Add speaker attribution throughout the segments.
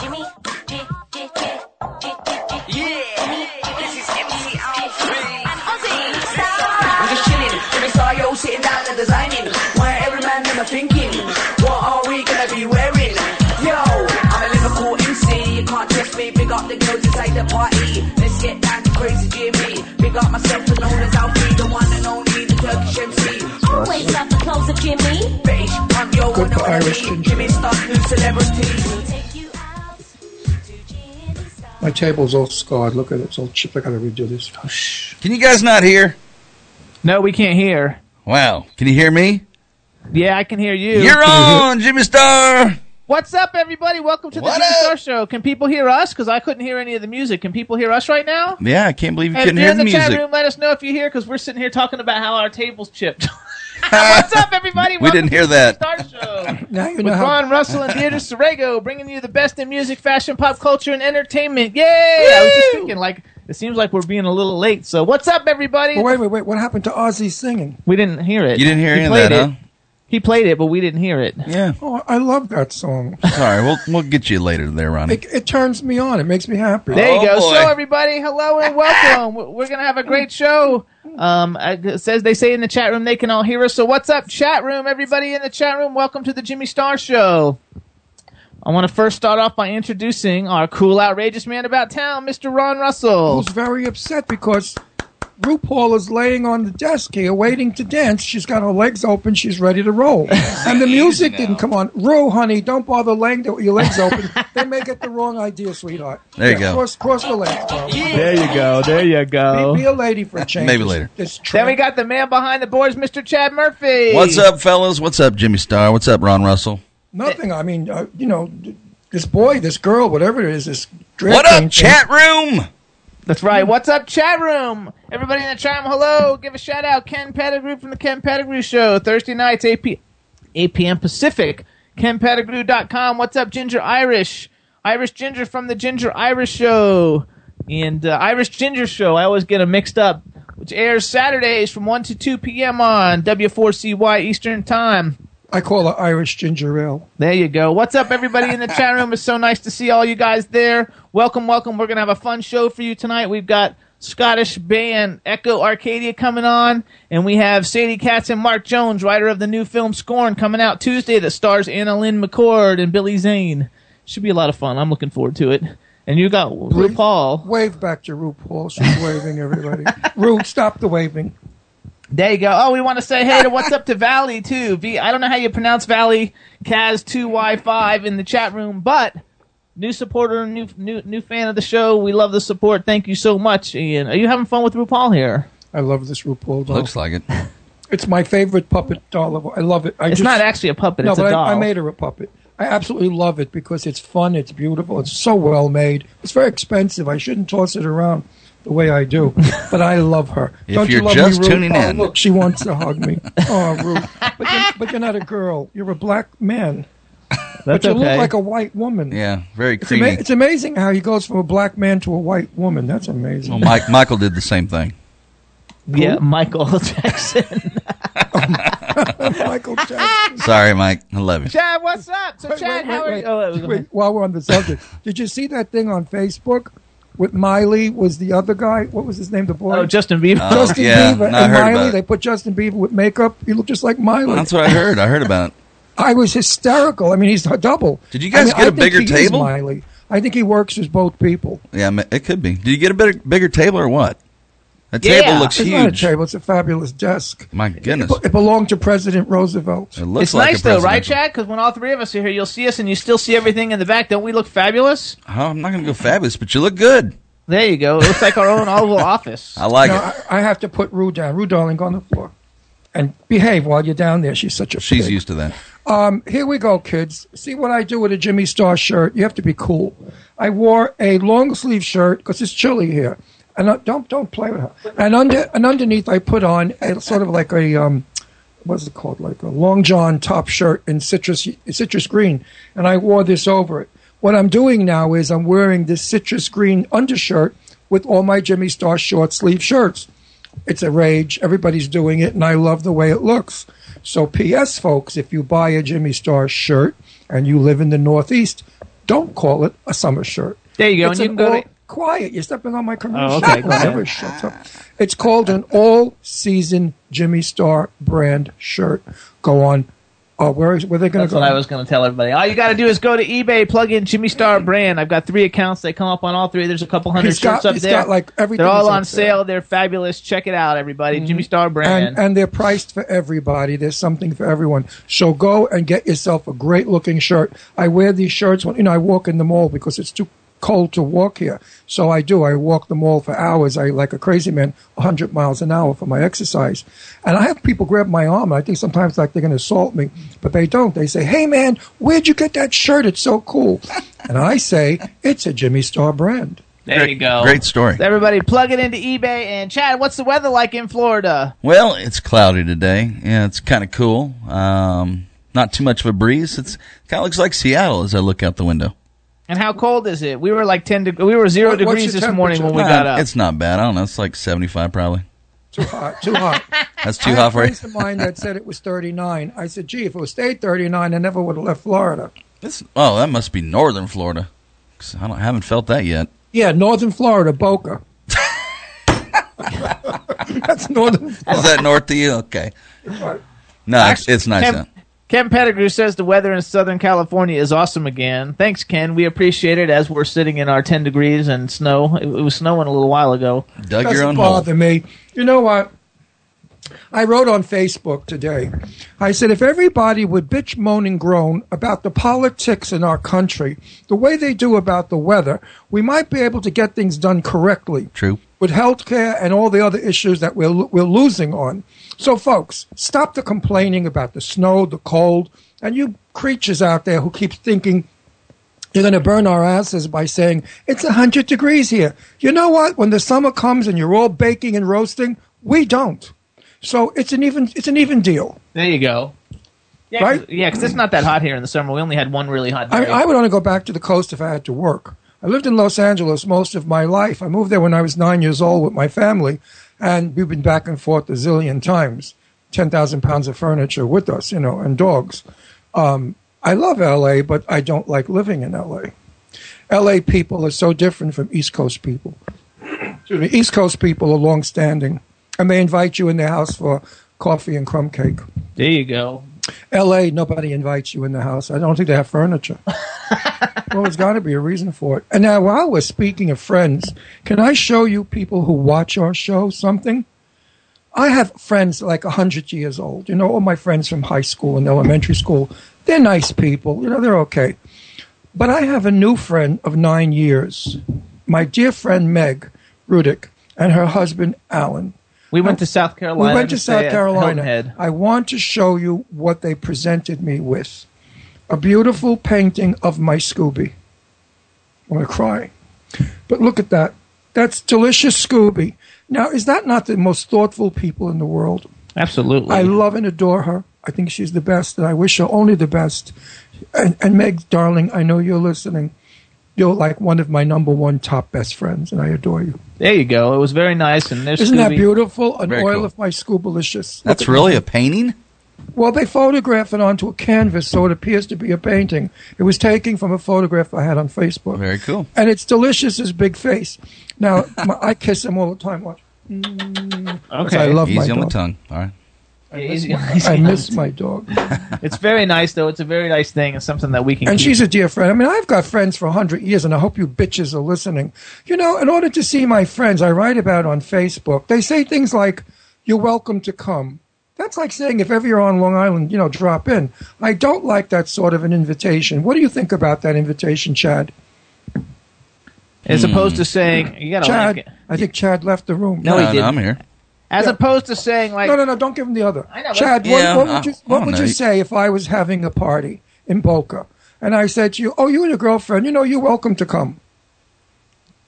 Speaker 1: Jimmy, J, J, J, J, J, J. Yeah, this is MC Alfred. And Ozzy.
Speaker 2: I'm just chilling, Jimmy Sayo sitting down and designing. Where every man in my thinking, what are we gonna be wearing? Yo, I'm a Liverpool MC, you can't test me. Big up the girls inside the party. Let's get down to crazy Jimmy. Big up myself and known as Alfie, the one and only, the Turkish MC.
Speaker 1: Always love the clothes of Jimmy.
Speaker 2: British punk, yo,
Speaker 3: Good
Speaker 2: wanna wanna
Speaker 3: Irish
Speaker 2: be.
Speaker 3: ginger.
Speaker 2: Jimmy Stuff, new celebrity.
Speaker 1: Take you out to Jimmy Star.
Speaker 3: My table's all scarred. Look at it. It's all chipped. I gotta redo this. Shh.
Speaker 4: Can you guys not hear?
Speaker 5: No, we can't hear.
Speaker 4: Wow. Can you hear me?
Speaker 5: Yeah, I can hear you.
Speaker 4: You're on, Jimmy Star.
Speaker 5: What's up, everybody? Welcome to the
Speaker 4: What
Speaker 5: Jimmy Star
Speaker 4: up?
Speaker 5: Show. Can people hear us? Because I couldn't hear any of the music. Can people hear us right now?
Speaker 4: Yeah, I can't believe you
Speaker 5: And if
Speaker 4: couldn't
Speaker 5: you're
Speaker 4: hear
Speaker 5: in
Speaker 4: the
Speaker 5: the chat
Speaker 4: music.
Speaker 5: room, let us know if you hear, because we're sitting here talking about how our table's chipped. What's up, everybody?
Speaker 4: We
Speaker 5: Welcome
Speaker 4: didn't
Speaker 5: to
Speaker 4: hear
Speaker 5: the
Speaker 4: that.
Speaker 5: Jimmy Star Show.
Speaker 3: Now you know
Speaker 5: With
Speaker 3: how.
Speaker 5: Ron Russell and Deirdre Sorego bringing you the best in music, fashion, pop culture, and entertainment. Yay! I was just thinking, like, it seems like we're being a little late. So, what's up, everybody?
Speaker 3: Oh, wait, wait, wait. What happened to Ozzy singing?
Speaker 5: We didn't hear it.
Speaker 4: You didn't hear
Speaker 5: He
Speaker 4: any of
Speaker 5: played
Speaker 4: that,
Speaker 5: it.
Speaker 4: huh?
Speaker 5: He played it, but we didn't hear it.
Speaker 4: Yeah.
Speaker 3: Oh, I love that song.
Speaker 4: Sorry, we'll we'll get you later there, Ronnie.
Speaker 3: It, it turns me on. It makes me happy.
Speaker 5: There
Speaker 4: Oh,
Speaker 5: you go.
Speaker 4: boy.
Speaker 5: So everybody, hello and welcome. We're- We're gonna have a great show. Um, I- it says they say in the chat room they can all hear us. So what's up, chat room? Everybody in the chat room, welcome to the Jimmy Star Show. I want to first start off by introducing our cool, outrageous man about town, Mr. Ron Russell.
Speaker 3: Who's very upset because RuPaul is laying on the desk here waiting to dance. She's got her legs open. She's ready to roll. And the music didn't come on. Ru, honey, don't bother laying the, your legs open. they may get the wrong idea, sweetheart.
Speaker 4: There you
Speaker 3: Yeah,
Speaker 4: go.
Speaker 3: Cross, cross the legs, bro.
Speaker 5: There you go. There you
Speaker 3: Be, be
Speaker 5: go.
Speaker 3: a lady for a change.
Speaker 4: Maybe later.
Speaker 3: It's true.
Speaker 5: Then we got the man behind the boards, Mr. Chad Murphy.
Speaker 4: What's up, fellas? What's up, Jimmy Star? What's up, Ron Russell?
Speaker 3: Nothing. I mean, uh, you know, this boy, this girl, whatever it is, this drag
Speaker 4: What
Speaker 3: queen
Speaker 4: up,
Speaker 3: thing- Mm.
Speaker 4: chat room?
Speaker 5: That's right. What's up, chat room? Everybody in the chat room, hello. Give a shout out. Ken Pettigrew from the Ken Pettigrew Show, Thursday nights, 8, p- 8 p.m. Pacific. KenPettigrew.com. What's up, Ginger Irish? Irish Ginger from the Ginger Irish Show. And uh, Irish Ginger Show, I always get them mixed up, which airs Saturdays from 1 to 2 p.m. on W4CY Eastern Time.
Speaker 3: I call her Irish ginger ale.
Speaker 5: There you go. What's up, everybody in the chat room? It's so nice to see all you guys there. Welcome, welcome. We're going to have a fun show for you tonight. We've got Scottish band Echo Arcadia coming on, and we have Sadie Katz and Mark Jones, writer of the new film Scorn, coming out Tuesday that stars Anna Lynn McCord and Billy Zane. Should be a lot of fun. I'm looking forward to it. And you got RuPaul.
Speaker 3: Wave back to RuPaul. She's waving everybody. Ru, stop the waving.
Speaker 5: There you go. Oh, we want to say hey to what's up to Valley too. V, I don't know how you pronounce Valley Kaz two Y five in the chat room, but new supporter, new new new fan of the show. We love the support. Thank you so much. Ian, are you having fun with RuPaul here?
Speaker 3: I love this RuPaul doll.
Speaker 4: Looks like it.
Speaker 3: It's my favorite puppet doll. Of, I love it. I
Speaker 5: It's
Speaker 3: just,
Speaker 5: not actually a puppet.
Speaker 3: No,
Speaker 5: it's a
Speaker 3: but
Speaker 5: doll.
Speaker 3: I, I made her a puppet. I absolutely love it because it's fun. It's beautiful. It's so well made. It's very expensive. I shouldn't toss it around the way I do, but I love her.
Speaker 4: If
Speaker 3: Don't
Speaker 4: you're
Speaker 3: you love
Speaker 4: just
Speaker 3: me, Ru?
Speaker 4: tuning
Speaker 3: Oh,
Speaker 4: in.
Speaker 3: look, she wants to hug me. Oh, Ru, but you're, but you're not a girl. You're a black man. but
Speaker 5: That's
Speaker 3: you
Speaker 5: okay.
Speaker 3: look like a white woman.
Speaker 4: Yeah, very
Speaker 3: It's, ama-
Speaker 4: creamy.
Speaker 3: it's amazing how he goes from a black man to a white woman. That's amazing.
Speaker 5: Oh,
Speaker 4: Well, Oh, Mike Michael did the same thing.
Speaker 5: yeah, Michael Jackson.
Speaker 3: Michael Jackson.
Speaker 4: Sorry, Mike. I love you.
Speaker 5: Chad, what's up? So
Speaker 3: Wait,
Speaker 5: Chad,
Speaker 3: wait,
Speaker 5: how
Speaker 3: wait,
Speaker 5: are
Speaker 3: wait.
Speaker 5: you? Oh, wait, go
Speaker 3: Wait,
Speaker 5: ahead.
Speaker 3: while we're on the subject, did you see that thing on Facebook with Miley? Was the other guy? What was his name? The boy.
Speaker 5: oh, Justin Bieber.
Speaker 4: Uh,
Speaker 3: Justin
Speaker 4: yeah,
Speaker 3: Bieber
Speaker 4: no, I
Speaker 3: and
Speaker 4: heard about
Speaker 3: Miley.
Speaker 4: it.
Speaker 3: They put Justin Bieber with makeup. He looked just like Miley.
Speaker 4: That's what I heard. I heard about it.
Speaker 3: I was hysterical. I mean, he's a double.
Speaker 4: Did you guys
Speaker 3: I mean,
Speaker 4: get
Speaker 3: I
Speaker 4: a
Speaker 3: think
Speaker 4: bigger
Speaker 3: he is
Speaker 4: table?
Speaker 3: Miley. I think he works with both people.
Speaker 4: Yeah, ma- it could be. Did you get a bigger, bigger table or what? The
Speaker 5: Yeah.
Speaker 4: table looks
Speaker 3: It's not a
Speaker 4: huge.
Speaker 3: table. It's a fabulous desk.
Speaker 4: My goodness.
Speaker 3: It belonged to President Roosevelt.
Speaker 4: It looks
Speaker 5: it's
Speaker 4: like
Speaker 5: nice
Speaker 4: a
Speaker 5: though, right,
Speaker 4: presidential-
Speaker 5: Chad? Because when all three of us are here, you'll see us, and you still see everything in the back. Don't we look fabulous?
Speaker 4: Oh, I'm not going to go fabulous, but you look good.
Speaker 5: There you go. It looks like our own Oval Office.
Speaker 4: I like
Speaker 3: No,
Speaker 4: it.
Speaker 3: I, I have to put Rue down. Rue, darling, go on the floor. and behave while you're down there. She's such a
Speaker 4: She's
Speaker 3: pig.
Speaker 4: used to that.
Speaker 3: Um, here we go, kids. See what I do with a Jimmy Star shirt. You have to be cool. I wore a long sleeve shirt because it's chilly here, and uh, don't don't play with her. And under and underneath, I put on a sort of like a um, what's it called, like a long john top shirt in citrus citrus green, and I wore this over it. What I'm doing now is I'm wearing this citrus green undershirt with all my Jimmy Star short sleeve shirts. It's a rage. Everybody's doing it, and I love the way it looks. So, P.S., folks, if you buy a Jimmy Star shirt and you live in the Northeast, don't call it a summer shirt.
Speaker 5: There you go,
Speaker 3: It's
Speaker 5: and you
Speaker 3: an
Speaker 5: can go
Speaker 3: all-
Speaker 5: to-
Speaker 3: quiet. You're stepping on my commercial.
Speaker 5: Oh, okay, go ahead.
Speaker 3: Never shut up. It's called an all-season Jimmy Star brand shirt. Go on. Uh, where is where they going to
Speaker 5: That's
Speaker 3: go?
Speaker 5: what I was going to tell everybody. All you got to do is go to eBay, plug in Jimmy Star brand. I've got three accounts. They come up on all three. There's a couple hundred
Speaker 3: He's got-
Speaker 5: shirts up
Speaker 3: he's
Speaker 5: there.
Speaker 3: got, like, everything
Speaker 5: They're all
Speaker 3: is up
Speaker 5: on
Speaker 3: there. Mm-hmm.
Speaker 5: sale. They're fabulous. Check it out, everybody. Jimmy Star brand.
Speaker 3: and, and they're priced for everybody. There's something for everyone. So go and get yourself a great looking shirt. I wear these shirts when you know I walk in the mall because it's too cold to walk here. So I do. I walk the mall for hours. I like a crazy man, 100 miles an hour for my exercise. And I have people grab my arm. And I think sometimes like they're going to assault me, but they don't. They say, "Hey man, where'd you get that shirt? It's so cool." And I say, "It's a Jimmy Star brand."
Speaker 5: there
Speaker 4: great,
Speaker 5: you go.
Speaker 4: Great story.
Speaker 5: So everybody, plug it into eBay. And Chad, what's the weather like in Florida?
Speaker 4: Well, it's cloudy today. Yeah, it's kind of cool. Um, not too much of a breeze. It's kind of looks like Seattle as I look out the window.
Speaker 5: And how cold is it? We were like ten. deg we were zero
Speaker 3: What- what's
Speaker 5: degrees
Speaker 3: your
Speaker 5: this morning when we
Speaker 4: Uh,
Speaker 5: got up.
Speaker 4: It's not bad. I don't know. It's like 75 probably.
Speaker 3: Too hot. Too hot.
Speaker 4: That's too hot for
Speaker 3: I
Speaker 4: you.
Speaker 3: had friends of mine that said it was 39. I said, gee, if it was stayed 39, I never would have left Florida.
Speaker 4: It's, oh, that must be northern Florida. 'Cause I, don't, I haven't felt that yet.
Speaker 3: Yeah, northern Florida, Boca. That's northern.
Speaker 4: Is that north to you? Okay. No, it's, it's nice
Speaker 5: Ken,
Speaker 4: out.
Speaker 5: Ken Pettigrew says the weather in Southern California is awesome again. Thanks, Ken. We appreciate it as we're sitting in our 10 degrees and snow. It, it was snowing a little while ago.
Speaker 4: Dug your
Speaker 3: doesn't
Speaker 4: own hole.
Speaker 3: bother me. You know what? I wrote on Facebook today. I said, if everybody would bitch, moan, and groan about the politics in our country the way they do about the weather, we might be able to get things done correctly.
Speaker 4: True.
Speaker 3: With healthcare and all the other issues that we're, lo- we're losing on. So, folks, stop the complaining about the snow, the cold, and you creatures out there who keep thinking you're going to burn our asses by saying, it's 100 degrees here. You know what? When the summer comes and you're all baking and roasting, we don't. So it's an even, it's an even deal.
Speaker 5: There you go. Yeah, 'cause-
Speaker 3: Right?
Speaker 5: yeah, 'cause it's not that hot here in the summer. We only had one really hot
Speaker 3: I,
Speaker 5: day.
Speaker 3: I would only go back to the coast if I had to work. I lived in Los Angeles most of my life. I moved there when I was nine years old with my family, and we've been back and forth a zillion times. 10,000 pounds of furniture with us, you know, and dogs. Um, I love LA, but I don't like living in LA. LA people are so different from East Coast people. Excuse me, East Coast people are long standing, and they invite you in their house for coffee and crumb cake.
Speaker 5: there you go.
Speaker 3: L.A. Nobody invites you in the house. I don't think they have furniture. well, there's got to be a reason for it. And now, while we're speaking of friends, can I show you people who watch our show something? I have friends like hundred years old. You know, all my friends from high school and elementary school. They're nice people. You know, they're okay. But I have a new friend of nine years, my dear friend Meg Rudick and her husband Alan.
Speaker 5: We went to South
Speaker 3: We
Speaker 5: Carolina.
Speaker 3: went to
Speaker 5: stay
Speaker 3: South
Speaker 5: at
Speaker 3: Carolina.
Speaker 5: Hilton Head.
Speaker 3: I want to show you what they presented me with a beautiful painting of my Scooby. I'm going to cry. But look at that. That's delicious Scooby. Now, is that not the most thoughtful people in the world?
Speaker 5: Absolutely.
Speaker 3: I love and adore her. I think she's the best, and I wish her only the best. And, and Meg, darling, I know you're listening. You're like one of my number one top best friends, and I adore you.
Speaker 5: there you go. It was very nice. And there's
Speaker 3: Isn't that
Speaker 5: Scooby.
Speaker 3: beautiful? An
Speaker 4: Very
Speaker 3: oil
Speaker 4: cool.
Speaker 3: of my Scoobalicious.
Speaker 4: That's really a painting?
Speaker 3: Well, they photographed it onto a canvas, so it appears to be a painting. It was taken from a photograph I had on Facebook.
Speaker 4: Very cool.
Speaker 3: And it's delicious, his big face. Now, my, I kiss him all the time. Watch. 'Cause
Speaker 5: Okay.
Speaker 3: I love my
Speaker 4: Easy on the
Speaker 3: dog.
Speaker 4: tongue. All right.
Speaker 5: Easy-
Speaker 3: I miss my dog.
Speaker 5: it's very nice, though. It's a very nice thing. It's something that we can
Speaker 3: And
Speaker 5: keep.
Speaker 3: she's a dear friend. I mean, I've got friends for 100 years, and I hope you bitches are listening. You know, in order to see my friends I write about on Facebook, they say things like, You're welcome to come. That's like saying, If ever you're on Long Island, you know, drop in. I don't like that sort of an invitation. What do you think about that invitation, Chad?
Speaker 5: as opposed to saying, you got to like
Speaker 4: Hmm.
Speaker 3: Chad,
Speaker 5: it.
Speaker 3: I think Chad left the room.
Speaker 5: Hmm. No, he
Speaker 4: Uh,
Speaker 5: didn't.
Speaker 4: I'm here.
Speaker 5: as
Speaker 3: Yeah.
Speaker 5: opposed to saying like
Speaker 3: No, no, no! Don't give him the other.
Speaker 5: I know,
Speaker 3: Chad,
Speaker 4: but- Yeah,
Speaker 3: what, what would you
Speaker 4: I- I
Speaker 3: what
Speaker 4: don't
Speaker 3: would
Speaker 4: know.
Speaker 3: you say if I was having a party in Boca and I said to you, "Oh, you and your girlfriend, you know, you're welcome to come,"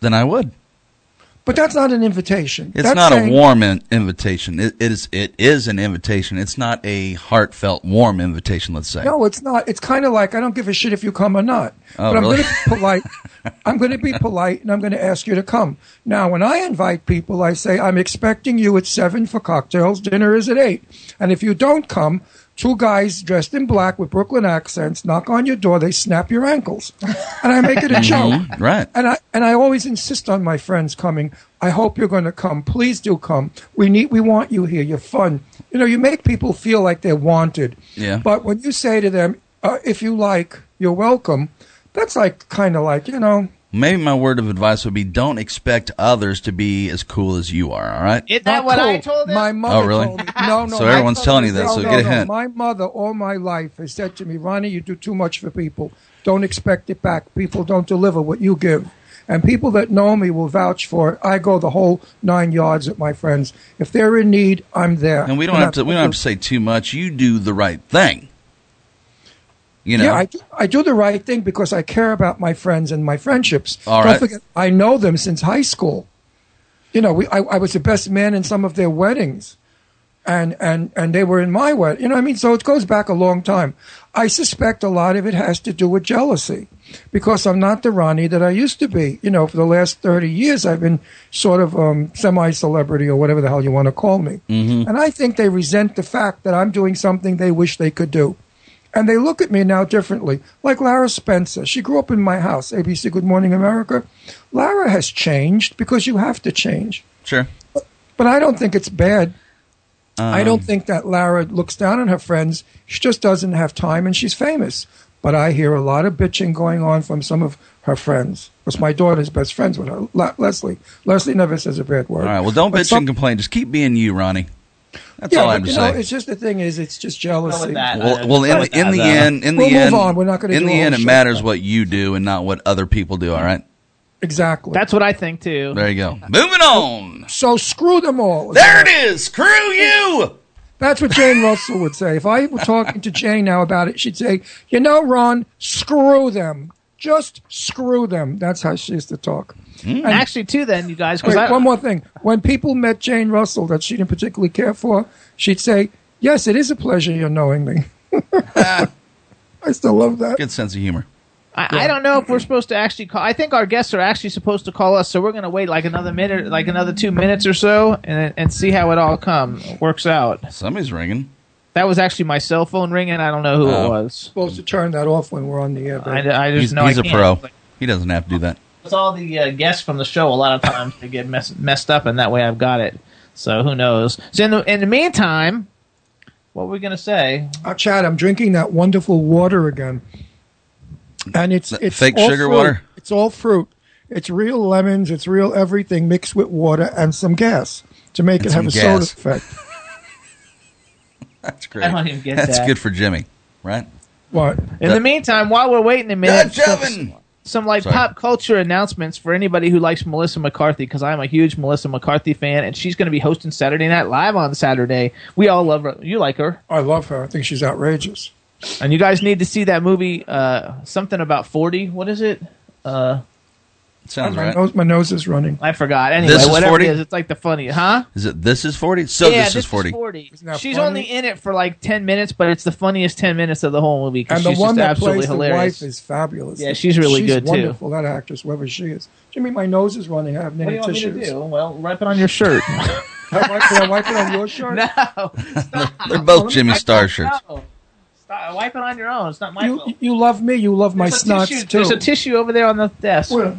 Speaker 4: Then I would.
Speaker 3: but that's not an invitation.
Speaker 4: It's
Speaker 3: That's
Speaker 4: not
Speaker 3: saying-
Speaker 4: a warm in- invitation. It, it is. It is an invitation. It's not a heartfelt, warm invitation. Let's say.
Speaker 3: No, it's not. It's kind of like I don't give a shit if you come or not.
Speaker 4: Oh,
Speaker 3: but I'm
Speaker 4: really?
Speaker 3: going to be polite. I'm going to be polite, and I'm going to ask you to come. Now, when I invite people, I say I'm expecting you at seven for cocktails. Dinner is at eight, and if you don't come. Two guys dressed in black with Brooklyn accents knock on your door. They snap your ankles, and I make it a joke.
Speaker 4: Mhm, Right.
Speaker 3: And I and I always insist on my friends coming. I hope you're going to come. Please do come. We need we want you here. You're fun. You know, you make people feel like they're wanted.
Speaker 4: Yeah.
Speaker 3: But when you say to them, uh, "If you like, you're welcome," that's like kind of like you know.
Speaker 4: Maybe my word of advice would be: don't expect others to be as cool as you are. All right.
Speaker 5: isn't that
Speaker 3: not
Speaker 5: what I
Speaker 3: cool.
Speaker 5: told him?
Speaker 3: My mother
Speaker 4: Oh, really?
Speaker 3: told me. No, no.
Speaker 4: So
Speaker 3: my
Speaker 4: everyone's
Speaker 3: mother-
Speaker 4: telling you that,
Speaker 3: no,
Speaker 4: so
Speaker 3: no,
Speaker 4: get a
Speaker 3: no.
Speaker 4: hint.
Speaker 3: My mother, all my life, has said to me, "Ronnie, you do too much for people. Don't expect it back. People don't deliver what you give." And people that know me will vouch for it. I go the whole nine yards at my friends. If they're in need, I'm there.
Speaker 4: And we don't have to. We don't have to say too much. You do the right thing. You know.
Speaker 3: Yeah, I do, I do the right thing because I care about my friends and my friendships.
Speaker 4: All
Speaker 3: Don't
Speaker 4: right.
Speaker 3: forget, I know them since high school. You know, we, I, I was the best man in some of their weddings, and and and they were in my wedding. You know, what I mean, so it goes back a long time. I suspect a lot of it has to do with jealousy, because I'm not the Ronnie that I used to be. You know, for the last thirty years, I've been sort of um, semi-celebrity or whatever the hell you want to call me,
Speaker 4: Mm-hmm.
Speaker 3: and I think they resent the fact that I'm doing something they wish they could do. And they look at me now differently. Like Lara Spencer, she grew up in my house, ABC Good Morning America. Lara has changed because you have to change.
Speaker 4: sure.
Speaker 3: But I don't think it's bad. I don't
Speaker 4: Um.
Speaker 3: think that Lara looks down on her friends. She just doesn't have time and she's famous. But I hear a lot of bitching going on from some of her friends. Because my daughter's best friends with her, Le- Leslie. Leslie never says a bad word.
Speaker 4: All right. Well, don't
Speaker 3: But
Speaker 4: bitch
Speaker 3: some-
Speaker 4: and complain. Just keep being you, Ronnie. That's
Speaker 3: Yeah,
Speaker 4: all
Speaker 3: but
Speaker 4: I have to
Speaker 3: you know,
Speaker 4: say.
Speaker 3: it's just the thing is, it's just jealousy.
Speaker 4: Well, well, in, the- in the end, in the
Speaker 3: We'll move
Speaker 4: end,
Speaker 3: on. We're not gonna
Speaker 4: in
Speaker 3: do
Speaker 4: the
Speaker 3: a whole
Speaker 4: end, it
Speaker 3: show
Speaker 4: matters
Speaker 3: about it.
Speaker 4: what you do and not what other people do. All right,
Speaker 3: Exactly.
Speaker 5: That's what I think too.
Speaker 4: there you go. Moving on.
Speaker 3: so screw them all.
Speaker 4: There it is. Screw you.
Speaker 3: That's what Jane Russell would say. If I were talking to Jane now about it, she'd say, "You know, Ron, screw them. Just screw them." That's how she used to talk.
Speaker 4: Hmm.
Speaker 5: Actually, too, then you guys. 'cause
Speaker 3: Wait,
Speaker 5: I-
Speaker 3: one more thing. When people met Jane Russell that she didn't particularly care for, she'd say, "Yes, it is a pleasure you're knowing me." I still love that.
Speaker 4: Good sense of humor.
Speaker 5: I, I don't know if we're supposed to actually call. I think our guests are actually supposed to call us, so we're going to wait like another minute, like another two minutes or so, and and see how it all come works out.
Speaker 4: Somebody's ringing.
Speaker 5: That was actually my cell phone ringing. I don't know who
Speaker 4: Oh.
Speaker 5: it was.
Speaker 3: supposed to turn that off when we're on the air.
Speaker 5: I,
Speaker 3: babe.
Speaker 5: I just
Speaker 4: He's,
Speaker 5: know
Speaker 4: he's
Speaker 5: I
Speaker 4: a
Speaker 5: can't.
Speaker 4: pro.
Speaker 5: Like,
Speaker 4: He doesn't have to do that.
Speaker 5: It's all the uh, guests from the show. A lot of times they get mess, messed up, and that way I've got it. So who knows? So in the in the meantime, what were we going to say?
Speaker 3: Uh, Chad, I'm drinking that wonderful water again, and it's
Speaker 4: That
Speaker 3: it's
Speaker 4: fake
Speaker 3: all
Speaker 4: sugar
Speaker 3: fruit.
Speaker 4: water?
Speaker 3: It's all fruit. It's real lemons. It's real everything mixed with water and some gas to make it have
Speaker 4: some
Speaker 3: a
Speaker 4: gas.
Speaker 3: soda effect.
Speaker 4: That's great.
Speaker 5: I don't even get
Speaker 4: That's
Speaker 5: that.
Speaker 4: good for Jimmy, right?
Speaker 3: What?
Speaker 5: In
Speaker 4: That-
Speaker 5: the meantime, while we're waiting a minute,
Speaker 4: Dutch oven.
Speaker 5: some like
Speaker 4: Sorry.
Speaker 5: pop culture announcements for anybody who likes Melissa McCarthy because I'm a huge Melissa McCarthy fan and she's going to be hosting Saturday Night Live on Saturday. We all love her. You like her,
Speaker 3: I love her. I think she's outrageous.
Speaker 5: and you guys need to see that movie. Uh, something about forty. What is it? Uh,
Speaker 4: Sounds
Speaker 3: My,
Speaker 4: right.
Speaker 3: nose, my nose is running.
Speaker 5: I forgot. Anyway,
Speaker 4: This is
Speaker 5: whatever
Speaker 4: 40?
Speaker 5: it is, it's like the funny, huh?
Speaker 4: Is it this is forty? So
Speaker 5: yeah,
Speaker 4: this, is forty.
Speaker 3: Isn't that
Speaker 5: She's
Speaker 3: funny?
Speaker 5: only in it for like ten minutes, but it's the funniest ten minutes of the whole movie because
Speaker 3: And the
Speaker 5: she's
Speaker 3: one
Speaker 5: just
Speaker 3: that
Speaker 5: absolutely
Speaker 3: plays
Speaker 5: hilarious.
Speaker 3: the wife is fabulous.
Speaker 5: Yeah, she's really good, too.
Speaker 3: wonderful, That actress, whoever she is. Jimmy, my nose is running. I have
Speaker 5: what do
Speaker 3: many
Speaker 5: you want
Speaker 3: tissues.
Speaker 5: me to do? Well, wipe it on your shirt.
Speaker 3: I wipe, can I wipe it on your shirt?
Speaker 5: no,
Speaker 4: They're both Jimmy Star shirts.
Speaker 5: No. Stop, wipe it on your own. It's not my fault.
Speaker 3: You, you love me. You love my
Speaker 5: There's a
Speaker 3: snots
Speaker 5: tissue-
Speaker 3: too.
Speaker 5: There's a tissue over there on the desk.
Speaker 3: Well,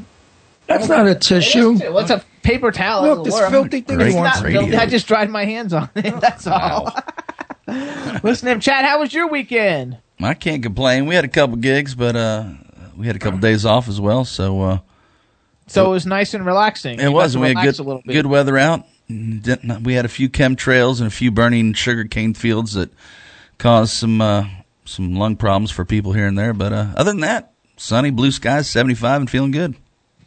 Speaker 3: That's not a
Speaker 5: It is
Speaker 3: tissue.
Speaker 5: too. What's a paper towel?
Speaker 3: Look, this
Speaker 5: Laura,
Speaker 3: filthy thing he
Speaker 4: Great
Speaker 5: it's
Speaker 3: wants.
Speaker 5: not
Speaker 4: radio.
Speaker 5: filthy. I just dried my hands on it. That's all.
Speaker 4: Wow.
Speaker 5: Listen to him, Chad. How was your weekend?
Speaker 4: I can't complain. We had a couple gigs, but uh, we had a couple days off as well. So uh,
Speaker 5: So it was nice and relaxing.
Speaker 4: It
Speaker 5: You
Speaker 4: was.
Speaker 5: got to
Speaker 4: and We had
Speaker 5: relax
Speaker 4: good,
Speaker 5: a little bit.
Speaker 4: good weather out. Didn't- We had a few chemtrails and a few burning sugarcane fields that caused some uh, some lung problems for people here and there. But uh, other than that, sunny, blue skies, seventy five, and feeling good.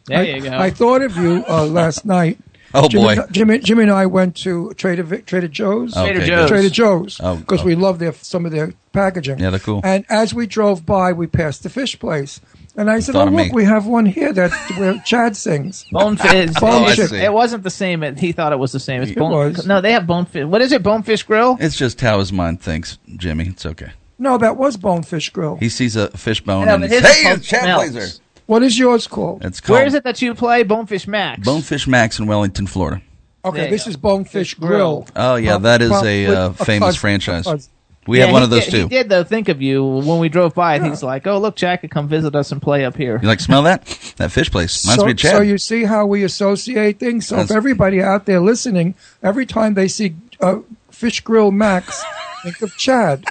Speaker 5: There
Speaker 3: I,
Speaker 5: you go.
Speaker 3: I thought of you uh, last night
Speaker 4: Oh,
Speaker 3: Jimmy,
Speaker 4: boy.
Speaker 3: Jimmy, Jimmy and I went to Trader Vic- Trader Joe's.
Speaker 4: Okay,
Speaker 5: Trader
Speaker 4: good.
Speaker 5: Joe's.
Speaker 3: Trader Joe's
Speaker 4: Oh,
Speaker 3: because
Speaker 4: oh.
Speaker 3: we love their some of their packaging.
Speaker 4: Yeah, they're cool.
Speaker 3: And as we drove by, we passed the fish place, and I said, "Oh
Speaker 4: thought of me.
Speaker 3: look, we have one here that where Chad sings."
Speaker 5: Bonefish.
Speaker 3: Oh, I
Speaker 5: It's-
Speaker 4: see.
Speaker 5: it wasn't the same. as- He thought it was the same. It's
Speaker 3: It
Speaker 5: bone.
Speaker 3: was.
Speaker 5: No, they have bonefish. What is it? Bonefish grill.
Speaker 4: It's just how his mind thinks, Jimmy. It's okay.
Speaker 3: No, that was Bonefish Grill.
Speaker 4: He sees a fishbone
Speaker 5: Yeah,
Speaker 4: and
Speaker 5: but
Speaker 4: he's,
Speaker 5: his
Speaker 4: hey,
Speaker 5: pump
Speaker 4: it's Chad
Speaker 5: melts.
Speaker 4: Blazer.
Speaker 3: what is yours called?
Speaker 4: It's called
Speaker 5: Where is it that you play Bonefish Max?
Speaker 4: Bonefish Max in Wellington, Florida.
Speaker 5: There
Speaker 3: Okay,
Speaker 5: you
Speaker 3: this
Speaker 5: go.
Speaker 3: is Bonefish
Speaker 5: Grill.
Speaker 3: Grill.
Speaker 4: Oh, yeah,
Speaker 3: Pump-
Speaker 4: that is
Speaker 3: pump
Speaker 4: a
Speaker 3: with
Speaker 4: uh, famous
Speaker 3: cus-
Speaker 4: franchise.
Speaker 3: a cus-
Speaker 4: We
Speaker 5: Yeah,
Speaker 4: have one
Speaker 5: he
Speaker 4: of those
Speaker 5: did, He
Speaker 4: too.
Speaker 5: did though think of you when we drove by. and He's like, "Oh, look, Jack could come visit us and play up here."
Speaker 4: You like smell that? That fish place reminds
Speaker 3: so,
Speaker 4: me of Chad.
Speaker 3: so you see how we associate things. So if
Speaker 4: That's-
Speaker 3: everybody out there listening, every time they see uh, Fish Grill Max, think of Chad.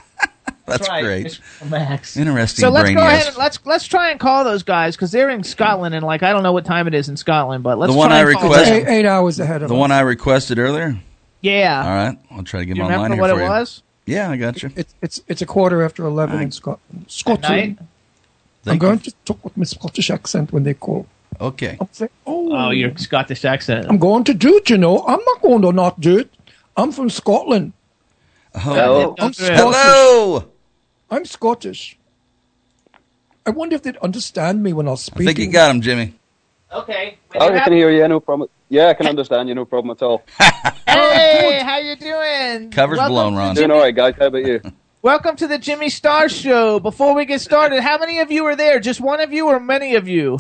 Speaker 4: That's
Speaker 5: right,
Speaker 4: great.
Speaker 5: Mr. Max.
Speaker 4: Interesting.
Speaker 5: So let's
Speaker 4: brain
Speaker 5: go
Speaker 4: yes.
Speaker 5: ahead and let's let's try and call those guys because they're in Scotland and like I don't know what time it is in Scotland, but let's.
Speaker 4: The one
Speaker 5: try
Speaker 4: I
Speaker 5: and call
Speaker 4: request-
Speaker 5: them.
Speaker 3: Eight, eight hours ahead of
Speaker 4: the
Speaker 3: us.
Speaker 4: one I requested earlier.
Speaker 5: Yeah.
Speaker 4: All right, I'll try to get
Speaker 5: Do you
Speaker 4: him online
Speaker 5: remember
Speaker 4: here
Speaker 5: what it
Speaker 4: for you.
Speaker 5: was?
Speaker 4: Yeah, I got you.
Speaker 3: It's it's it's a quarter after eleven in Scotland.
Speaker 5: Night.
Speaker 3: Scotland. I'm
Speaker 4: Thank
Speaker 3: going to talk with my Scottish accent when they call.
Speaker 4: you. Okay.
Speaker 3: I'm saying, oh,
Speaker 5: Oh, your Scottish accent.
Speaker 3: I'm going to do it. You know, I'm not going to not do it. I'm from Scotland.
Speaker 5: Oh.
Speaker 4: Hello.
Speaker 3: I'm
Speaker 5: do it.
Speaker 3: Scottish.
Speaker 4: Hello.
Speaker 3: I'm Scottish. I wonder if they'd understand me when I speak.
Speaker 4: I think you got him, Jimmy.
Speaker 5: Okay.
Speaker 6: Oh, I can hear you. No problem. Yeah, I can understand you. No problem at all.
Speaker 5: Hey, how you doing?
Speaker 4: Covers
Speaker 5: Welcome
Speaker 4: blown,
Speaker 5: to
Speaker 4: Ron.
Speaker 5: Jim-
Speaker 6: Doing all right, guys. How about you?
Speaker 5: Welcome to the Jimmy Star Show. Before we get started, how many of you are there? Just one of you or many of you?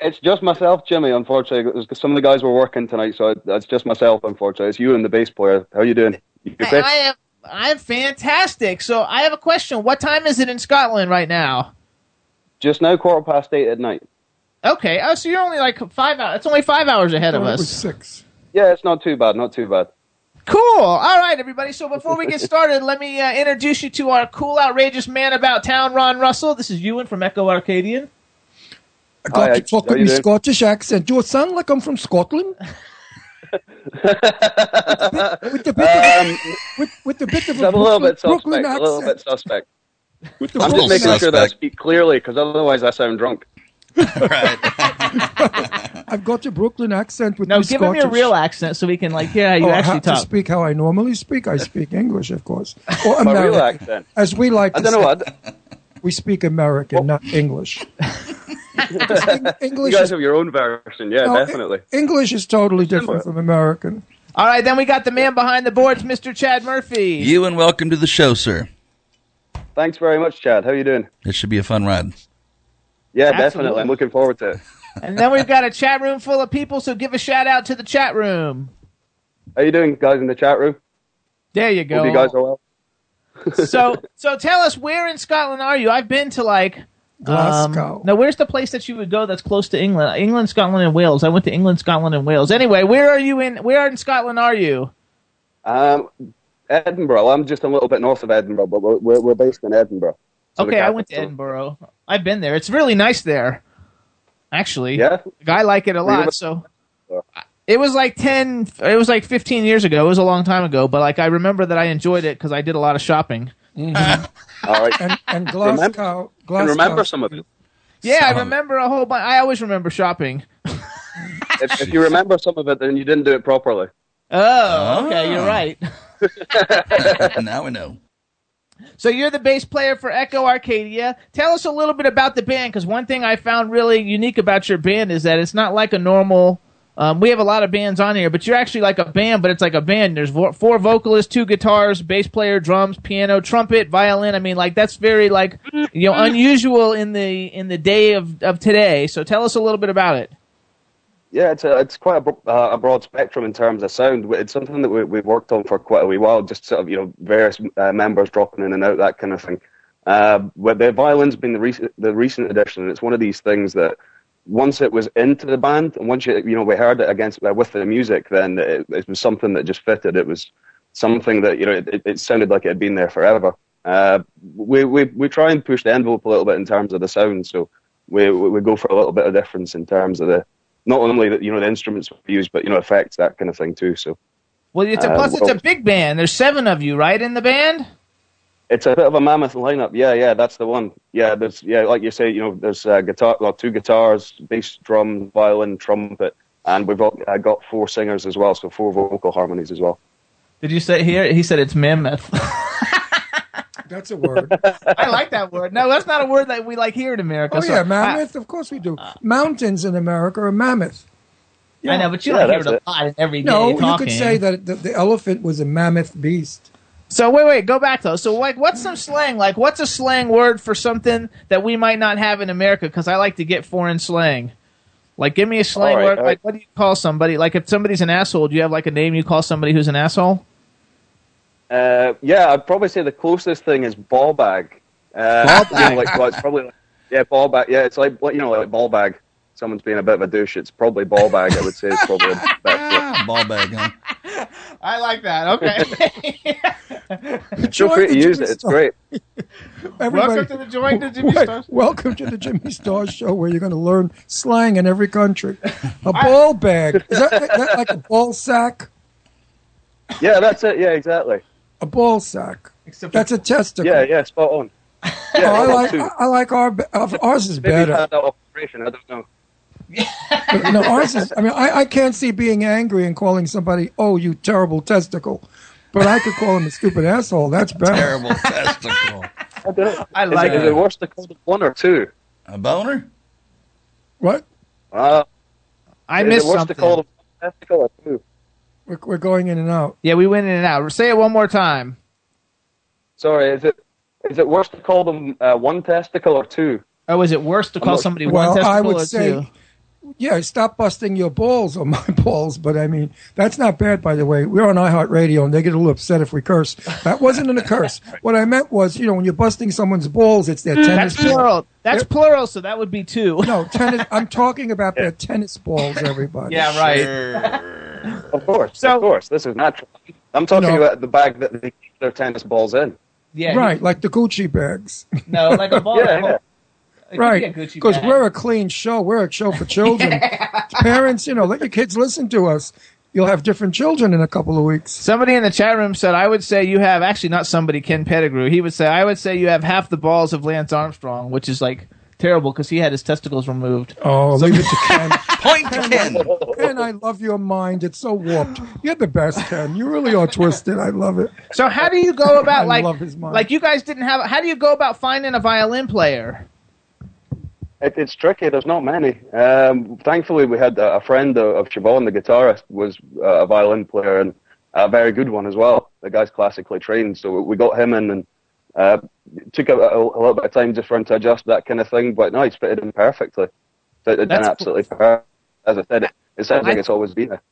Speaker 6: It's just myself, Jimmy. Unfortunately, 'cause some of the guys were working tonight, so that's just myself. Unfortunately, it's you and the bass player. How you doing? You
Speaker 5: I,
Speaker 6: okay?
Speaker 5: I am I am fantastic. So I have a question. What time is it in Scotland right now?
Speaker 6: Just now, quarter past eight at night.
Speaker 5: Okay. Oh, so you're only like five hours. It's only five hours ahead
Speaker 3: Oh,
Speaker 5: of
Speaker 3: it was
Speaker 5: us.
Speaker 3: six.
Speaker 6: Yeah, it's not too bad. Not too bad.
Speaker 5: Cool. All right, everybody. So before we get started, let me uh, introduce you to our cool, outrageous man about town, Ron Russell. This is Ewan from Echo Arcadian.
Speaker 3: I got
Speaker 6: Hi,
Speaker 3: to talk
Speaker 6: how
Speaker 3: with
Speaker 6: you
Speaker 3: my
Speaker 6: doing?
Speaker 3: Scottish accent. Do I sound like I'm from Scotland? with the bit of, with, with the bit of
Speaker 6: It's a
Speaker 3: a
Speaker 6: little
Speaker 3: Brooklyn,
Speaker 6: bit suspect.
Speaker 3: Brooklyn
Speaker 6: A
Speaker 3: accent.
Speaker 6: little bit suspect.
Speaker 3: the
Speaker 6: I'm just
Speaker 4: little
Speaker 3: Brooklyn
Speaker 6: making sure that I
Speaker 4: suspect.
Speaker 6: speak clearly, because otherwise I sound drunk.
Speaker 3: I've got a Brooklyn accent with
Speaker 5: No,
Speaker 3: my
Speaker 5: give
Speaker 3: Scottish.
Speaker 5: him your real accent so we can like hear how you
Speaker 3: Oh, I
Speaker 5: actually
Speaker 3: have to
Speaker 5: talk.
Speaker 3: speak how I normally speak. I speak English, of course, or
Speaker 6: My real
Speaker 3: American,
Speaker 6: accent.
Speaker 3: as we like.
Speaker 6: I
Speaker 3: to
Speaker 6: don't know
Speaker 3: say.
Speaker 6: what.
Speaker 3: We speak American, not English. Because Eng-
Speaker 6: You
Speaker 3: English,
Speaker 6: guys
Speaker 3: is,
Speaker 6: have your own version. Yeah,
Speaker 3: no,
Speaker 6: definitely.
Speaker 3: English is totally different
Speaker 6: Similar.
Speaker 3: from American.
Speaker 5: All right, then we got the man behind the boards, Mr. Chad Murphy.
Speaker 4: You and welcome to the show, sir.
Speaker 6: Thanks very much, Chad. How you doing?
Speaker 4: It should be a fun ride.
Speaker 6: Yeah,
Speaker 5: Absolutely.
Speaker 6: definitely. I'm looking forward to it.
Speaker 5: And then we've got a chat room full of people, so give a shout out to the chat room.
Speaker 6: How you doing, guys in the chat room?
Speaker 5: There you go.
Speaker 6: Hope you guys are well.
Speaker 5: so, so tell us where in Scotland are you? I've been to like um,
Speaker 3: Glasgow.
Speaker 5: now, where's the place that you would go that's close to England? England, Scotland, and Wales. I went to England, Scotland, and Wales. Anyway, where are you in? Where in Scotland are you?
Speaker 6: Um, Edinburgh. I'm just a little bit north of Edinburgh, but we're, we're, we're based in Edinburgh. So the
Speaker 5: Okay, I went to
Speaker 6: capital.
Speaker 5: Edinburgh. I've been there. It's really nice there, actually.
Speaker 6: Yeah?
Speaker 5: Like, I like it a lot.
Speaker 6: about-
Speaker 5: So it was like ten. It was like fifteen years ago. It was a long time ago, but like I remember that I enjoyed it because I did a lot of shopping.
Speaker 6: Mm-hmm. All right.
Speaker 3: And, and
Speaker 6: Remember-
Speaker 3: Glasgow, Oh,
Speaker 6: I can
Speaker 3: Glasgow.
Speaker 6: remember some of it.
Speaker 5: Yeah,
Speaker 4: Some of
Speaker 5: I
Speaker 4: it.
Speaker 5: remember a whole bunch. I always remember shopping.
Speaker 6: If, if you remember some of it, then you didn't do it properly.
Speaker 5: Oh, okay,
Speaker 6: Ah.
Speaker 5: you're right.
Speaker 4: now we know.
Speaker 5: So you're the bass player for Echo Arcadia. Tell us a little bit about the band, because one thing I found really unique about your band is that it's not like a normal. Um, we have a lot of bands on here, but you're actually like a band, but it's like a band. There's vo- four vocalists, two guitars, bass player, drums, piano, trumpet, violin. I mean, like that's very like you know unusual in the in the day of of today. So tell us a little bit about it.
Speaker 6: Yeah, it's a, it's quite a, bro- uh, a broad spectrum in terms of sound. It's something that we, we worked on for quite a wee while, just sort of you know various uh, members dropping in and out, that kind of thing. Uh, but the violin's been the recent the recent addition, and it's one of these things that once it was into the band, and once you you know we heard it against uh, with the music, then it, it was something that just fitted. It was something that you know it, it- it sounded like it had been there forever. Uh, we, we we try and push the envelope a little bit in terms of the sound, so we we we go for a little bit of difference in terms of the not only that you know the instruments we use, but you know effects that kind of thing too. So
Speaker 5: Well, it's a,
Speaker 6: Uh,
Speaker 5: plus it's a
Speaker 6: well-
Speaker 5: big band. There's seven of you, right, in the band.
Speaker 6: it's a bit of a mammoth lineup. Yeah, yeah, that's the one. Yeah, there's yeah, like you say, you know, there's uh, guitar, well, two guitars, bass, drum, violin, trumpet, and we've got, uh, got four singers as well, so four vocal harmonies as well.
Speaker 5: Did you say here? He said it's mammoth.
Speaker 3: That's a word.
Speaker 5: I like that word. No, that's not a word that we like here in America.
Speaker 3: Oh
Speaker 5: so
Speaker 3: yeah,
Speaker 5: I-
Speaker 3: mammoth. of course we do. Mountains in America are mammoth.
Speaker 5: I, know, but you
Speaker 6: Yeah,
Speaker 5: don't hear it
Speaker 6: that's
Speaker 5: a
Speaker 6: it.
Speaker 5: lot in everyday
Speaker 3: No, you
Speaker 5: talking.
Speaker 3: could say that the, the elephant was a mammoth beast.
Speaker 5: So wait, wait, go back though. So like, what's some slang? Like, what's a slang word for something that we might not have in America? Because I like to get foreign slang. Like, give me a slang
Speaker 6: All right,
Speaker 5: word.
Speaker 6: all
Speaker 5: Like,
Speaker 6: right.
Speaker 5: what do you call somebody? Like, if somebody's an asshole, do you have like a name you call somebody who's an asshole?
Speaker 6: Uh, yeah, I'd probably say the closest thing is ball bag. Uh,
Speaker 5: Ball
Speaker 6: You know, like, well, it's probably like, yeah, ball bag. Yeah, it's like like, you know, like ball bag. Someone's being a bit of a douche. It's probably ball bag. I would say it's probably a bit.
Speaker 4: Ah, ball bag, huh?
Speaker 5: I like that. Okay.
Speaker 6: Feel free to use it. It's great.
Speaker 3: Everybody,
Speaker 5: Welcome to the joint to Jimmy
Speaker 3: Wait,
Speaker 5: Star.
Speaker 3: welcome to the Jimmy Star Show, where you're going to learn slang in every country. A ball bag is that, that like a ball sack?
Speaker 6: Yeah, that's it. Yeah, exactly.
Speaker 3: A ball sack.
Speaker 5: Except
Speaker 3: That's a testicle.
Speaker 6: Yeah, yeah, spot on. Yeah,
Speaker 3: Oh, I
Speaker 6: well,
Speaker 3: like
Speaker 6: too.
Speaker 3: I, I like our our- ours is
Speaker 6: Maybe you
Speaker 3: better.
Speaker 6: had that operation. I don't know.
Speaker 3: But, no, ours is. I mean, I, I can't see being angry and calling somebody, "Oh, you terrible testicle," but I could call him a stupid asshole. That's better.
Speaker 4: Terrible testicle.
Speaker 6: I, don't know.
Speaker 5: I
Speaker 6: Is it-
Speaker 5: like
Speaker 6: Is
Speaker 5: it.
Speaker 6: it worse to call it one or two?
Speaker 4: A boner?
Speaker 3: What?
Speaker 6: Uh,
Speaker 5: I
Speaker 6: is
Speaker 5: missed
Speaker 6: it worse
Speaker 5: something.
Speaker 6: to call it one testicle or two?
Speaker 3: We're, we're going in and out.
Speaker 5: yeah, we went in and out. Say it one more time.
Speaker 6: Sorry, is it is it worse to call them uh, one testicle or two?
Speaker 5: Oh, is it worse to call
Speaker 6: not-
Speaker 5: somebody
Speaker 3: well,
Speaker 5: one testicle
Speaker 3: I would
Speaker 5: or
Speaker 3: say-
Speaker 5: two?
Speaker 3: Yeah, stop busting your balls or my balls. But I mean, that's not bad, by the way. We're on iHeartRadio and they get a little upset if we curse. That wasn't in a curse. What I meant was, you know, when you're busting someone's balls, it's their tennis
Speaker 5: Mm, That's
Speaker 3: ball.
Speaker 5: plural. That's plural. So that would be two.
Speaker 3: No, tennis. I'm talking about their tennis balls, everybody.
Speaker 5: yeah, right.
Speaker 6: Of course,
Speaker 5: So-
Speaker 6: of course. This is natural. I'm talking
Speaker 3: No.
Speaker 6: about the bag that they keep their tennis balls in.
Speaker 5: Yeah,
Speaker 3: Right, like the Gucci bags.
Speaker 5: No, like a ball.
Speaker 6: Yeah, yeah.
Speaker 3: right. Because we're a clean show. We're a show for children. Parents, you know, let your kids listen to us. You'll have different children in a couple of weeks.
Speaker 5: Somebody in the chat room said, I would say you have, actually, not somebody, Ken Pettigrew. He would say, I would say you have half the balls of Lance Armstrong, which is like terrible because he had his testicles removed.
Speaker 3: Oh, leave it to Ken.
Speaker 4: Point to Ken.
Speaker 3: Ken, I love your mind. It's so warped. You're the best, Ken. You really are twisted. I love it.
Speaker 5: So, how do you go
Speaker 3: I
Speaker 5: about, like,
Speaker 3: love his mind.
Speaker 5: like you guys didn't have, how do you go about finding a violin player?
Speaker 6: It, it's tricky. There's not many. Um, thankfully, we had a, a friend of, of Siobhan, the guitarist, was uh, a violin player and a very good one as well. The guy's classically trained, so we got him in and uh, it took a, a, a little bit of time just for him to adjust that kind of thing. But no, he's fitted in perfectly. Fitted in
Speaker 5: That's cool.
Speaker 6: absolutely perfect. As I said, it, it sounds like it's always been there.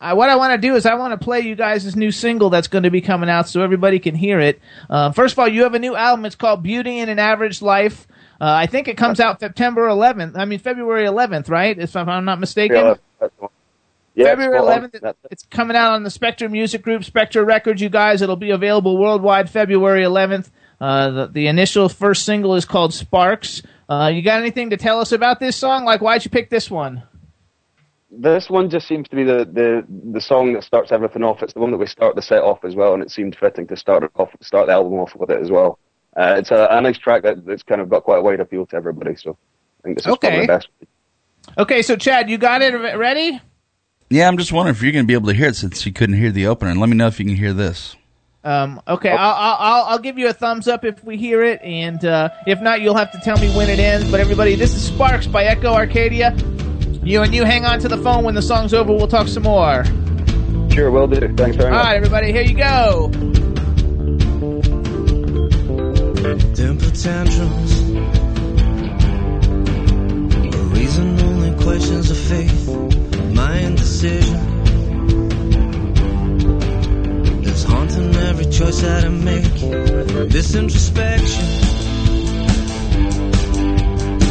Speaker 5: I, what I want to do is I want to play you guys this new single that's going to be coming out so everybody can hear it. Uh, first of all, you have a new album. It's called Beauty in an Average Life. Uh, I think it comes out September 11th. I mean February 11th, right? If I'm not mistaken.
Speaker 6: Yeah, that's the one. Yeah,
Speaker 5: February
Speaker 6: spot on.
Speaker 5: 11th.
Speaker 6: That's it.
Speaker 5: It's coming out on the Spectre Music Group, Spectre Records. You guys, it'll be available worldwide February 11th. Uh, the, the initial first single is called Sparks. Uh, you got anything to tell us about this song? Like, why'd you pick this one?
Speaker 6: This one just seems to be the, the, the song that starts everything off. It's the one that we start the set off as well, and it seemed fitting to start it off, start the album off with it as well. Uh, it's a, a nice track that, that's kind of got quite a wide appeal to everybody, so I think this is
Speaker 5: Okay.
Speaker 6: probably the best.
Speaker 5: Okay, so Chad, you got it re- ready?
Speaker 4: Yeah, I'm just wondering if you're going to be able to hear it since you couldn't hear the opener. Let me know if you can hear this.
Speaker 5: Um, okay,
Speaker 1: Oh.
Speaker 5: I'll, I'll, I'll- I'll give you a thumbs up if we hear it, and uh, if not, you'll have to tell me when it ends. But everybody, this is Sparks by Echo Arcadia. You and you hang on to the phone when the song's over. We'll talk some more.
Speaker 6: Sure, will do. Thanks very
Speaker 5: All
Speaker 6: much.
Speaker 5: right, everybody, here you go.
Speaker 7: temper tantrums. The reason only questions of faith, my indecision. It's haunting every choice that I make. This introspection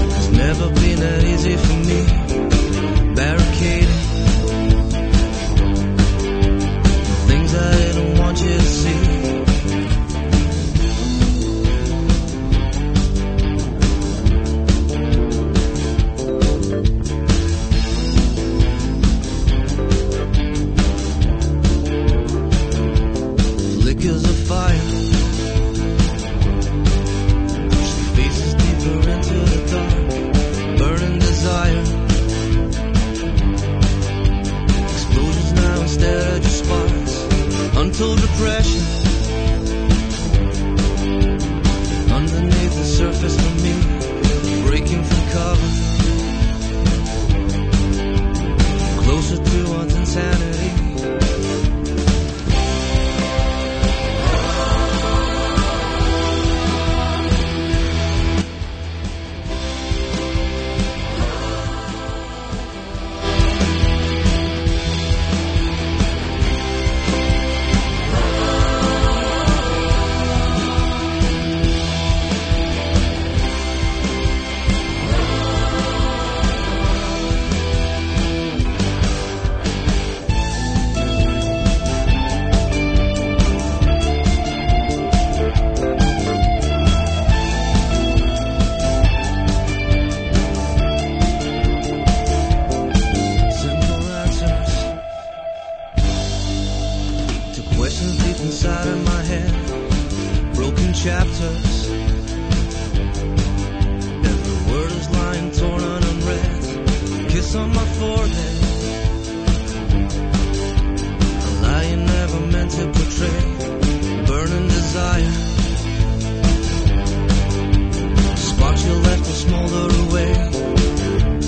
Speaker 7: has never been that easy for me. Barricaded. Things I didn't want you to see. Liquors of fire. marks on my forehead. A lie never meant to portray. Burning desire. Sparks you left will smolder away.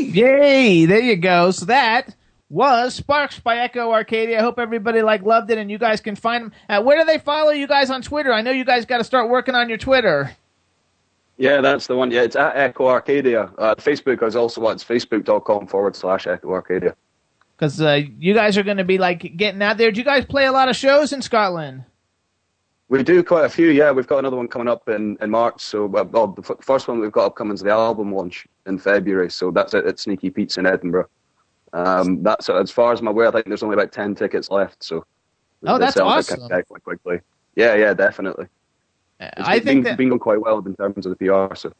Speaker 5: Yay! There you go. So that was Sparks by Echo Arcadia. I hope everybody like loved it, and you guys can find them. Uh, where do they follow you guys on Twitter? I know you guys got to start working on your Twitter.
Speaker 6: Yeah, that's the one. Yeah, it's at Echo Arcadia. Uh, Facebook is also it's facebook.com forward slash Echo Arcadia.
Speaker 5: because uh, you guys are going to be like getting out there. Do you guys play a lot of shows in Scotland?
Speaker 6: We do quite a few, yeah. We've got another one coming up in, in March. So, uh, well, the f- first one we've got upcoming is the album launch in February. So that's it at Sneaky Pete's in Edinburgh. Um, that's as far as I'm aware. I think there's only about ten tickets left. So,
Speaker 5: Oh, that's
Speaker 6: they sell that kind of
Speaker 5: awesome.
Speaker 6: tech quite quickly. Yeah, yeah, definitely. It's
Speaker 5: I
Speaker 6: been,
Speaker 5: think that
Speaker 6: been going quite well in terms of the PR. So,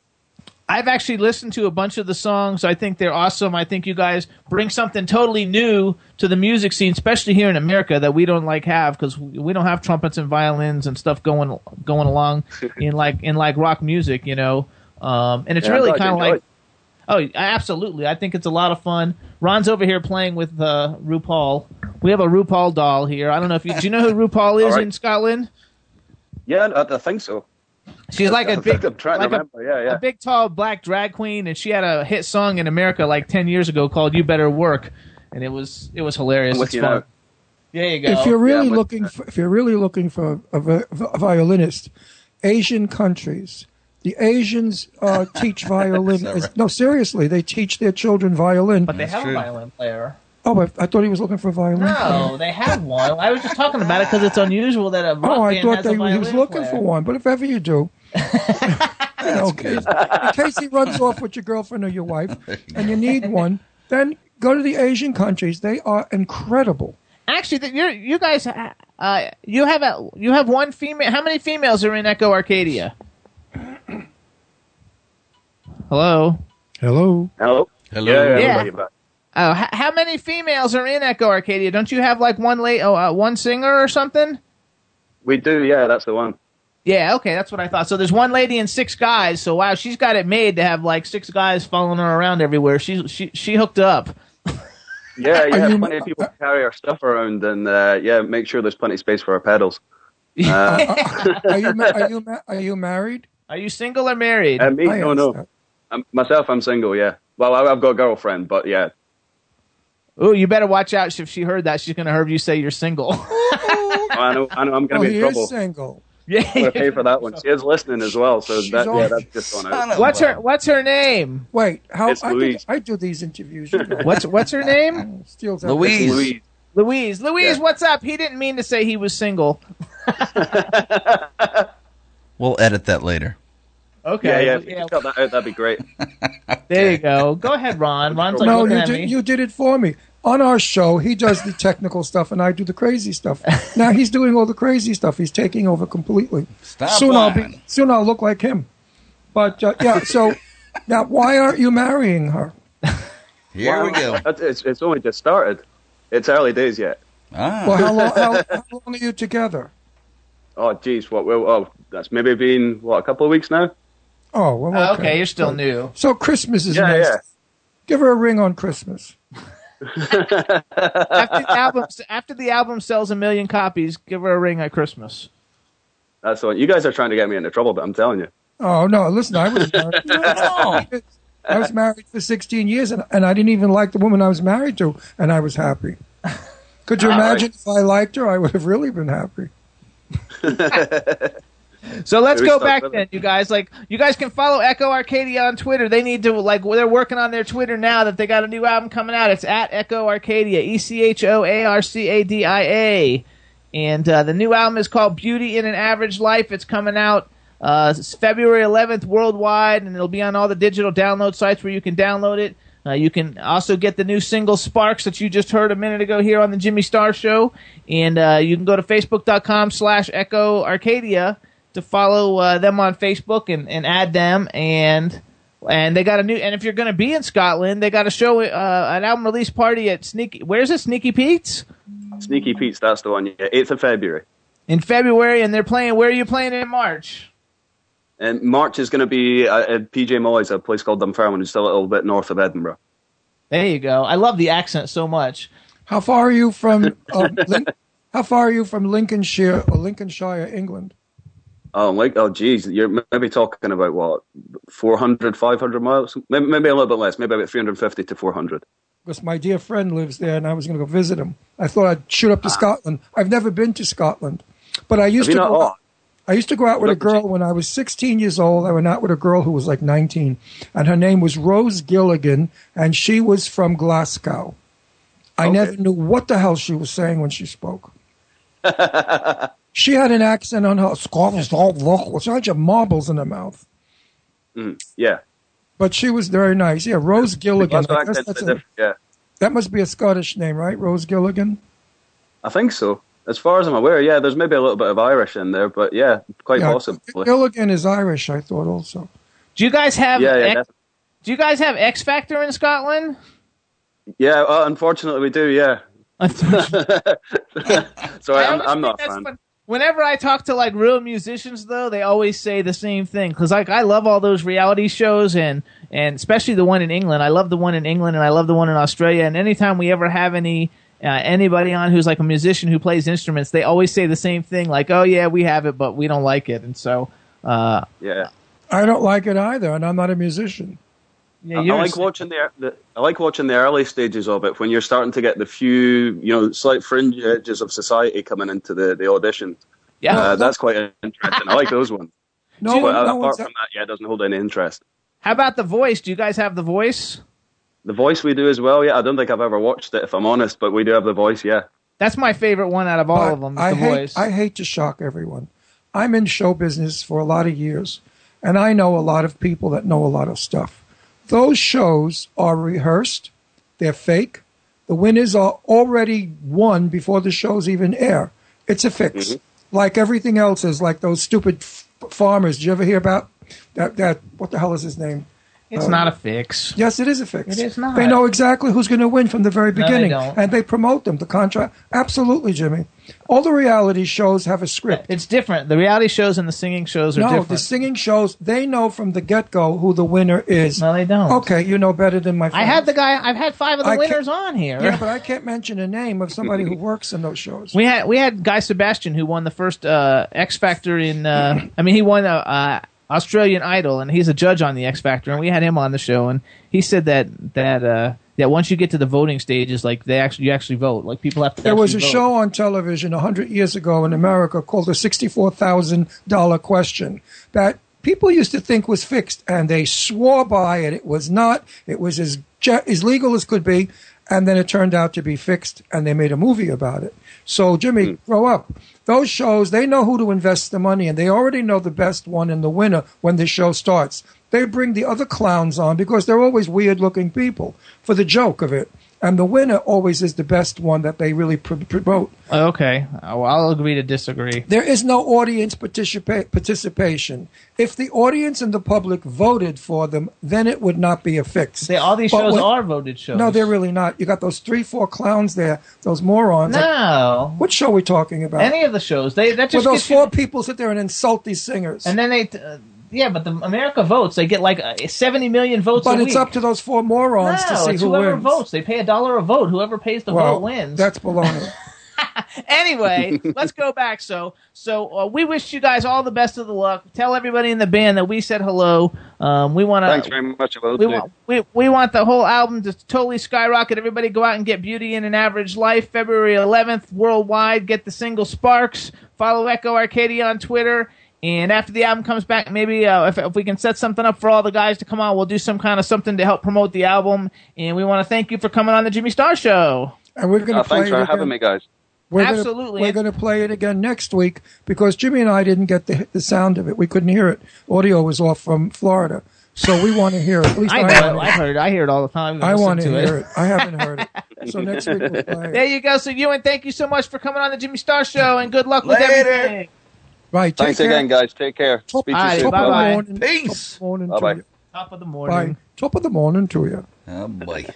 Speaker 5: I've actually listened to a bunch of the songs. I think they're awesome. I think you guys bring something totally new to the music scene, especially here in America that we don't like have because we don't have trumpets and violins and stuff going going along in like in like rock music, you know. Um, and it's
Speaker 6: Yeah, I'm
Speaker 5: really
Speaker 6: glad you
Speaker 5: kind of
Speaker 6: enjoy
Speaker 5: like
Speaker 6: it.
Speaker 5: Oh, I- absolutely. I think it's a lot of fun. Ron's over here playing with uh, RuPaul. We have a RuPaul doll here. I don't know if you do you know who RuPaul is
Speaker 6: All right.
Speaker 5: in Scotland?
Speaker 6: yeah, I, I think so.
Speaker 5: She's like a
Speaker 6: I think
Speaker 5: big
Speaker 6: I'm trying
Speaker 5: like
Speaker 6: to
Speaker 5: a,
Speaker 6: remember. yeah, yeah.
Speaker 5: a big tall black drag queen and she had a hit song in America like 10 years ago called You Better Work and it was it was hilarious.
Speaker 6: I'm with
Speaker 5: It's
Speaker 6: you
Speaker 5: fun.
Speaker 6: now.
Speaker 5: There you go.
Speaker 3: If you're really
Speaker 6: yeah, but-
Speaker 3: looking, for, if you're really looking for a, vi- a violinist, Asian countries, the Asians uh, teach violin. is- No, seriously, they teach their children violin.
Speaker 5: but they have
Speaker 4: true.
Speaker 5: a violin player.
Speaker 3: oh, I, I thought he was looking for a violin.
Speaker 5: No, they have one. I was just talking about it because it's unusual that a rock
Speaker 3: Oh, I
Speaker 5: band
Speaker 3: thought
Speaker 5: has
Speaker 3: they,
Speaker 5: a
Speaker 3: he was
Speaker 5: violin
Speaker 3: looking
Speaker 5: player.
Speaker 3: for one. But if ever you do, you know, in case he runs off with your girlfriend or your wife, and you need one, then go to the Asian countries. They are incredible.
Speaker 5: Actually, that you're, you guys, ha- uh, you have a, you have one female. How many females are in Echo Arcadia? Hello.
Speaker 3: Hello.
Speaker 6: Hello.
Speaker 4: Hello.
Speaker 5: Yeah.
Speaker 6: Yeah, yeah. we've got you back.
Speaker 5: Oh, h- how many females are in Echo Arcadia? Don't you have like one late, oh, uh, one singer or something?
Speaker 6: We do. Yeah, that's the one.
Speaker 5: Yeah, okay, that's what I thought. So there's one lady and six guys. So wow, she's got it made to have like six guys following her around everywhere. She she she hooked up.
Speaker 6: Yeah, yeah.
Speaker 3: you-
Speaker 6: plenty of people carry our stuff around, and uh, yeah, make sure there's plenty of space for our pedals. Uh,
Speaker 3: Are you ma- are you ma- are you married?
Speaker 5: Are you single or married?
Speaker 6: and Uh, me,
Speaker 3: I
Speaker 6: no, no.
Speaker 3: understand.
Speaker 6: I'm, myself, I'm single. Yeah. Well, I, I've got a girlfriend, but yeah,
Speaker 5: Ooh, you better watch out. If she heard that, she's gonna hear you say you're single.
Speaker 6: I know, I know, I'm
Speaker 3: Oh,
Speaker 6: going to
Speaker 3: he
Speaker 6: be in trouble.
Speaker 3: is single.
Speaker 6: I'm
Speaker 5: yeah.
Speaker 6: going to pay for that one. She is listening as well, so
Speaker 3: She's
Speaker 6: that, yeah,
Speaker 3: on-
Speaker 6: that's just on
Speaker 4: Son
Speaker 6: out.
Speaker 4: of
Speaker 5: What's
Speaker 4: a-
Speaker 5: her What's her name?
Speaker 3: Wait, how
Speaker 6: It's
Speaker 3: I, do,
Speaker 6: Louise.
Speaker 3: I do these interviews? You know,
Speaker 5: What's What's her name?
Speaker 3: steals everything.
Speaker 4: Louise.
Speaker 6: Louise.
Speaker 5: Louise. Louise,
Speaker 6: Yeah.
Speaker 5: what's up? He didn't mean to say he was single.
Speaker 4: We'll edit that later.
Speaker 5: Okay.
Speaker 6: Yeah, yeah. If you
Speaker 5: yeah.
Speaker 6: could cut that out, that'd be great.
Speaker 5: There you go. Go ahead, Ron. Ron's like
Speaker 3: No,
Speaker 5: looking
Speaker 3: you
Speaker 5: at me.
Speaker 3: did, you did it for me. On our show, he does the technical stuff and I do the crazy stuff. Now he's doing all the crazy stuff. He's taking over completely.
Speaker 4: Stop
Speaker 3: soon I'll
Speaker 4: lying.
Speaker 3: be soon I'll look like him. But uh, yeah, so now why aren't you marrying her?
Speaker 4: Here we
Speaker 6: Wow.
Speaker 4: go.
Speaker 6: That's, it's, it's only just started. It's early days yet.
Speaker 4: Ah.
Speaker 3: Well, how long, how, how long are you together?
Speaker 6: Oh, geez, what? Well, oh, that's maybe been what a couple of weeks now.
Speaker 3: Oh, well, okay.
Speaker 5: Oh, okay. you're still new.
Speaker 3: So Christmas is
Speaker 6: Yeah,
Speaker 3: next.
Speaker 6: yeah.
Speaker 3: Give her a ring on Christmas.
Speaker 5: After the, album, after the album sells a million copies, give her a ring at Christmas.
Speaker 6: That's the one. You guys are trying to get me into trouble, but I'm telling you.
Speaker 3: Oh no! Listen, I was married. I was married for 16 years, and, and I didn't even like the woman I was married to, and I was happy. Could you
Speaker 6: All right.
Speaker 3: imagine if I liked her? I would have really been happy.
Speaker 5: So let's
Speaker 6: Maybe
Speaker 5: go
Speaker 6: start
Speaker 5: back
Speaker 6: with
Speaker 5: then,
Speaker 6: it.
Speaker 5: you guys. Like, you guys can follow Echo Arcadia on Twitter. They need to like they're working on their Twitter now that they got a new album coming out. It's at Echo Arcadia, E C H O A R C A D I A, and uh, the new album is called Beauty in an Average Life. It's coming out uh, it's February 11th worldwide, and it'll be on all the digital download sites where you can download it. Uh, you can also get the new single Sparks that you just heard a minute ago here on the Jimmy Star Show. And uh, you can go to facebook.com slash echo arcadia to follow uh, them on Facebook and, and add them. And and they got a new, and if you're going to be in Scotland, they got a show, uh, an album release party at Sneaky, where's it? Sneaky Pete's?
Speaker 6: Sneaky Pete's, that's the one. Yeah, eighth of February.
Speaker 5: In February, and they're playing, where are you playing in March?
Speaker 6: And Um, March is going to be uh, at PJ Molly's, a place called Dunfermline, just a little bit north of Edinburgh.
Speaker 5: There you go. I love the accent so much.
Speaker 3: How far are you from? Uh, Lin- how far are you from Lincolnshire or Lincolnshire, England?
Speaker 6: Oh, like, oh, geez, you're maybe talking about what, 400, 500 miles? Maybe, maybe a little bit less, maybe about 350 to 400.
Speaker 3: Because my dear friend lives there, and I was going to go visit him. I thought I'd shoot up to Scotland. I've never been to Scotland, but I used
Speaker 6: Ah. Have you
Speaker 3: to.
Speaker 6: not?
Speaker 3: go-
Speaker 6: Oh,
Speaker 3: I used to go out with a
Speaker 6: Look at
Speaker 3: girl when I was 16 years old. I went out with a girl who was like 19, and her name was Rose Gilligan, and she was from Glasgow. I
Speaker 6: Okay.
Speaker 3: never knew what the hell she was saying when she spoke.
Speaker 6: Mm,
Speaker 3: she had an accent on her Scottish, she had your marbles in her mouth.
Speaker 6: yeah.
Speaker 3: But she was very nice. Yeah, Rose Gilligan.
Speaker 6: Glasgow
Speaker 3: I guess
Speaker 6: accent's
Speaker 3: that's
Speaker 6: a
Speaker 3: a,
Speaker 6: bit different, yeah.
Speaker 3: that must be a Scottish name, right? Rose Gilligan.
Speaker 6: I think so. As far as I'm aware, yeah, there's maybe a little bit of Irish in there, but yeah, quite
Speaker 3: Yeah,
Speaker 6: possibly.
Speaker 3: Gilligan is Irish, I thought also.
Speaker 5: Do you guys have
Speaker 6: Yeah, yeah,
Speaker 5: X-
Speaker 6: definitely.
Speaker 5: Do you guys have X Factor in Scotland?
Speaker 6: yeah. Uh, unfortunately, we do. Yeah. Sorry,
Speaker 5: I
Speaker 6: I'm,
Speaker 5: always
Speaker 6: I'm
Speaker 5: think
Speaker 6: not a
Speaker 5: that's
Speaker 6: fan.
Speaker 5: fun- Whenever I talk to like real musicians, though, they always say the same thing because like I love all those reality shows and and especially the one in England. I love the one in England and I love the one in Australia. And anytime we ever have any uh, anybody on who's like a musician who plays instruments, they always say the same thing like, "Oh yeah, we have it, but we don't like it." And so, uh,
Speaker 6: Yeah.
Speaker 3: I don't like it either, and I'm not a musician.
Speaker 5: yeah,
Speaker 6: I, I
Speaker 5: you're
Speaker 6: like watching the, the I like watching the early stages of it when you're starting to get the few you know slight fringe edges of society coming into the the audition.
Speaker 5: Yeah.
Speaker 6: uh, that's quite interesting. I like those ones.
Speaker 3: No,
Speaker 6: But
Speaker 3: one-
Speaker 6: uh,
Speaker 3: no
Speaker 6: apart
Speaker 3: one's.
Speaker 6: from that, yeah, it doesn't hold any interest.
Speaker 5: How about the voice? Do you guys have the voice?
Speaker 6: The voice we do as well. Yeah, I don't think I've ever watched it if I'm honest, but we do have the voice. Yeah.
Speaker 5: That's my favorite one out of all
Speaker 3: I-
Speaker 5: of them. Is
Speaker 3: I
Speaker 5: the
Speaker 3: hate,
Speaker 5: voice.
Speaker 3: I hate to shock everyone. I'm in show business for a lot of years, and I know a lot of people that know a lot of stuff. Those shows are rehearsed, they're fake. The winners are already won before the shows even air. It's a fix, like everything else is. Like those stupid f- farmers. Did you ever hear about that? That what the hell is his name? Uh,
Speaker 5: it's not a fix.
Speaker 3: Yes, it is a fix.
Speaker 5: It is not.
Speaker 3: They know exactly who's going to win from the very
Speaker 5: they
Speaker 3: beginning,
Speaker 5: don't.
Speaker 3: and they promote them. The contract, absolutely, Jimmy. All the reality shows have a script.
Speaker 5: It's different. The reality shows and the singing shows are
Speaker 3: no,
Speaker 5: different.
Speaker 3: the singing shows they know from the get go who the winner is.
Speaker 5: No, they don't.
Speaker 3: Okay, you know better than my.
Speaker 5: I
Speaker 3: friends.
Speaker 5: had the guy. I've had five of the
Speaker 3: I can't-
Speaker 5: winners on here.
Speaker 3: Yeah, but I can't mention a name of somebody who works in those shows.
Speaker 5: we had we had Guy Sebastian who won the first uh, X Factor in. Uh, I mean, he won a. Uh, Australian Idol, and he's a judge on the X Factor, and we had him on the show, and he said that that uh, that once you get to the voting stages, like they actually you actually vote, like people have to.
Speaker 3: There was a
Speaker 5: actually vote.
Speaker 3: show on television 100 years ago in America called the $64,000 question that people used to think was fixed, and they swore by it. It was not. It was as, ju- as legal as could be, and then it turned out to be fixed, and they made a movie about it. So, Jimmy,
Speaker 5: Hmm.
Speaker 3: grow up. Those shows, they know who to invest the money in. They already know the best one and the winner when the show starts. They bring the other clowns on because they're always weird looking people for the joke of it. and the winner always is the best one that they really pr- promote.
Speaker 5: Okay. Oh, I'll agree to disagree.
Speaker 3: There is no audience participa- participation. If the audience and the public voted for them, then it would not be a fix.
Speaker 5: They, all these
Speaker 3: But
Speaker 5: shows
Speaker 3: when-
Speaker 5: are voted shows.
Speaker 3: No, they're really not. You got those three, four clowns there, those morons.
Speaker 5: No.
Speaker 3: What show are we talking about?
Speaker 5: Any of the shows. They that
Speaker 3: Where
Speaker 5: just
Speaker 3: those
Speaker 5: gets you-
Speaker 3: four people sit there and insult these singers.
Speaker 5: and then they uh, yeah, but the America votes. They get like uh, 70 million votes
Speaker 3: but
Speaker 5: a
Speaker 3: it's
Speaker 5: week.
Speaker 3: up to those four morons
Speaker 5: no,
Speaker 3: to see
Speaker 5: it's
Speaker 3: who
Speaker 5: whoever
Speaker 3: wins.
Speaker 5: votes. They pay a dollar a vote. Whoever pays the
Speaker 3: well,
Speaker 5: vote wins.
Speaker 3: that's baloney.
Speaker 5: anyway, let's go back. So, so uh, we wish you guys all the best of the luck. Tell everybody in the band that we said hello. Um, we want to.
Speaker 6: Thanks very much. I will
Speaker 5: We
Speaker 6: do.
Speaker 5: want, we, we want the whole album to totally skyrocket. Everybody go out and get Beauty in an Average Life February 11th worldwide. Get the single Sparks. Follow Echo Arcadia on Twitter. And after the album comes back, maybe uh, if, if we can set something up for all the guys to come on, we'll do some kind of something to help promote the album. And we want to thank you for coming on the Jimmy Star Show.
Speaker 3: and we're going to
Speaker 6: Uh,
Speaker 3: play
Speaker 6: thanks
Speaker 3: it
Speaker 6: for
Speaker 3: again.
Speaker 6: having me, guys.
Speaker 3: We're gonna-
Speaker 5: Absolutely.
Speaker 3: we're going to play it again next week because Jimmy and I didn't get the, the sound of it. We couldn't hear it. Audio was off from Florida, so we want to hear it. At least
Speaker 5: I
Speaker 3: I,
Speaker 5: know.
Speaker 3: wanna-
Speaker 5: I've heard. it. I hear it all the time.
Speaker 3: I want to
Speaker 5: Listen
Speaker 3: hear it. I haven't heard it. So next week we'll play it.
Speaker 5: There you go. So, Ewan, thank you so much for coming on the Jimmy Star Show, and good luck with
Speaker 4: Later.
Speaker 5: everything.
Speaker 3: Right.
Speaker 6: Thanks
Speaker 3: take care.
Speaker 6: again, guys. Take care. Speak to
Speaker 5: Alright,
Speaker 6: you soon.
Speaker 3: Top of
Speaker 5: Bye-bye.
Speaker 3: the morning.
Speaker 4: Peace.
Speaker 3: Top of the morning
Speaker 6: Bye-bye.
Speaker 3: to you.
Speaker 5: Top of the morning.
Speaker 3: Bye. Top of the morning to you.
Speaker 4: Oh boy.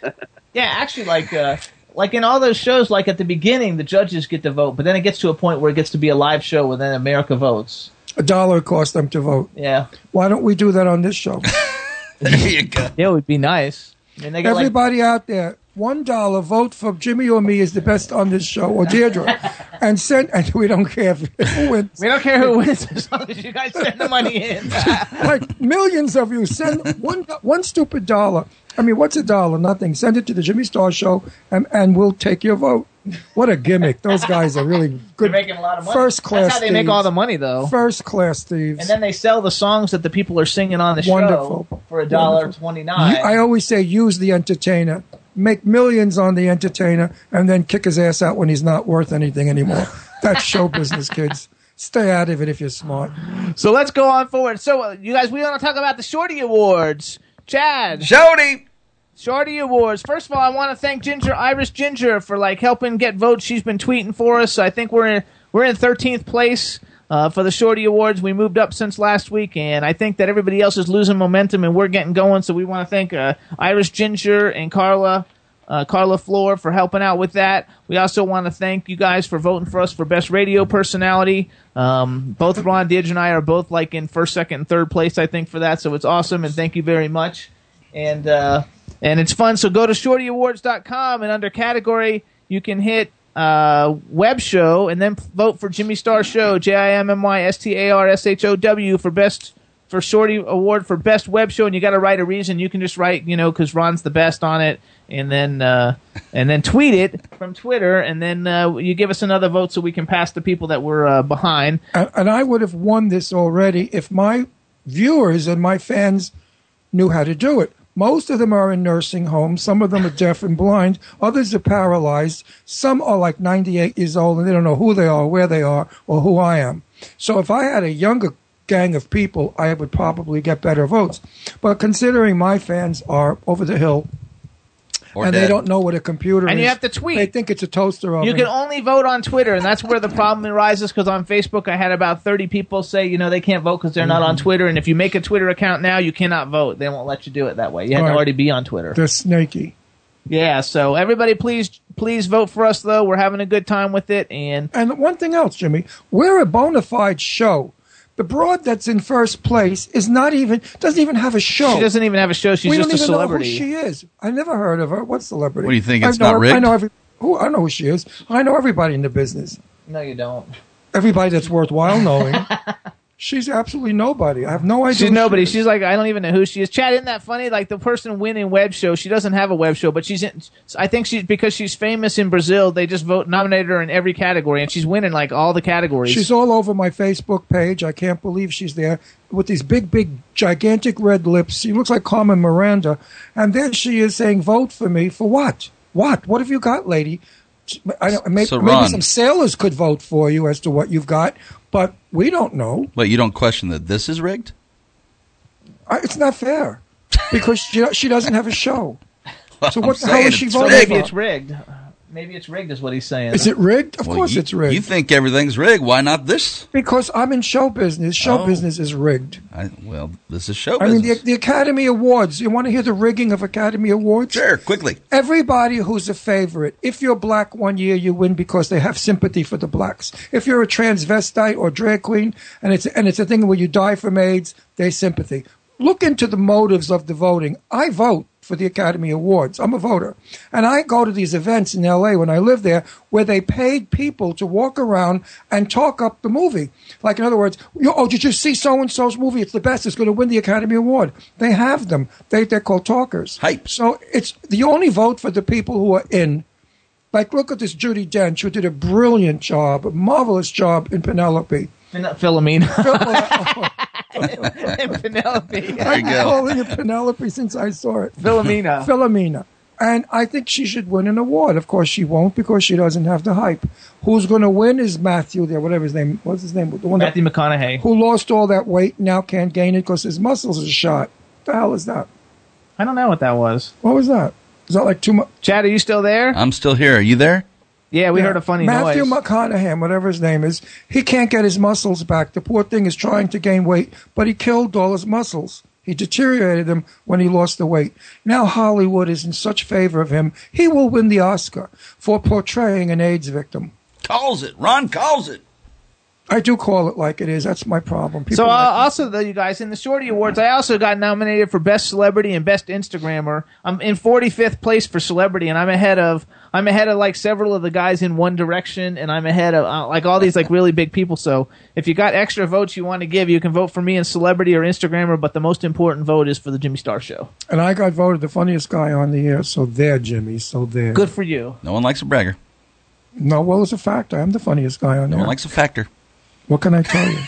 Speaker 5: Yeah, actually, like uh, like in all those shows, like at the beginning, the judges get to vote, but then it gets to a point where it gets to be a live show, where then America votes.
Speaker 3: A dollar cost them to vote.
Speaker 5: Yeah,
Speaker 3: Why don't we do that on this show?
Speaker 4: There you go.
Speaker 5: yeah, it would be nice. And they got like,
Speaker 3: Everybody out there, one dollar vote for Jimmy or me is the best on this show or Deirdre, and send. And we don't care if who wins.
Speaker 5: we don't care who wins as long as you guys send the money in.
Speaker 3: Like millions of you send one one stupid dollar. I mean, what's a dollar? Nothing. Send it to the Jimmy Star Show, and, and we'll take your vote. What a gimmick! Those guys are really
Speaker 5: They're
Speaker 3: good.
Speaker 5: making a lot of money.
Speaker 3: First class.
Speaker 5: That's how they make all the money, though.
Speaker 3: First class thieves.
Speaker 5: and then they sell the songs that the people are singing on the show
Speaker 3: Wonderful.
Speaker 5: for a dollar
Speaker 3: Wonderful.
Speaker 5: twenty
Speaker 3: You- I
Speaker 5: nine.
Speaker 3: always say use the entertainer. Make millions on the entertainer and then kick his ass out when he's not worth anything anymore. That's show business, kids. Stay out of it if you're smart.
Speaker 5: So let's go on forward. So uh, you guys, we want to talk about the Shorty Awards. Chad,
Speaker 4: Jody.
Speaker 5: Shorty Awards. First of all, I want to thank Ginger Iris Ginger for like helping get votes. She's been tweeting for us. I think we're in we're in thirteenth place uh, for the Shorty Awards. We moved up since last week, and I think that everybody else is losing momentum, and we're getting going. So we want to thank uh, Iris Ginger and Carla. Uh, Carla Floor for helping out with that. We also want to thank you guys for voting for us for best radio personality. Um, both Ron Didge and I are both like in first, second, and third place, I think, for that. So it's awesome, and thank you very much and uh, and it's fun. So go to shortyawards.com and under category you can hit uh, web show and then vote for Jimmy Star Show J I M M Y S T A R S H O W for best for Shorty Award for best web show and you got to write a reason. You can just write you know because Ron's the best on it and then uh, and then tweet it from Twitter and then uh, you give us another vote so we can pass the people that were uh, behind.
Speaker 3: And, and I would have won this already if my viewers and my fans knew how to do it. Most of them are in nursing homes. Some of them are deaf and blind. Others are paralyzed. Some are like 98 years old and they don't know who they are, where they are, or who I am. So if I had a younger gang of people, I would probably get better votes. But considering my fans are over the hill
Speaker 4: Or
Speaker 3: and
Speaker 4: dead.
Speaker 3: they don't know what a computer is,
Speaker 5: And you have to tweet.
Speaker 3: They think it's a toaster oven.
Speaker 5: You can only vote on Twitter, and that's where the problem arises. Because on Facebook, I had about thirty people say, you know, they can't vote because they're not on Twitter. And if you make a Twitter account now, you cannot vote. They won't let you do it that way. You have to
Speaker 3: Right.
Speaker 5: already be on Twitter.
Speaker 3: They're snaky.
Speaker 5: Yeah. So everybody, please, please vote for us. Though we're having a good time with it, and
Speaker 3: And one thing else, Jimmy, we're a bona fide show. The broad that's in first place is not even doesn't even have a show.
Speaker 5: she doesn't even have a show. She's
Speaker 3: we
Speaker 5: just
Speaker 3: don't
Speaker 5: a
Speaker 3: even
Speaker 5: celebrity.
Speaker 3: know who she is. I never heard of her. What celebrity?
Speaker 4: What do you think,
Speaker 3: I
Speaker 4: it's
Speaker 3: know
Speaker 4: not
Speaker 3: her- I
Speaker 4: rigged?
Speaker 3: know every. Who I know who she is. I know everybody in the business.
Speaker 5: no, you don't.
Speaker 3: Everybody that's worthwhile knowing. She's absolutely nobody. I have no idea.
Speaker 5: She's
Speaker 3: who
Speaker 5: nobody.
Speaker 3: She is.
Speaker 5: She's like I don't even know who she is. Chad, isn't that funny? Like the person winning web show, she doesn't have a web show, but she's in. I think she's because she's famous in Brazil. They just vote nominated her in every category, and she's winning like all the categories.
Speaker 3: She's all over my Facebook page. I can't believe she's there with these big, big, gigantic red lips. She looks like Carmen Miranda. And there she is saying, Vote for me. For what? What? What have you got, lady? I don't, maybe,
Speaker 4: So,
Speaker 3: maybe
Speaker 4: Ron-
Speaker 3: some sailors could vote for you as to what you've got, but we don't know.
Speaker 4: Wait, you don't question that this is rigged?
Speaker 3: I, it's not fair because she, she doesn't have a show. So what the
Speaker 4: I'm
Speaker 3: hell
Speaker 4: saying
Speaker 3: is she
Speaker 4: it's
Speaker 3: voting
Speaker 4: rigged.
Speaker 5: Maybe
Speaker 3: for?
Speaker 5: it's rigged. Maybe it's rigged, is what he's saying.
Speaker 3: Is it rigged? Of
Speaker 4: Well,
Speaker 3: course
Speaker 4: you-
Speaker 3: it's rigged.
Speaker 4: You think everything's rigged? Why not this?
Speaker 3: because I'm in show business. Show
Speaker 4: Oh.
Speaker 3: business is rigged.
Speaker 4: I, well, this is show
Speaker 3: I mean, the,
Speaker 4: business.
Speaker 3: the Academy Awards. You want to hear the rigging of Academy Awards?
Speaker 4: sure, quickly.
Speaker 3: Everybody who's a favorite, if you're black one year, you win because they have sympathy for the blacks. If you're a transvestite or drag queen, and it's and it's a thing where you die from AIDS, they sympathy. Look into the motives of the voting. I vote for the Academy Awards. I'm a voter, and I go to these events in L.A. when I live there, where they paid people to walk around and talk up the movie. Like in other words, you- oh, did you see so and so's movie? It's the best. It's going to win the Academy Award. They have them. They they're called talkers.
Speaker 4: Hype.
Speaker 3: So it's the only vote for the people who are in. Like, look at this Judy Dench, who did a brilliant job, a marvelous job in Penelope. oh,
Speaker 5: Pen- Philomena
Speaker 3: I've oh.
Speaker 5: and Penelope.
Speaker 4: There you
Speaker 3: been
Speaker 4: go.
Speaker 3: calling it Penelope since I saw it.
Speaker 5: Philomena.
Speaker 3: Philomena. And I think she should win an award. Of course, she won't because she doesn't have the hype. Who's going to win is Matthew there, whatever his name. What's his name? The one that,
Speaker 5: Matthew McConaughey.
Speaker 3: who lost all that weight now can't gain it because his muscles are shot. What the hell is that?
Speaker 5: I don't know what that was.
Speaker 3: What was that? Is that like too much?
Speaker 5: Chad, are you still there?
Speaker 4: I'm still here. Are you there?
Speaker 5: yeah, we
Speaker 3: Yeah.
Speaker 5: heard a funny
Speaker 3: Matthew
Speaker 5: noise.
Speaker 3: McConaughey, whatever his name is, he can't get his muscles back. The poor thing is trying to gain weight, but he killed all his muscles. He deteriorated them when he lost the weight. Now Hollywood is in such favor of him, he will win the Oscar for portraying an AIDS victim.
Speaker 4: Calls it. Ron calls it.
Speaker 3: I do call it like it is. That's my problem. People
Speaker 5: so uh,
Speaker 3: like-
Speaker 5: also though you guys in the Shorty Awards, I also got nominated for best celebrity and best Instagrammer. I'm in 45th place for celebrity, and I'm ahead of I'm ahead of like several of the guys in One Direction, and I'm ahead of uh, like all these like really big people. So if you got extra votes you want to give, you can vote for me in celebrity or Instagrammer. But the most important vote is for the Jimmy Star Show.
Speaker 3: and I got voted the funniest guy on the air. So there, Jimmy. So there.
Speaker 5: Good for you.
Speaker 4: No one likes a bragger.
Speaker 3: No, well, it's a fact. I am the funniest guy on the
Speaker 4: No
Speaker 3: air.
Speaker 4: one likes a factor.
Speaker 3: what can I tell you?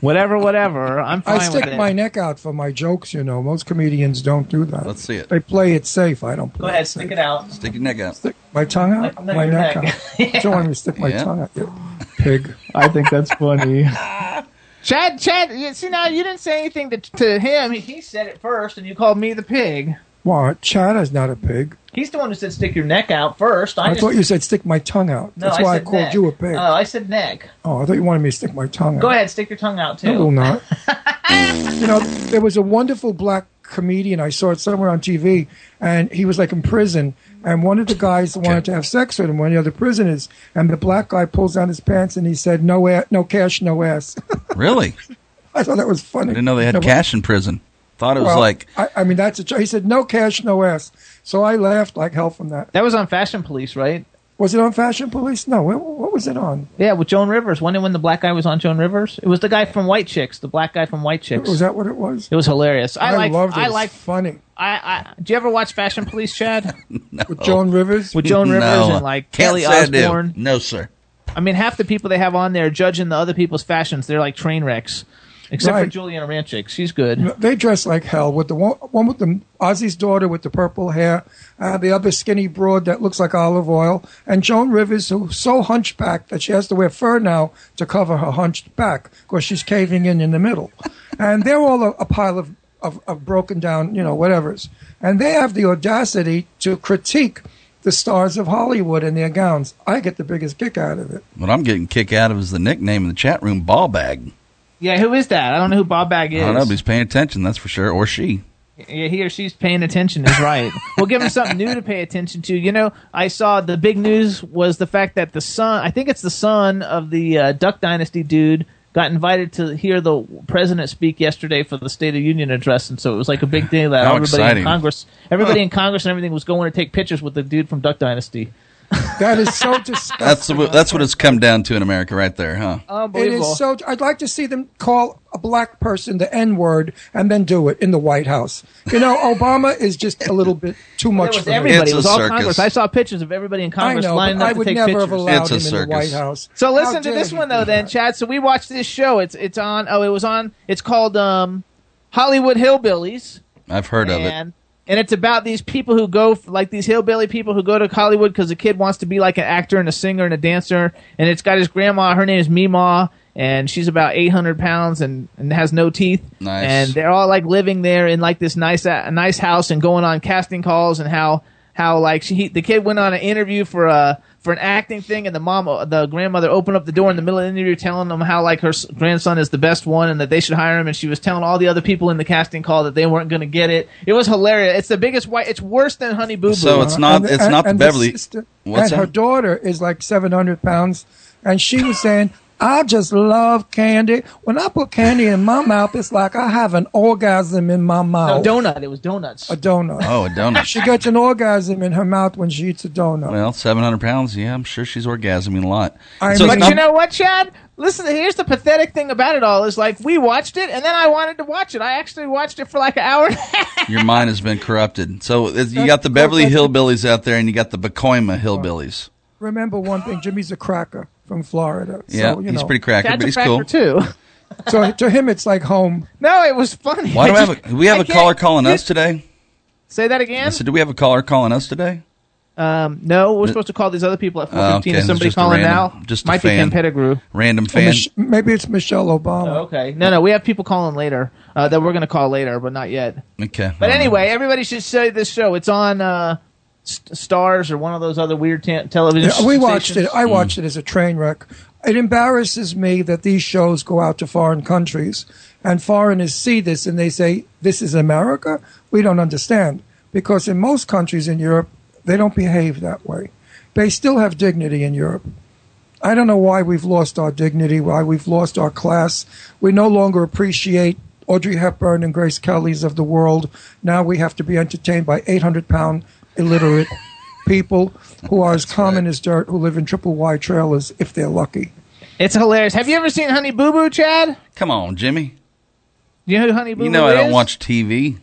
Speaker 5: Whatever, whatever. I'm fine
Speaker 3: I stick
Speaker 5: with it.
Speaker 3: my neck out for my jokes, you know. Most comedians don't do that.
Speaker 4: Let's see it.
Speaker 3: They play it safe. I don't
Speaker 5: Go
Speaker 3: play
Speaker 5: ahead,
Speaker 3: it safe.
Speaker 5: stick it out.
Speaker 4: Stick your neck out.
Speaker 3: Stick my tongue out?
Speaker 5: Like, no,
Speaker 3: my
Speaker 5: your
Speaker 3: neck,
Speaker 5: neck.
Speaker 3: out. Don't want me to stick my
Speaker 4: Yeah.
Speaker 3: tongue out, you pig.
Speaker 5: I think that's funny. Chad, Chad, you, see now you didn't say anything to, to him. He, he said it first, and you called me the pig.
Speaker 3: What? Chad is not a pig.
Speaker 5: He's the one who said stick your neck out first. I,
Speaker 3: I,
Speaker 5: just,
Speaker 3: thought you said stick my tongue out.
Speaker 5: no,
Speaker 3: That's
Speaker 5: I
Speaker 3: why I
Speaker 5: said
Speaker 3: called
Speaker 5: neck.
Speaker 3: you a pig.
Speaker 5: Oh, I said neck.
Speaker 3: oh, I thought you wanted me to stick my tongue out.
Speaker 5: Go ahead, stick your tongue out too.
Speaker 3: No, it will not. you know, there was a wonderful black comedian. I saw it somewhere on TV, and he was like in prison. And one of the guys wanted to have sex with him, one of the other prisoners. And the black guy pulls down his pants and he said, "No, a- no cash, no ass."
Speaker 4: Really?
Speaker 3: I thought Oh, that was funny.
Speaker 4: I didn't know they had
Speaker 3: No,
Speaker 4: cash in prison. Thought it was
Speaker 3: well,
Speaker 4: like
Speaker 3: I, I mean, that's a. cho- He said, "No cash, no ass." So I laughed like hell from that.
Speaker 5: That was on Fashion Police, right?
Speaker 3: Was it on Fashion Police? No. What, what was it on?
Speaker 5: Yeah, with Joan Rivers. When when the black guy was on Joan Rivers, it was the guy from White Chicks. The black guy from White Chicks.
Speaker 3: Was that what it was?
Speaker 5: it was hilarious. I, like.
Speaker 3: loved it.
Speaker 5: I
Speaker 3: It was
Speaker 5: like.
Speaker 3: funny
Speaker 5: I, I. Do you ever watch Fashion Police, Chad?
Speaker 3: with Joan Rivers.
Speaker 5: With Joan Rivers
Speaker 4: no,
Speaker 5: and like
Speaker 4: can't
Speaker 5: Kelly
Speaker 4: say I do.
Speaker 5: Osbourne.
Speaker 4: No, sir.
Speaker 5: I mean, half the people they have on there judging the other people's fashions, they're like train wrecks. Except for
Speaker 3: Right.
Speaker 5: Juliana Rancic, she's good.
Speaker 3: They dress like hell. With the one, one with the Ozzy's daughter with the purple hair, uh, the other skinny broad that looks like olive oil, and Joan Rivers, who's so hunchbacked that she has to wear fur now to cover her hunched back because she's caving in in the middle. and they're all a, a pile of, of, of broken down, you know, whatever's. And they have the audacity to critique the stars of Hollywood in their gowns. I get the biggest kick out of it.
Speaker 4: What I'm getting kick out of is the nickname in the chat room, ball bag.
Speaker 5: Yeah, who is that? I don't know who Bob Bag is.
Speaker 4: I don't know, but he's paying attention, that's for sure, or she.
Speaker 5: Yeah, he or she's paying attention is right. we'll give him something new to pay attention to. You know, I saw the big news was the fact that the son, I think it's the son of the uh, Duck Dynasty dude, got invited to hear the president speak yesterday for the State of Union address, and so it was like a big day that
Speaker 4: How
Speaker 5: everybody
Speaker 4: exciting.
Speaker 5: in Congress, everybody in Congress and everything was going to take pictures with the dude from Duck Dynasty.
Speaker 3: That is so disgusting.
Speaker 4: That's the, that's what it's come down to in America, right there, huh?
Speaker 3: It
Speaker 5: Unbelievable.
Speaker 3: is so. I'd like to see them call a black person the N word and then do it in the White House. You know, Obama is just a little bit too
Speaker 5: It
Speaker 3: much
Speaker 5: was
Speaker 3: for me.
Speaker 5: everybody.
Speaker 4: It's
Speaker 5: It
Speaker 4: a
Speaker 5: was all
Speaker 4: circus.
Speaker 5: Congress. I saw pictures of everybody in
Speaker 3: I
Speaker 5: Congress
Speaker 3: know,
Speaker 5: lining
Speaker 3: but
Speaker 5: up
Speaker 3: I
Speaker 5: to
Speaker 3: would
Speaker 5: take
Speaker 3: never have
Speaker 5: pictures.
Speaker 3: allowed
Speaker 4: It's
Speaker 3: him
Speaker 4: a
Speaker 3: in the
Speaker 4: circus.
Speaker 3: White House.
Speaker 5: So
Speaker 3: How
Speaker 5: listen to
Speaker 3: dare
Speaker 5: this
Speaker 3: he
Speaker 5: one
Speaker 3: do
Speaker 5: though, then
Speaker 3: that?
Speaker 5: Chad. So we watched this show. It's it's on. Oh, it was on. It's called um, Hollywood Hillbillies,
Speaker 4: I've heard of it.
Speaker 5: and and it's about these people who go like these hillbilly people who go to Hollywood because the kid wants to be like an actor and a singer and a dancer, and it's got his grandma. Her name is Mima. and she's about 800 pounds and, and has no teeth.
Speaker 4: Nice.
Speaker 5: And they're all like living there in like this nice a nice house and going on casting calls and how how like she he, the kid went on an interview for a for an acting thing and the mom uh, the grandmother opened up the door in the middle of the interview telling them how like her s- grandson is the best one and that they should hire him and she was telling all the other people in the casting call that they weren't going to get it. It was hilarious. It's the biggest white. It's worse than Honey Boo Boo.
Speaker 4: So it's
Speaker 3: Uh-huh. And-
Speaker 4: not it's
Speaker 3: and-
Speaker 4: not the
Speaker 3: and
Speaker 4: Beverly.
Speaker 3: sister-
Speaker 4: What's
Speaker 3: and her
Speaker 4: that?
Speaker 3: daughter is like 700 pounds, and she was saying, I just love candy. When I put candy in my mouth, it's like I have an orgasm in my
Speaker 5: no,
Speaker 3: mouth.
Speaker 5: donut. It was donuts.
Speaker 3: a donut.
Speaker 4: Oh, a donut.
Speaker 3: She gets an orgasm in her mouth when she eats a donut.
Speaker 4: Well, 700 pounds. Yeah, I'm sure she's orgasming a lot.
Speaker 3: I
Speaker 4: so
Speaker 3: mean-
Speaker 4: it's
Speaker 5: But
Speaker 4: not,
Speaker 5: you know what, Chad? Listen, here's the pathetic thing about it all is like we watched it, and then I wanted to watch it. I actually watched it for like an hour. and a half.
Speaker 4: your mind has been corrupted. So it's, you
Speaker 3: That's
Speaker 4: got the
Speaker 3: cor-
Speaker 4: Beverly
Speaker 3: that's-
Speaker 4: Hillbillies out there, and you got the Bacoima Hillbillies.
Speaker 3: Remember one thing: Jimmy's a cracker from Florida. So,
Speaker 4: Yeah,
Speaker 3: you
Speaker 4: he's
Speaker 3: know.
Speaker 4: pretty cracker,
Speaker 5: That's
Speaker 4: but
Speaker 5: a
Speaker 4: he's
Speaker 5: factor
Speaker 4: cool.
Speaker 5: too.
Speaker 3: So to him, it's like home.
Speaker 5: No, it was funny.
Speaker 4: Why do we
Speaker 5: I
Speaker 4: have
Speaker 5: just-
Speaker 4: a, do we have
Speaker 5: I
Speaker 4: a
Speaker 5: can't-
Speaker 4: caller calling
Speaker 5: you-
Speaker 4: us today?
Speaker 5: Say that again.
Speaker 4: I said, do we have a caller calling us today?
Speaker 5: Um, no, we're supposed to call these other people at four
Speaker 4: Oh,
Speaker 5: fifteen.
Speaker 4: okay,
Speaker 5: Is somebody
Speaker 4: just a
Speaker 5: calling
Speaker 4: random-
Speaker 5: now?
Speaker 4: just a
Speaker 5: might
Speaker 4: fan.
Speaker 5: be Ken Pettigrew.
Speaker 4: Random
Speaker 3: Or
Speaker 4: fan.
Speaker 3: Mich- maybe it's Michelle Obama.
Speaker 5: Oh, Okay. No, no, we have people calling later uh, that we're going to call later, but not yet.
Speaker 4: okay.
Speaker 5: But anyway, everybody should see this show. It's on uh, S- Stars or one of those other weird te- television.
Speaker 3: Yeah, we watched it.
Speaker 5: stations. Hmm.
Speaker 3: I watched it as a train wreck. It embarrasses me that these shows go out to foreign countries and foreigners see this and they say, This is America? We don't understand. Because in most countries in Europe, they don't behave that way. They still have dignity in Europe. I don't know why we've lost our dignity, why we've lost our class. We no longer appreciate Audrey Hepburn and Grace Kelly's of the world. Now we have to be entertained by 800 pound illiterate people who are as common as dirt who live in triple Y trailers if they're lucky.
Speaker 5: It's hilarious. Have you ever seen Honey Boo Boo, Chad?
Speaker 4: Come on, Jimmy.
Speaker 5: Do you know who Honey Boo Boo
Speaker 4: You know I don't
Speaker 5: is?
Speaker 4: watch TV.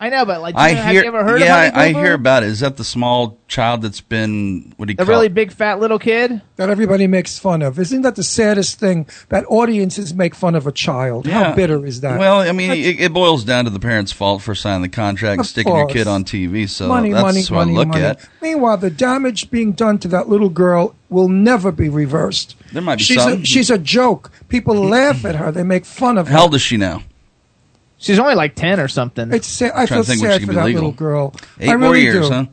Speaker 5: I know, but like, do you
Speaker 4: I
Speaker 5: know-
Speaker 4: hear.
Speaker 5: have you ever heard
Speaker 4: yeah,
Speaker 5: of Honey
Speaker 4: I, I
Speaker 5: Boo Boo?
Speaker 4: hear about it. Is that the small child that's been what do you
Speaker 5: the
Speaker 4: call
Speaker 5: really
Speaker 4: it?
Speaker 5: big fat little kid.
Speaker 3: That everybody makes fun of. Isn't that the saddest thing? That audiences make fun of a child.
Speaker 4: Yeah.
Speaker 3: How bitter is that?
Speaker 4: Well, I mean, it, it boils down to the parents' fault for signing the contract,
Speaker 3: Of
Speaker 4: sticking your kid
Speaker 3: course.
Speaker 4: on TV. So
Speaker 3: money,
Speaker 4: that's
Speaker 3: money,
Speaker 4: what
Speaker 3: money,
Speaker 4: I look
Speaker 3: money.
Speaker 4: at.
Speaker 3: Meanwhile, the damage being done to that little girl will never be reversed.
Speaker 4: There might be
Speaker 3: she's
Speaker 4: some.
Speaker 3: A, she's a joke. People laugh at her. They make fun of her.
Speaker 4: How old is she now?
Speaker 5: She's only like ten or something.
Speaker 3: It's sad. I
Speaker 4: I'm trying
Speaker 3: feel
Speaker 4: to think when she
Speaker 3: sad
Speaker 4: can
Speaker 3: for
Speaker 4: be
Speaker 3: that
Speaker 4: legal.
Speaker 3: little girl.
Speaker 4: Eight
Speaker 3: I really
Speaker 4: more years,
Speaker 3: do.
Speaker 4: huh?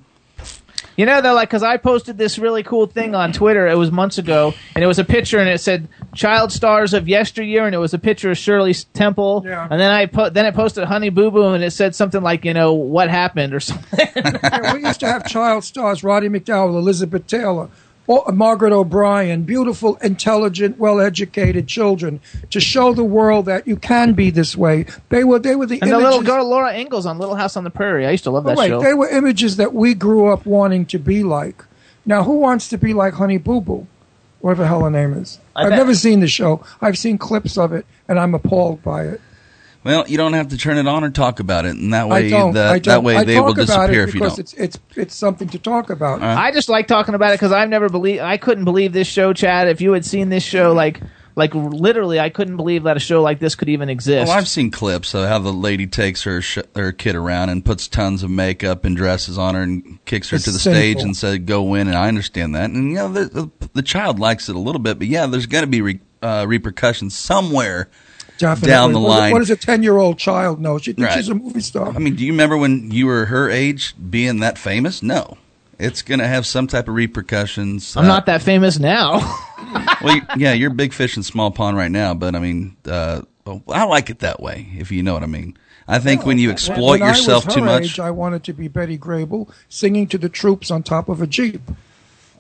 Speaker 5: You know, though, like, because I posted this really cool thing on Twitter. It was months ago, and it was a picture, and it said "Child Stars of Yesteryear," and it was a picture of Shirley Temple.
Speaker 3: Yeah.
Speaker 5: And then I po- then it posted Honey Boo Boo, and it said something like, you know, what happened or something.
Speaker 3: Yeah, we used to have child stars: Roddy McDowell, Elizabeth Taylor, or- Margaret O'Brien. Beautiful, intelligent, well-educated children to show the world that you can be this way. They were they were the
Speaker 5: and the
Speaker 3: images.
Speaker 5: little girl Laura Ingalls on Little House on the Prairie. I used to love
Speaker 3: Oh,
Speaker 5: that
Speaker 3: wait,
Speaker 5: show.
Speaker 3: they were images that we grew up wanting to be like. Now, who wants to be like Honey Boo Boo? Whatever the hell her name is.
Speaker 5: I
Speaker 3: I've
Speaker 5: bet-
Speaker 3: never seen the show. I've seen clips of it, and I'm appalled by it.
Speaker 4: Well, you don't have to turn it on or talk about it, and that way,
Speaker 3: I don't.
Speaker 4: that,
Speaker 3: I don't.
Speaker 4: that way,
Speaker 3: I
Speaker 4: they
Speaker 3: talk
Speaker 4: will
Speaker 3: about
Speaker 4: disappear
Speaker 3: it
Speaker 4: if you
Speaker 3: because
Speaker 4: don't. Uh-huh.
Speaker 3: It's, it's, it's something to talk about.
Speaker 5: I just like talking about it because I've never believed. I couldn't believe this show, Chad. If you had seen this show, like, like literally, I couldn't believe that a show like this could even exist.
Speaker 4: Well, Oh, I've seen clips of how the lady takes her sh- her kid around and puts tons of makeup and dresses on her and kicks her
Speaker 3: It's
Speaker 4: to the
Speaker 3: sinful.
Speaker 4: stage and said, "Go win." And I understand that, and you know the the, the child likes it a little bit, but yeah, there's going to be re- uh, repercussions somewhere.
Speaker 3: Definitely.
Speaker 4: down the
Speaker 3: What does-
Speaker 4: line.
Speaker 3: What does a 10 year old child know? She thinks
Speaker 4: Right.
Speaker 3: she's a movie star.
Speaker 4: I mean, do you remember when you were her age being that famous? No. It's going to have some type of repercussions. uh,
Speaker 5: I'm not that famous now.
Speaker 4: well, you- yeah, you're big fish in small pond right now, but I mean, uh, I like it that way, if you know what I mean. I think when you exploit
Speaker 3: Oh, when
Speaker 4: yourself
Speaker 3: I was
Speaker 4: too
Speaker 3: her
Speaker 4: much,
Speaker 3: Age, I wanted to be Betty Grable singing to the troops on top of a Jeep.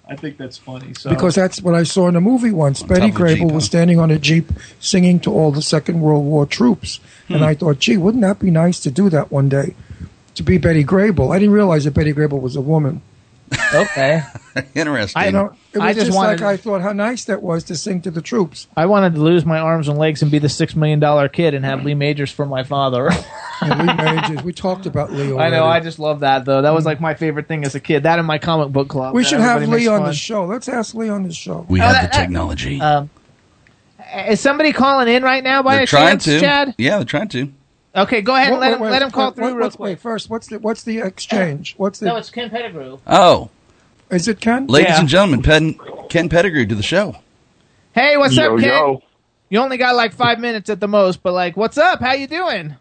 Speaker 8: I think that's funny. So
Speaker 3: because that's what I saw in a movie once.
Speaker 4: top
Speaker 3: Betty
Speaker 4: of a Jeep,
Speaker 3: Grable
Speaker 4: huh?
Speaker 3: was standing on a jeep singing to all the Second World War troops,
Speaker 4: Hmm.
Speaker 3: and I thought, gee, wouldn't that be nice to do that one day? To be Betty Grable, I didn't realize that Betty Grable was a woman.
Speaker 5: okay.
Speaker 4: interesting.
Speaker 5: I
Speaker 3: You know, it was
Speaker 5: I just
Speaker 3: just,
Speaker 5: wanted-
Speaker 3: like I thought how nice that was to sing to the troops.
Speaker 5: I wanted to lose my arms and legs and be the six million dollar kid and have Lee Majors for my father.
Speaker 3: And we, married- we talked about Lee.
Speaker 5: I know. I
Speaker 3: already.
Speaker 5: just love that though. That was like my favorite thing as a kid. That and my comic book club.
Speaker 3: we
Speaker 5: that
Speaker 3: should have
Speaker 5: everybody
Speaker 3: Lee
Speaker 5: makes
Speaker 3: on
Speaker 5: fun.
Speaker 3: the show. Let's ask Lee on the show.
Speaker 4: we have
Speaker 5: Oh, that-
Speaker 4: the
Speaker 5: that-
Speaker 4: technology.
Speaker 5: Uh, Is somebody calling in right now? By
Speaker 4: they're
Speaker 5: a
Speaker 4: trying
Speaker 5: chance,
Speaker 4: to.
Speaker 5: Chad.
Speaker 4: Yeah, they're trying to.
Speaker 5: Okay, go ahead and
Speaker 3: Wait,
Speaker 5: let
Speaker 3: wait,
Speaker 5: him
Speaker 3: wait,
Speaker 5: let him call
Speaker 3: wait,
Speaker 5: through
Speaker 3: wait,
Speaker 5: real
Speaker 3: what's-
Speaker 5: quick.
Speaker 3: Wait, first, what's the what's the exchange? What's the?
Speaker 5: it's Ken Pettigrew.
Speaker 4: Oh,
Speaker 3: is it Ken?
Speaker 4: ladies
Speaker 5: Yeah.
Speaker 4: and gentlemen, Pen, Ken Pettigrew to the show.
Speaker 5: Hey, what's
Speaker 6: Yo,
Speaker 5: up, Ken?
Speaker 6: yo.
Speaker 5: You only got like five minutes at the most, but like, what's up? How you doing?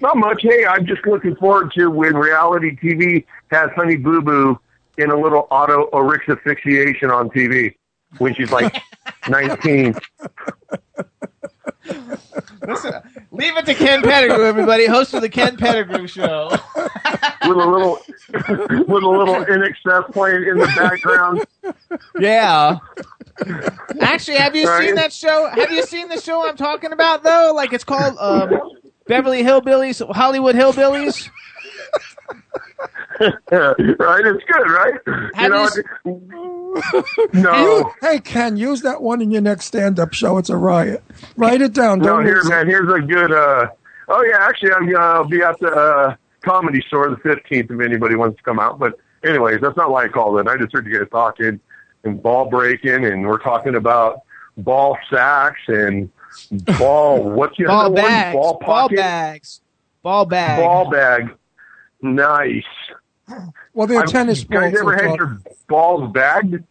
Speaker 9: Not much. Hey, I'm just looking forward to when reality TV has Honey Boo Boo in a little auto asphyxiation on TV when she's like 19.
Speaker 5: Listen, leave it to Ken Pettigrew, everybody, host of the Ken Pettigrew Show.
Speaker 9: with a little with a little NXS playing in the background.
Speaker 5: Yeah. Actually, have you
Speaker 9: Sorry.
Speaker 5: seen that show? Have you seen the show I'm talking about though? Like it's called um, Beverly Hillbillies, Hollywood Hillbillies.
Speaker 9: right? It's good, right?
Speaker 5: Have you
Speaker 9: it- no.
Speaker 3: You- hey, Ken, use that one in your next stand-up show. It's a riot. Write it down.
Speaker 9: No,
Speaker 3: Don't
Speaker 9: here,
Speaker 3: lose it.
Speaker 9: man. Here's a good. Uh, oh yeah, actually, I'm, uh, I'll be at the uh, comedy store the 15th if anybody wants to come out. But anyways, that's not why I called in. I just heard you guys talking and ball breaking, and we're talking about ball sacks and ball. What's the
Speaker 5: Ball
Speaker 9: other
Speaker 5: bags,
Speaker 9: one? Ball
Speaker 5: ball
Speaker 9: pocket.
Speaker 5: bags, ball bag.
Speaker 9: Ball bag. Nice.
Speaker 3: Well, they're
Speaker 9: I'm-
Speaker 3: tennis
Speaker 9: you guys
Speaker 3: balls.
Speaker 9: ever
Speaker 3: we're
Speaker 9: had
Speaker 3: talking-
Speaker 9: your balls bagged?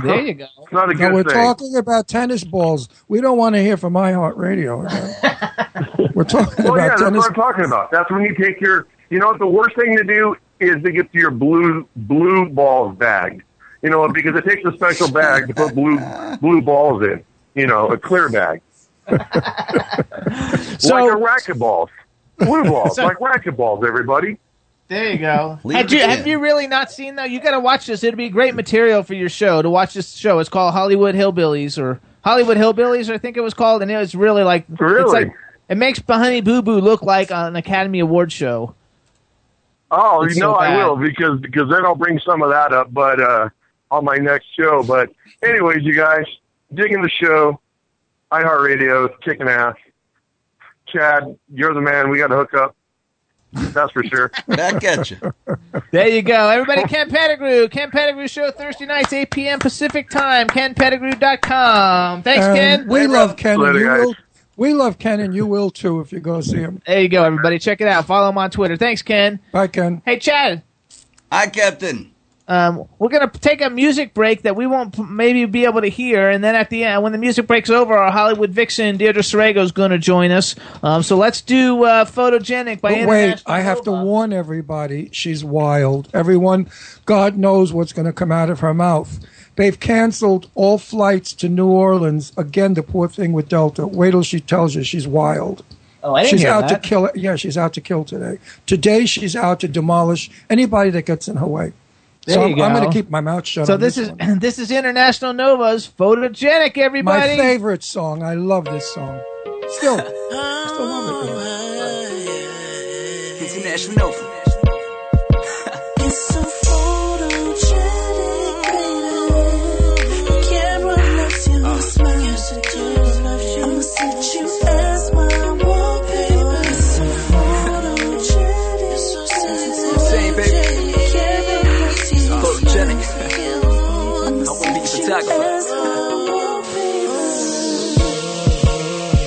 Speaker 5: there you go.
Speaker 9: It's not a
Speaker 3: No,
Speaker 9: good
Speaker 3: we're
Speaker 9: thing.
Speaker 3: talking about tennis balls. We don't want to hear from iHeartRadio. again. we're talking
Speaker 9: Well, Oh, yeah,
Speaker 3: about
Speaker 9: that's
Speaker 3: tennis.
Speaker 9: what I'm talking about. That's when you take your. You know what? The worst thing to do is to get your blue blue balls bagged. You know because it takes a special bag to put blue blue balls in. You know, a clear bag,
Speaker 5: So
Speaker 9: like a racket balls, blue balls, like racket balls. Everybody,
Speaker 5: there you go.
Speaker 4: Leave
Speaker 5: Had
Speaker 4: it
Speaker 5: you, have
Speaker 4: in.
Speaker 5: you really not seen though? You got to watch this. It'd be great material for your show to watch this show. It's called Hollywood Hillbillies or Hollywood Hillbillies, I think it was called, and it was really like
Speaker 9: Really?
Speaker 5: It's like, it makes Honey Boo Boo look like an Academy Award show.
Speaker 9: Oh,
Speaker 5: It's
Speaker 9: you know
Speaker 5: so
Speaker 9: I
Speaker 5: bad.
Speaker 9: will because because then I'll bring some of that up, but uh, on my next show. But anyways, you guys digging the show. iHeartRadio is kicking ass. Chad, you're the man. We got to hook up. That's for sure.
Speaker 4: Back at you.
Speaker 5: There you go. Everybody, Ken Pettigrew. Ken Pettigrew Show, Thursday nights, 8 p.m. Pacific time. KenPettigrew.com. Thanks,
Speaker 3: And
Speaker 5: Ken.
Speaker 3: Um, we love Ken. And
Speaker 9: Later,
Speaker 3: you
Speaker 9: guys.
Speaker 3: will, we love Ken, and you will too if you go see him.
Speaker 5: There you go, everybody. Check it out. Follow him on Twitter. Thanks, Ken.
Speaker 3: Bye, Ken.
Speaker 5: Hey, Chad.
Speaker 4: Hi, Captain.
Speaker 5: Um, we're gonna take a music break that we won't p- maybe be able to hear, and then at the end, when the music breaks over, our Hollywood vixen Deirdre Sorego is going to join us. Um, so let's do uh, "Photogenic" by
Speaker 3: But wait,
Speaker 5: International
Speaker 3: I have to
Speaker 5: Nova.
Speaker 3: warn everybody. She's wild. Everyone, God knows what's going to come out of her mouth. They've canceled all flights to New Orleans. Again, the poor thing with Delta. Wait till she tells you she's wild.
Speaker 5: Oh, I didn't
Speaker 3: She's
Speaker 5: hear
Speaker 3: out
Speaker 5: that.
Speaker 3: to kill. Yeah, she's out to kill today. Today, she's out to demolish anybody that gets in her way.
Speaker 5: There
Speaker 3: so
Speaker 5: you
Speaker 3: I'm, I'm
Speaker 5: go.
Speaker 3: going to keep my mouth shut.
Speaker 5: So
Speaker 3: on
Speaker 5: this
Speaker 3: this
Speaker 5: is
Speaker 3: one.
Speaker 5: this is International Nova's "Photogenic."
Speaker 3: my
Speaker 5: Everybody,
Speaker 3: favorite song. I love this song. Still, I still love it. though.
Speaker 2: International
Speaker 1: It's so photogenic, baby. The camera loves you, uh, smile. Yes, it does love you. I'ma set you as my wallpaper. It's so photogenic. It's so sexy. Same, baby. The camera loves you, photogenic. I wanna be a photographer. As my wallpaper.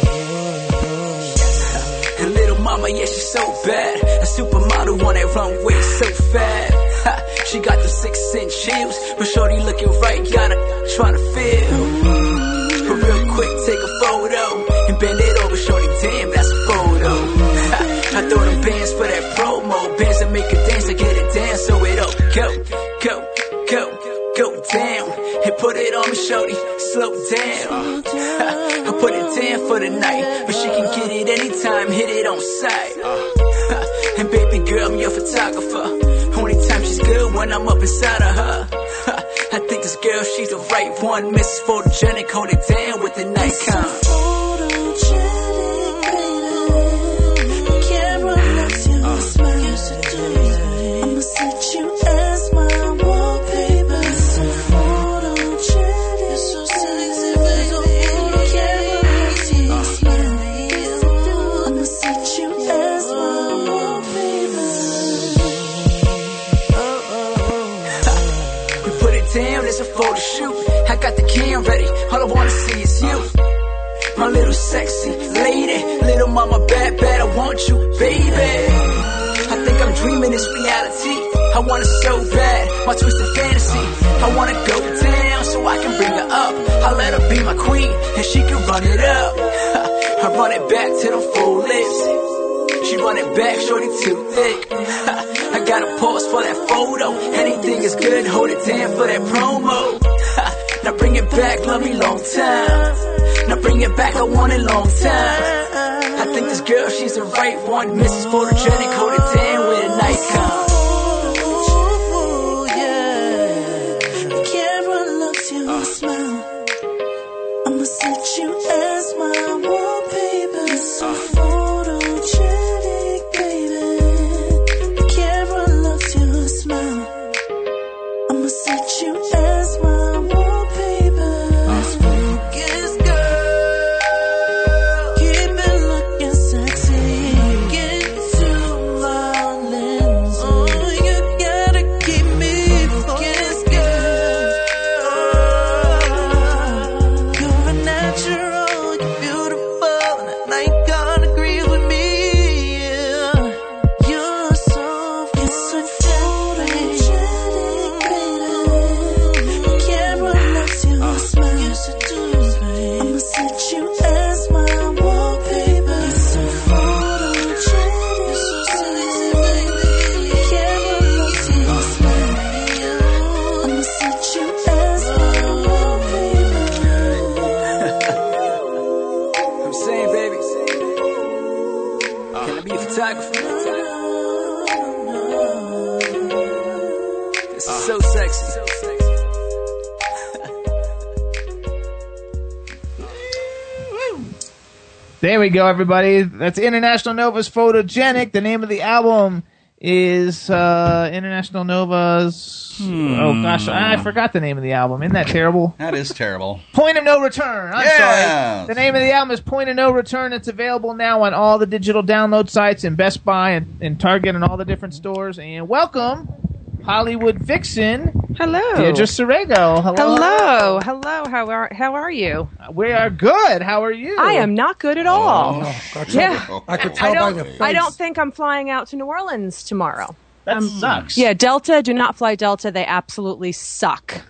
Speaker 2: And little mama, yeah, she's so bad. A supermodel on that runway, so fat. Ha, she got them six inch heels, but shorty looking right, gotta tryna feel. But real quick, take a photo and bend it over, shorty. Damn, that's a photo. Ha, I throw them bands for that promo, bands that make a dance, I get it down, so it all go, go, go, go down. And put it on me, shorty, slow down. Ha, I put it down for the night, but she can get it anytime, hit it on sight. Ha, and baby girl, I'm your photographer. Only time she's good when I'm up inside of her. Ha, I think this girl, she's the right one. Miss Photogenic, hold it down with the Nikon. We put it down, it's a photo shoot. I got the cam ready, all I wanna see is you. My little sexy lady, little mama bad, bad, I want you, baby. I think I'm dreaming this reality. I want it so bad, my twisted fantasy. I wanna go down so I can bring her up. I let her be my queen, and
Speaker 10: she can run it up. I run it back to the full lips. She run it back, shorty too thick. I got a pause for that photo. Anything is good, hold it down for that promo. now bring it back, love me long time. Now bring it back, I want it long time. I think this girl, she's the right one. Mrs. Photogenic, hold it down with an icon.
Speaker 1: The camera looks you and smile. I'ma set you as my wallpaper. So photogenic, baby. The camera looks you and smile. I'ma set you as my wallpaper. Focus, girl. Keep it looking sexy. Get to my lens. Oh, you gotta keep me focused, girl. You're a natural, you're beautiful, and I ain't gonna agree with me. yeah. You're so photogenic, camera loves you, I smile. I'ma set you as my wallpaper. So photogenic, so sexy, baby. Camera loves you, I smile. I'ma set you as my wallpaper.
Speaker 10: I'm saying, baby. Can I be a photographer? This is so sexy.
Speaker 5: There we go, everybody. That's International Nova's Photogenic. The name of the album is uh, International Nova's.
Speaker 4: Hmm.
Speaker 5: Oh gosh, I forgot the name of the album. Isn't that terrible?
Speaker 4: That is terrible.
Speaker 5: Point of No Return. I'm
Speaker 4: Yes.
Speaker 5: sorry. The name of the album is Point of No Return. It's available now on all the digital download sites and Best Buy and, and Target and all the different stores. And welcome, Hollywood Vixen.
Speaker 11: Hello.
Speaker 5: Deirdre Sorego. Hello.
Speaker 11: Hello, hello. How are how are you?
Speaker 5: We are good. How are you?
Speaker 11: I am not good at
Speaker 1: Oh,
Speaker 11: all.
Speaker 5: trouble.
Speaker 11: yeah,
Speaker 5: I could tell
Speaker 11: I don't,
Speaker 5: by the
Speaker 11: I
Speaker 5: face.
Speaker 11: don't think I'm flying out to New Orleans tomorrow. Um,
Speaker 5: That sucks.
Speaker 11: Yeah, Delta. Do not fly Delta. They absolutely suck.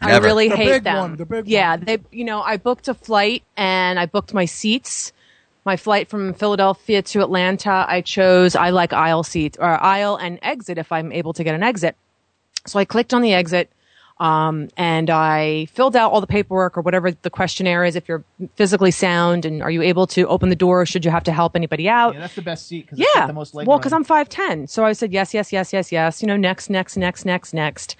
Speaker 11: I
Speaker 1: Never.
Speaker 11: really
Speaker 1: The
Speaker 11: hate
Speaker 1: big
Speaker 11: them.
Speaker 1: one, the big
Speaker 11: yeah, they. You know, I booked a flight and I booked my seats. My flight from Philadelphia to Atlanta, I chose I like aisle seats or aisle and exit if I'm able to get an exit. So I clicked on the exit um, and I filled out all the paperwork or whatever the questionnaire is if you're physically sound and are you able to open the door should you have to help anybody out.
Speaker 5: Yeah, that's the best seat because
Speaker 11: Yeah.
Speaker 5: it's got the most leg
Speaker 11: well,
Speaker 5: room.
Speaker 11: because I'm 5'10. So I said, yes, yes, yes, yes, yes. You know, next, next, next, next, next.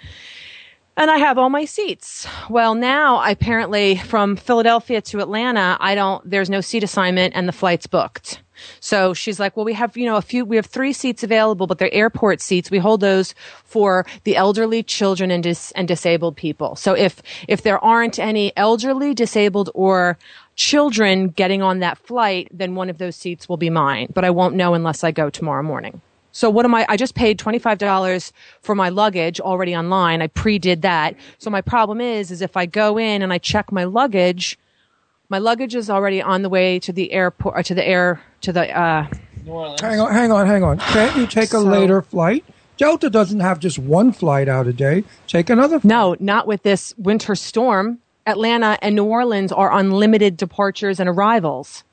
Speaker 11: And I have all my seats. Well, now I apparently from Philadelphia to Atlanta, I don't, there's no seat assignment and the flight's booked. So she's like, well, we have, you know, a few, we have three seats available, but they're airport seats. We hold those for the elderly, children, and, dis- and disabled people. So if, if there aren't any elderly, disabled, or children getting on that flight, then one of those seats will be mine, but I won't know unless I go tomorrow morning. So what am I? I just paid twenty five dollars for my luggage already online. I pre did that. So my problem is, is if I go in and I check my luggage, my luggage is already on the way to the airport, or to the air, to the. Uh,
Speaker 3: Hang on, hang on, hang on. Can't you take a later flight? Delta doesn't have just one flight out a day. Take another.
Speaker 11: No, not with this winter storm. Atlanta and New Orleans are on limited departures and arrivals.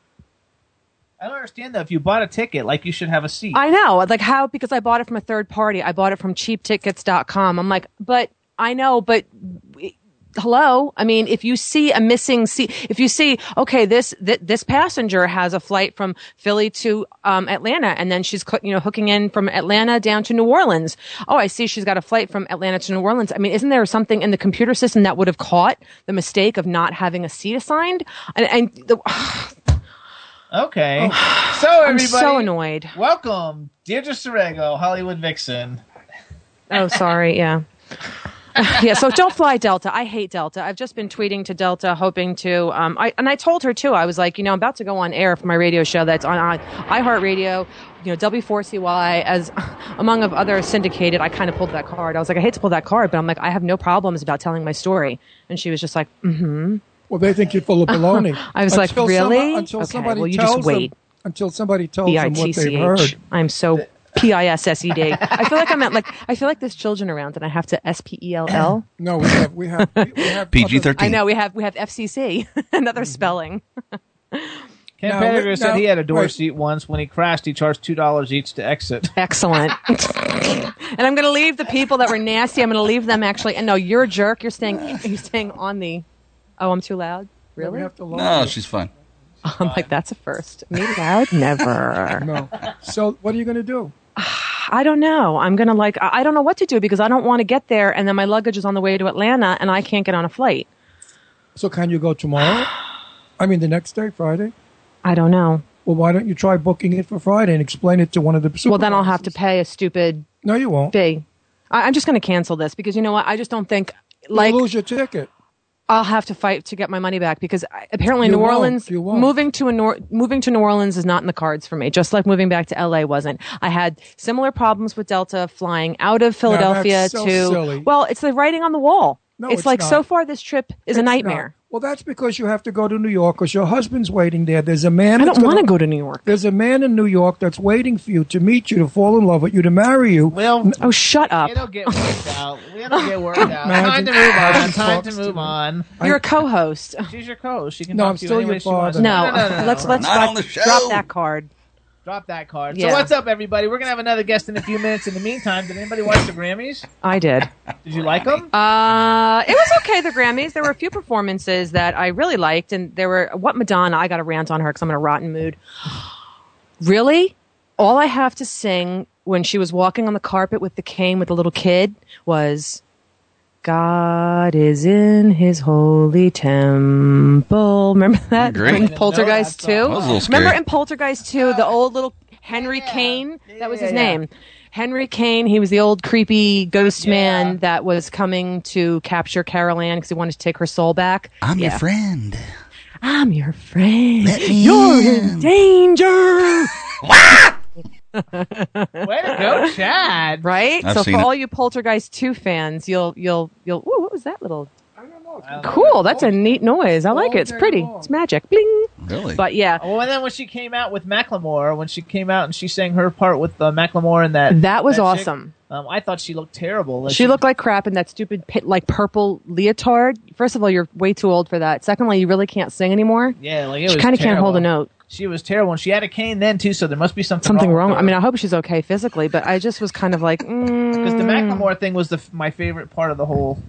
Speaker 5: I don't understand though. If you bought a ticket, like you should have a seat.
Speaker 11: I know. Like how because I bought it from a third party. I bought it from cheaptickets.com. I'm like, but I know, but w- hello. I mean, if you see a missing seat, if you see, okay, this th- this passenger has a flight from Philly to um, Atlanta, and then she's cl- you know hooking in from Atlanta down to New Orleans. Oh, I see, she's got a flight from Atlanta to New Orleans. I mean, isn't there something in the computer system that would have caught the mistake of not having a seat assigned? And, and the,
Speaker 5: Okay. So everybody,
Speaker 11: I'm so annoyed.
Speaker 5: Welcome, Deirdre Sorego, Hollywood Vixen.
Speaker 11: Oh, sorry. Yeah. yeah, so don't fly Delta. I hate Delta. I've just been tweeting to Delta, hoping to. Um, I and I told her too. I was like, you know, I'm about to go on air for my radio show that's on, on iHeartRadio, you know, W4CY, as among of other syndicated. I kind of pulled that card. I was like, I hate to pull that card, but I'm like, I have no problems about telling my story. And she was just like, mm-hmm.
Speaker 3: Well, they think you're full of baloney.
Speaker 11: I was like,
Speaker 3: Until some-
Speaker 11: really?
Speaker 3: until
Speaker 11: Okay,
Speaker 3: somebody
Speaker 11: well, you
Speaker 3: tells
Speaker 11: just wait.
Speaker 3: them. Until somebody tells them what they've
Speaker 11: B-I-T-C-H.
Speaker 3: heard.
Speaker 11: I'm so P I S S E D. I feel like I'm at like I feel like there's children around, and I have to S P E L L.
Speaker 3: No, we have we have we have
Speaker 4: PG-13.
Speaker 11: I know we have we have FCC. Another spelling.
Speaker 5: Ken
Speaker 11: No,
Speaker 5: Pettigrew
Speaker 11: no,
Speaker 5: said he had a door
Speaker 11: wait.
Speaker 5: seat once. When he crashed, he charged two dollars each to exit.
Speaker 11: Excellent. and I'm going to leave the people that were nasty. I'm going to leave them actually. And no, you're a jerk. You're staying. You're staying on the. Oh, I'm too loud. Really?
Speaker 4: No, she's fine.
Speaker 11: I'm like that's a first. Me loud? Never.
Speaker 3: no. So what are you going to do?
Speaker 11: I don't know. I'm going to like. I I don't know what to do because I don't want to get there and then my luggage is on the way to Atlanta and I can't get on a flight.
Speaker 3: So can you go tomorrow? I mean, the next day, Friday.
Speaker 11: I don't know.
Speaker 3: Well, why don't you try booking it for Friday and explain it to one of the
Speaker 11: well, then I'll have to pay a stupid.
Speaker 3: No, you won't.
Speaker 11: Fee. I, I'm just going to cancel this because you know what? I just don't think like
Speaker 3: like lose your ticket.
Speaker 11: I'll have to fight to get my money back because I, apparently
Speaker 3: You
Speaker 11: New
Speaker 3: won't.
Speaker 11: Orleans
Speaker 3: You won't.
Speaker 11: moving to a Nor- moving to New Orleans is not in the cards for me. Just like moving back to LA wasn't. I had similar problems with Delta flying out of
Speaker 3: No, that's
Speaker 11: Philadelphia
Speaker 3: so
Speaker 11: to
Speaker 3: silly.
Speaker 11: well, it's the writing on the wall.
Speaker 3: No,
Speaker 11: it's,
Speaker 3: it's
Speaker 11: like so
Speaker 3: not.
Speaker 11: far this trip is a
Speaker 3: It's not.
Speaker 11: nightmare.
Speaker 3: Well, that's because you have to go to New York because your husband's waiting there. There's a man.
Speaker 11: I
Speaker 3: that's
Speaker 11: don't
Speaker 3: gonna-
Speaker 11: wanna go to New York.
Speaker 3: There's a man in New York that's waiting for you to meet you, to fall in love with you, to marry you.
Speaker 5: Well,
Speaker 11: oh, shut up!
Speaker 5: It'll get worked out. It'll get worked out.
Speaker 3: Imagine-
Speaker 5: Time to move on.
Speaker 3: imagine
Speaker 5: Time
Speaker 3: talks
Speaker 5: to move on.
Speaker 11: You're a co-host.
Speaker 5: She's your co-host. She can
Speaker 3: No,
Speaker 5: talk
Speaker 3: I'm
Speaker 5: to you
Speaker 3: still
Speaker 5: any
Speaker 3: your
Speaker 5: way she wants.
Speaker 3: father.
Speaker 11: No,
Speaker 5: no, no, no.
Speaker 11: let's let's
Speaker 5: Not
Speaker 11: drop,
Speaker 5: on the show.
Speaker 11: drop that card.
Speaker 5: Drop that card.
Speaker 11: Yeah.
Speaker 5: So what's up, everybody? We're gonna have another guest in a few minutes. In the meantime, did anybody watch the Grammys?
Speaker 11: I did.
Speaker 5: Did you like them?
Speaker 11: Uh, it was okay. The Grammys. There were a few performances that I really liked, and there were what Madonna. I got to rant on her because I'm in a rotten mood. Really, all I have to sing when she was walking on the carpet with the cane with the little kid was. God is in his holy temple. Remember that?
Speaker 4: Great.
Speaker 11: In Poltergeist 2?
Speaker 4: That was a little scary.
Speaker 11: Remember in Poltergeist 2, the old little Henry Kane? That was his
Speaker 5: yeah, yeah.
Speaker 11: name. Henry Kane, he was the old creepy ghost man that was coming to capture Carol Ann because he wanted to take her soul back.
Speaker 4: I'm
Speaker 11: Yeah.
Speaker 4: your friend.
Speaker 11: I'm your friend.
Speaker 4: Let me
Speaker 11: You're in
Speaker 4: in.
Speaker 1: Uh,
Speaker 11: danger.
Speaker 5: Way to go, Chad!
Speaker 11: Right?
Speaker 4: I've
Speaker 11: so
Speaker 4: seen
Speaker 11: for
Speaker 4: it.
Speaker 11: all you Poltergeist 2 fans, you'll you'll you'll Ooh, what was that little Cool, that's a neat noise. I like it. It's pretty. It's magic. Bling.
Speaker 4: Really?
Speaker 11: But yeah,
Speaker 5: Well, Oh, and then when she came out with Macklemore, when she came out and she sang her part with uh, Macklemore and that
Speaker 11: That was
Speaker 5: chick,
Speaker 11: awesome.
Speaker 5: um, I thought she looked terrible. Like,
Speaker 11: She looked like crap in that stupid pit, like purple leotard. First of all, you're way too old for that. Secondly, you really can't sing anymore.
Speaker 5: yeah, like it
Speaker 11: she
Speaker 5: was
Speaker 11: kind of can't hold a
Speaker 5: terrible.
Speaker 11: note.
Speaker 5: She was terrible, and she had a cane then too. So there must be something
Speaker 11: Something wrong.
Speaker 5: with
Speaker 11: I
Speaker 5: her.
Speaker 11: mean, I hope she's okay physically, but I just was kind of like,
Speaker 5: Because the
Speaker 11: mm,
Speaker 5: Macklemore thing was the f- my favorite part of the whole.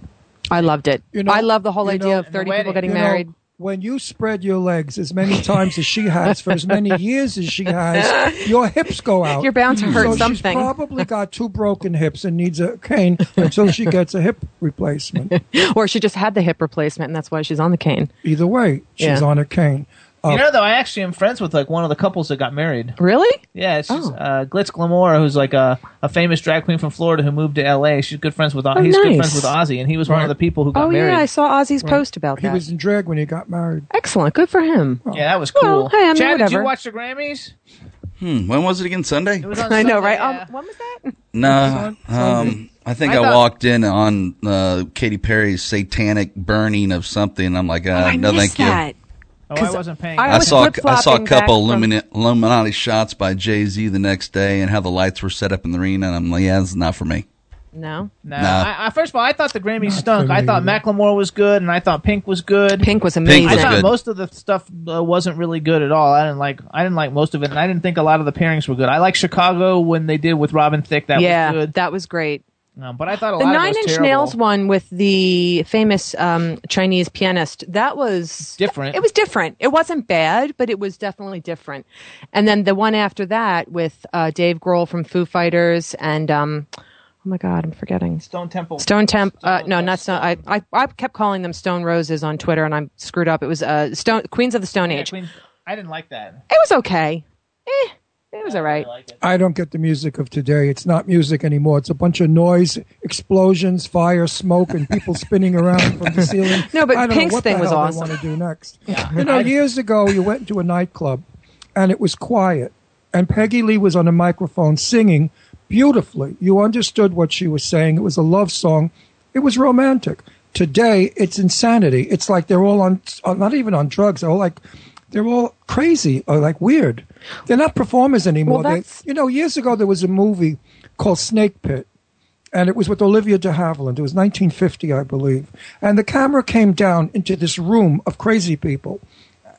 Speaker 11: I loved it.
Speaker 3: You know-
Speaker 11: I love the whole
Speaker 3: you
Speaker 11: idea
Speaker 3: know-
Speaker 11: of
Speaker 5: and the
Speaker 11: thirty
Speaker 5: wedding.
Speaker 11: people getting
Speaker 3: You know,
Speaker 11: married.
Speaker 3: when you spread your legs as many times as she has for as many years as she has, your hips go out.
Speaker 11: You're bound to hurt
Speaker 3: so
Speaker 11: something.
Speaker 3: She's probably got two broken hips and needs a cane until she gets a hip replacement.
Speaker 11: or she just had the hip replacement, and that's why she's on the cane.
Speaker 3: Either way, she's
Speaker 11: Yeah.
Speaker 3: on a cane.
Speaker 5: You know, though, I actually am friends with like one of the couples that got married.
Speaker 11: Really?
Speaker 5: Yeah, she's
Speaker 11: oh.
Speaker 5: uh, Glitz Glamour, who's like a, a famous drag queen from Florida who moved to L.A. She's good friends with. uh,
Speaker 11: Oh,
Speaker 5: he's good
Speaker 11: nice.
Speaker 5: friends with Ozzy, and he was one of the people who got
Speaker 11: Oh
Speaker 5: married.
Speaker 11: yeah, I saw Ozzy's
Speaker 3: Right.
Speaker 11: post about
Speaker 3: He
Speaker 11: that.
Speaker 3: was in drag when he got married. Oh.
Speaker 11: Excellent. Good for him.
Speaker 5: Yeah, that was
Speaker 11: Well,
Speaker 5: cool.
Speaker 11: hey, I mean,
Speaker 5: Chad, did
Speaker 11: whatever.
Speaker 5: you watch the Grammys?
Speaker 4: Hmm, when was it again? Sunday?
Speaker 5: It was on
Speaker 11: I know,
Speaker 5: Sunday,
Speaker 11: right?
Speaker 5: yeah.
Speaker 11: Um, when was that?
Speaker 4: No. Um, I think
Speaker 5: I
Speaker 4: I,
Speaker 5: thought-
Speaker 4: walked in on uh, Katy Perry's satanic burning of something. I'm
Speaker 1: Oh,
Speaker 4: like, uh,
Speaker 11: I
Speaker 4: no, thank
Speaker 11: missed
Speaker 4: you.
Speaker 11: that.
Speaker 5: Oh, I wasn't paying.
Speaker 11: I
Speaker 4: I
Speaker 11: was
Speaker 4: saw I saw a
Speaker 11: flip-flopping back
Speaker 4: couple
Speaker 11: from-
Speaker 4: Illumina- Illuminati shots by Jay Z the next day, and how the lights were set up in the arena. And I'm like, yeah, it's not for me.
Speaker 11: No.
Speaker 5: No,
Speaker 4: Nah.
Speaker 5: I, I, first of all, I thought the Grammys stunk. I thought Macklemore was good, and I thought Pink was good.
Speaker 11: Pink was amazing.
Speaker 4: Pink
Speaker 5: I
Speaker 4: was
Speaker 5: thought
Speaker 4: good.
Speaker 5: most of the stuff uh, wasn't really good at all. I didn't like. I didn't like most of it, and I didn't think a lot of the pairings were good. I like Chicago when they did with Robin Thicke. That
Speaker 11: yeah,
Speaker 5: was good.
Speaker 11: that was great.
Speaker 5: Um, but I thought a
Speaker 11: the
Speaker 5: lot
Speaker 11: Nine
Speaker 5: of it was
Speaker 11: Inch
Speaker 5: terrible.
Speaker 11: Nails one with the famous um, Chinese pianist. That was
Speaker 5: Different.
Speaker 11: It was different. It wasn't bad, but it was definitely different. And then the one after that with uh, Dave Grohl from Foo Fighters and um, oh my god, I'm forgetting
Speaker 5: Stone Temple.
Speaker 11: Stone Temp. Uh, no, not Stone. I, I I kept calling them Stone Roses on Twitter, and I screwed up. It was uh, Stone Queens of the Stone
Speaker 5: Yeah,
Speaker 11: Age.
Speaker 5: Queen- I didn't like that.
Speaker 11: It was okay. Eh, it was all right.
Speaker 5: I liked it.
Speaker 3: I don't get the music of today. It's not music anymore. It's a bunch of noise, explosions, fire, smoke, and people spinning around from the ceiling.
Speaker 11: No, but
Speaker 3: I don't know
Speaker 11: Pink's
Speaker 3: what the
Speaker 11: thing was
Speaker 3: hell
Speaker 11: awesome.
Speaker 3: They want to do next. You know, years ago, you went into a nightclub, and it was quiet, and Peggy Lee was on a microphone singing beautifully. You understood what she was saying. It was a love song. It was uh, romantic. Today, it's insanity. It's like they're all on, on- not even on drugs. They're all like They're all crazy or like weird. They're not performers anymore. They-
Speaker 11: that's-
Speaker 3: you know, years ago there was a movie called Snake Pit, and it was with Olivia de Havilland. It was 1950, I believe. And the camera came down into this room of crazy people.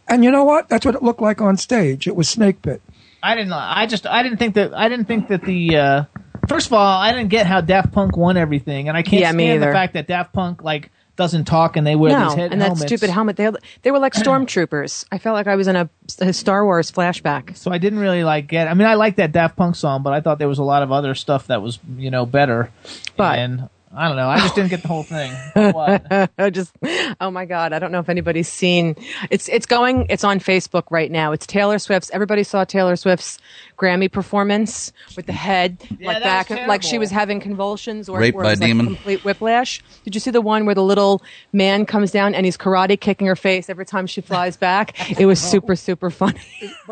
Speaker 3: And you know what? That's what it looked like on stage. It was Snake Pit.
Speaker 5: I didn't. I just. I didn't think that. I didn't think that the. Uh, first of all, I didn't get how Daft Punk won everything, and I can't
Speaker 11: Yeah, me
Speaker 5: stand the
Speaker 11: either.
Speaker 5: fact that Daft Punk like doesn't talk and they wear
Speaker 11: no,
Speaker 5: these head
Speaker 11: and that
Speaker 5: helmets.
Speaker 11: stupid helmet. They they were like stormtroopers. I felt like I was in a, a Star Wars flashback.
Speaker 5: So I didn't really like get. I mean, I like that Daft Punk song, but I thought there was a lot of other stuff that was you know better. But and I don't know. I just didn't get the whole thing.
Speaker 11: I just oh my god, I don't know if anybody's seen it's it's going it's on Facebook right now. It's Taylor Swift's everybody saw Taylor Swift's Grammy performance with the head like
Speaker 5: that
Speaker 11: back
Speaker 5: was
Speaker 11: like she
Speaker 5: terrible.
Speaker 11: was having convulsions or,
Speaker 4: Raped
Speaker 11: or it
Speaker 4: by
Speaker 11: was, like,
Speaker 4: demon.
Speaker 11: complete whiplash. Did you see the one where the little man comes down and he's karate kicking her face every time she flies back? It was super super funny.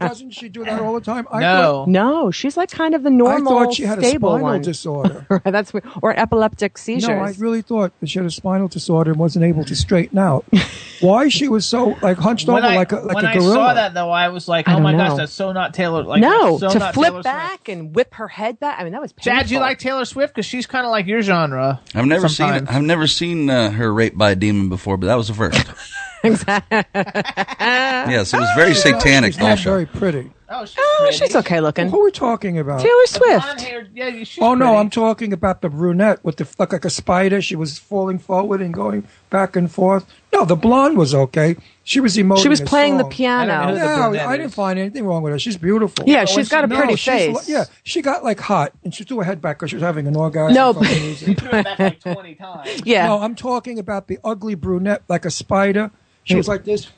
Speaker 3: Doesn't she do that all the time? I
Speaker 11: No. No, she's like kind of the normal
Speaker 3: I thought she had a
Speaker 11: stable
Speaker 3: spinal
Speaker 11: one.
Speaker 3: disorder.
Speaker 11: That's weird. or epileptic seizures.
Speaker 3: No, I really thought that she had a spinal disorder and wasn't able to straighten out. Why she was so like hunched
Speaker 5: when
Speaker 3: over
Speaker 5: I,
Speaker 3: like a like
Speaker 5: when
Speaker 3: a
Speaker 5: I saw
Speaker 3: gorilla?
Speaker 5: that though, I was like,
Speaker 3: I
Speaker 5: oh my
Speaker 3: don't know.
Speaker 5: gosh, that's so not Taylor. Like,
Speaker 11: no,
Speaker 5: that's so
Speaker 11: to
Speaker 5: not
Speaker 11: flip
Speaker 5: Taylor Swift.
Speaker 11: back and whip her head back. I mean, that was painful.
Speaker 5: Chad, you like Taylor Swift because she's kind of like your genre.
Speaker 4: I've never
Speaker 5: Sometimes.
Speaker 4: seen I've never seen uh, her raped by a demon before, but that was the first. yes, it was very
Speaker 3: She's not-
Speaker 4: satanic.
Speaker 3: Oh, She's not
Speaker 4: also.
Speaker 3: very pretty.
Speaker 5: Oh, she's,
Speaker 11: okay looking.
Speaker 3: Who are we talking about?
Speaker 11: Taylor Swift.
Speaker 5: yeah, you should.
Speaker 3: Oh no, I'm talking about the brunette with the look like a spider. She was falling forward and going back and forth. No, the blonde was okay. She was emoting.
Speaker 11: She was
Speaker 3: a
Speaker 11: playing the
Speaker 3: song.
Speaker 11: piano. I don't know who the
Speaker 3: No,
Speaker 11: brunette
Speaker 3: I didn't find anything wrong with her. She's beautiful.
Speaker 11: Yeah, she's got a
Speaker 3: Oh, no,
Speaker 11: pretty
Speaker 3: she's
Speaker 11: face.
Speaker 3: lo- yeah, she got like hot, and she threw her head back because she was having an orgasm.
Speaker 11: No,
Speaker 3: from the
Speaker 11: but-
Speaker 3: music.
Speaker 11: Yeah.
Speaker 3: No, I'm talking about the ugly brunette, like a spider. She was like this.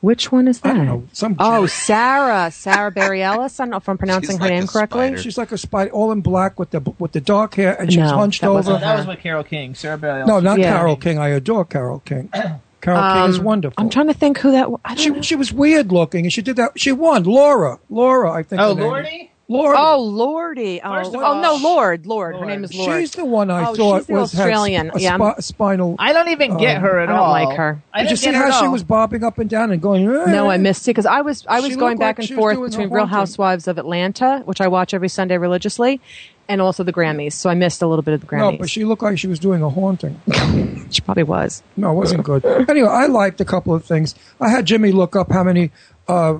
Speaker 11: Which one is that?
Speaker 3: some
Speaker 11: oh, Sarah, Sarah Barry Ellis. I don't know if I'm pronouncing her name correctly.
Speaker 3: She's like a spider, all in black with the with the dark hair, and she was
Speaker 11: No,
Speaker 3: hunched
Speaker 11: that
Speaker 3: over.
Speaker 5: Oh, that was with Carol King, Sarah Bareilles.
Speaker 3: no, not
Speaker 5: Yeah.
Speaker 3: Carol King. I adore Carol King. Carol King is
Speaker 11: Um,
Speaker 3: wonderful.
Speaker 11: I'm trying to think who that. Was. I
Speaker 3: she she was weird looking, and she did that. She won. Laura, Laura, I think. her
Speaker 11: Oh,
Speaker 3: name is.
Speaker 11: Lordy?
Speaker 3: Lord.
Speaker 11: Oh, Lordy. Oh,
Speaker 3: First of
Speaker 11: oh,
Speaker 3: all-
Speaker 11: no, Lord, Lord. Her name is Lord.
Speaker 3: She's the one I
Speaker 11: oh,
Speaker 3: thought
Speaker 11: she's the
Speaker 3: was had
Speaker 11: Australian.
Speaker 3: sp- a
Speaker 11: yeah.
Speaker 3: spi- spinal. um,
Speaker 5: I don't even get her at
Speaker 11: I don't
Speaker 5: all.
Speaker 11: like her.
Speaker 5: I
Speaker 3: Did you
Speaker 5: didn't
Speaker 3: see
Speaker 5: get her
Speaker 3: how
Speaker 5: at
Speaker 3: she
Speaker 5: all.
Speaker 3: was bobbing up and down and going?
Speaker 11: No, I
Speaker 3: "Eh?"
Speaker 11: missed it because I was I
Speaker 3: She
Speaker 11: was
Speaker 3: looked
Speaker 11: going back
Speaker 3: like she
Speaker 11: and
Speaker 3: was
Speaker 11: forth
Speaker 3: doing the
Speaker 11: between Real
Speaker 3: haunting.
Speaker 11: Housewives of Atlanta, which I watch every Sunday religiously, and also the Grammys. So I missed a little bit of the Grammys.
Speaker 3: No, but she looked like she was doing a haunting.
Speaker 11: she probably was.
Speaker 3: No, it wasn't good. Anyway, I liked a couple of things. I had Jimmy look up how many uh,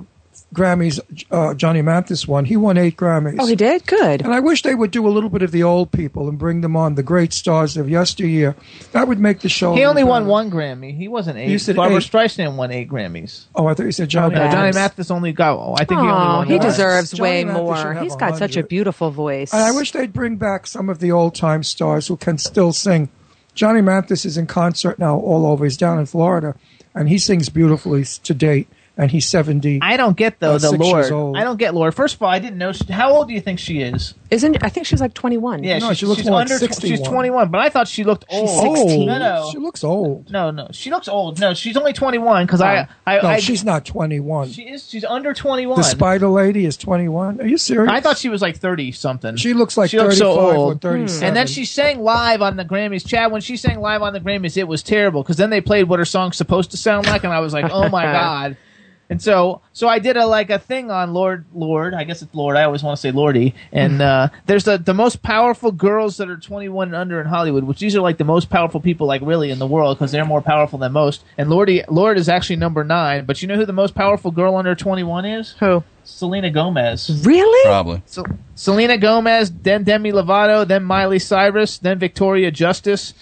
Speaker 3: Grammys uh, Johnny Mathis won. He won eight Grammys.
Speaker 11: Oh, he did. Good.
Speaker 3: And I wish they would do a little bit of the old people and bring them on, the great stars of yesteryear. That would make the show.
Speaker 5: He
Speaker 3: a
Speaker 5: only
Speaker 3: little
Speaker 5: won
Speaker 3: better.
Speaker 5: one Grammy. He wasn't eight.
Speaker 3: You said
Speaker 5: Barbara
Speaker 3: eight.
Speaker 5: Streisand won eight Grammys.
Speaker 3: Oh, I thought you said Johnny
Speaker 5: No,
Speaker 3: Mathis.
Speaker 5: Johnny Mathis only got. Oh, I think he only
Speaker 11: Oh,
Speaker 5: won.
Speaker 11: he
Speaker 5: one.
Speaker 11: deserves way
Speaker 3: Mathis should
Speaker 11: more.
Speaker 3: have
Speaker 11: He's got such a
Speaker 3: 100.
Speaker 11: beautiful voice.
Speaker 3: And I wish they'd bring back some of the old time stars who can still sing. Johnny Mathis is in concert now all over. He's down in Florida, and he sings beautifully s- to date. And he's seventy.
Speaker 5: I don't get though
Speaker 3: uh,
Speaker 5: the
Speaker 3: six years
Speaker 5: Lord.
Speaker 3: old.
Speaker 5: I don't get Lord. First of all, I didn't know. She, how old do you think she is?
Speaker 11: Isn't I think she's like 21.
Speaker 5: Yeah, she's, she's under. tw- She's
Speaker 3: 61.
Speaker 5: twenty one, but I thought she looked old.
Speaker 3: old.
Speaker 5: No, no,
Speaker 3: She looks old.
Speaker 5: no, no. She looks old. No, she's only twenty one because I, I,
Speaker 3: no,
Speaker 5: I,
Speaker 3: she's not twenty-one.
Speaker 5: she is. She's under twenty one.
Speaker 3: the Spider Lady is twenty-one. Are you serious?
Speaker 5: I thought she was like thirty something.
Speaker 3: She looks like
Speaker 5: she looks so
Speaker 3: 35 or
Speaker 5: old. Hmm.
Speaker 3: 37.
Speaker 5: And then she sang live on the Grammys. Chad, when she sang live on the Grammys, it was terrible because then they played what her song's supposed to sound like, and I was like, oh my god. And so, so I did a like a thing on Lord, Lord. I guess it's Lord. I always want to say Lordy. And uh, there's the the most powerful girls that are 21 and under in Hollywood, which these are like the most powerful people, like really in the world, because they're more powerful than most. And Lordy, Lord is actually number nine. But you know who the most powerful girl under 21 is?
Speaker 11: Who?
Speaker 5: Selena Gomez.
Speaker 11: Really?
Speaker 4: Probably.
Speaker 5: So, Selena Gomez, then Demi Lovato, then Miley Cyrus, then Victoria Justice,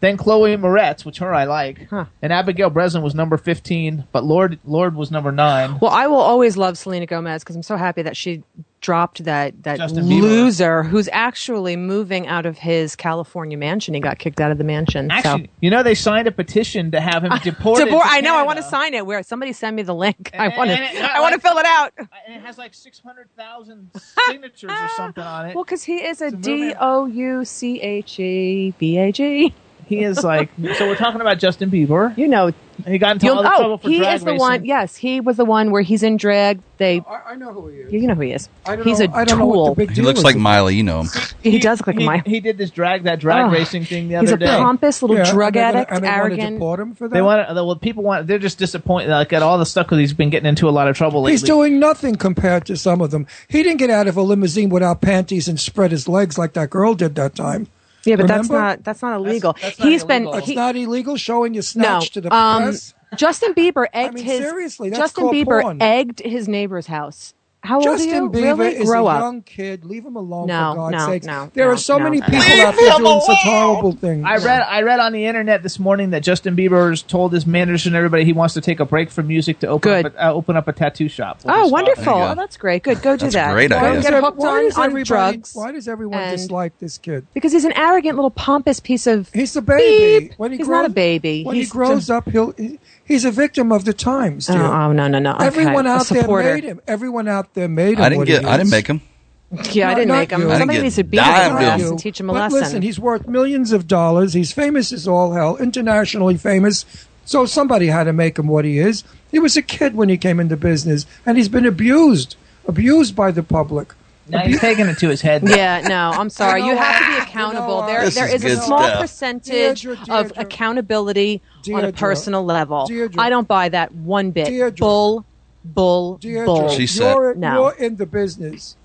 Speaker 5: then Chloe Moretz, which her I like, and Abigail Breslin was number fifteen, but Lord Lord was number nine.
Speaker 11: Well, I will always love Selena Gomez because I'm so happy that she dropped that that
Speaker 5: Justin Bieber.
Speaker 11: loser who's actually moving out of his California mansion. He got kicked out of the mansion.
Speaker 5: Actually, you know they signed a petition to have him
Speaker 11: so.
Speaker 5: deported.
Speaker 11: Devor-
Speaker 5: to
Speaker 11: I know.
Speaker 5: Canada.
Speaker 11: I want to sign it. Where somebody send me the link. I want to.
Speaker 5: and it-
Speaker 11: I want to fill it out.
Speaker 5: and it has like six hundred thousand signatures or something on it.
Speaker 11: Well, because he is a
Speaker 5: moving-
Speaker 11: D O U C H E B A G.
Speaker 5: He is like so. We're talking about Justin Bieber.
Speaker 11: You know,
Speaker 5: he got into all the
Speaker 11: You'll-
Speaker 5: trouble for
Speaker 11: Oh, he
Speaker 5: drag
Speaker 11: is the
Speaker 5: racing.
Speaker 11: one. Yes, he was the one where he's in drag. They.
Speaker 3: I, know who he is.
Speaker 11: You know who he is.
Speaker 3: I don't
Speaker 11: he's
Speaker 3: know-
Speaker 11: a
Speaker 3: I don't know
Speaker 11: tool.
Speaker 3: what the
Speaker 4: He looks like Miley. You know him.
Speaker 11: he, does look like
Speaker 5: he,
Speaker 11: my.
Speaker 5: He did this drag that drag
Speaker 11: Ugh.
Speaker 5: racing thing the other
Speaker 11: He's a
Speaker 5: day.
Speaker 11: pompous little
Speaker 5: Yeah,
Speaker 11: drug
Speaker 5: and they're gonna-
Speaker 11: addict,
Speaker 5: and they're gonna
Speaker 11: arrogant.
Speaker 3: deport him for
Speaker 5: They want well, people want. They're just disappointed. Like at all the stuff because he's been getting into a lot of trouble lately.
Speaker 3: He's doing nothing compared to some of them. He didn't get out of a limousine without panties and spread his legs like that girl did that time.
Speaker 11: Yeah, but that's
Speaker 3: Remember?
Speaker 11: not that's not illegal. He's been.
Speaker 3: It's
Speaker 11: he-
Speaker 3: not illegal showing your
Speaker 11: no.
Speaker 3: snatch to the
Speaker 11: um,
Speaker 3: press.
Speaker 11: Justin Bieber egged
Speaker 3: mean,
Speaker 11: his.
Speaker 3: seriously, that's
Speaker 11: Justin
Speaker 3: called
Speaker 11: Bieber
Speaker 3: porn.
Speaker 11: egged his neighbor's house. How
Speaker 3: Justin
Speaker 11: old are you?
Speaker 3: Bieber
Speaker 11: really?
Speaker 3: is
Speaker 11: Grow
Speaker 3: a
Speaker 11: up.
Speaker 3: young kid. Leave him alone,
Speaker 11: No,
Speaker 3: for God's
Speaker 11: no,
Speaker 3: sakes.
Speaker 11: no,
Speaker 3: there
Speaker 11: no,
Speaker 3: are so
Speaker 11: no,
Speaker 3: many
Speaker 11: no.
Speaker 3: people
Speaker 11: Leave
Speaker 3: out there
Speaker 11: him
Speaker 3: doing such horrible things.
Speaker 5: I read I read on the internet this morning that Justin Bieber's told his manager and everybody he wants to take a break from music to open up a, uh, open up a tattoo shop. We'll
Speaker 11: Oh,
Speaker 5: just-
Speaker 11: wonderful!
Speaker 5: There you go.
Speaker 11: Oh, that's great. Good, go do
Speaker 5: That's a
Speaker 11: that.
Speaker 5: great
Speaker 11: Go
Speaker 5: idea.
Speaker 11: Get hooked
Speaker 3: why does
Speaker 11: on, on
Speaker 3: everybody-
Speaker 11: drugs.
Speaker 3: Why does everyone
Speaker 11: and-
Speaker 3: dislike this kid?
Speaker 11: Because he's an arrogant little pompous piece of.
Speaker 3: He's a baby. When he
Speaker 11: he's
Speaker 3: grows,
Speaker 11: not a baby.
Speaker 3: When
Speaker 11: he's
Speaker 3: he grows
Speaker 11: just-
Speaker 3: up, he'll he- he's a victim of the times.
Speaker 11: Oh,
Speaker 3: dear.
Speaker 11: oh, no, no, no. Okay.
Speaker 3: Everyone
Speaker 11: A
Speaker 3: out there
Speaker 11: supporter.
Speaker 3: made him. Everyone out there made him.
Speaker 4: I didn't
Speaker 3: what he
Speaker 4: get. I didn't
Speaker 3: is.
Speaker 4: make him.
Speaker 11: Yeah, I
Speaker 3: Not-
Speaker 11: didn't
Speaker 3: not
Speaker 11: make him.
Speaker 3: you.
Speaker 11: Somebody needs to beat him in the ass and teach him a
Speaker 3: But
Speaker 11: lesson.
Speaker 3: Listen, he's worth millions of dollars. He's famous as all hell, internationally famous. So somebody had to make him what he is. He was a kid when he came into business, and he's been abused, abused by the public.
Speaker 5: Now he's taking it to his head.
Speaker 11: yeah, no, I'm sorry. You have to be accountable.
Speaker 3: what?
Speaker 11: there,
Speaker 3: This
Speaker 11: there
Speaker 3: is
Speaker 11: is, a
Speaker 3: good
Speaker 11: small
Speaker 3: stuff.
Speaker 11: percentage of accountability on
Speaker 3: Deirdre.
Speaker 11: a personal level.
Speaker 3: Deirdre.
Speaker 11: I don't buy that one bit. Bull, bull,
Speaker 3: Deirdre,
Speaker 11: bull.
Speaker 4: She said-
Speaker 3: you're,
Speaker 11: No.
Speaker 3: you're in the business.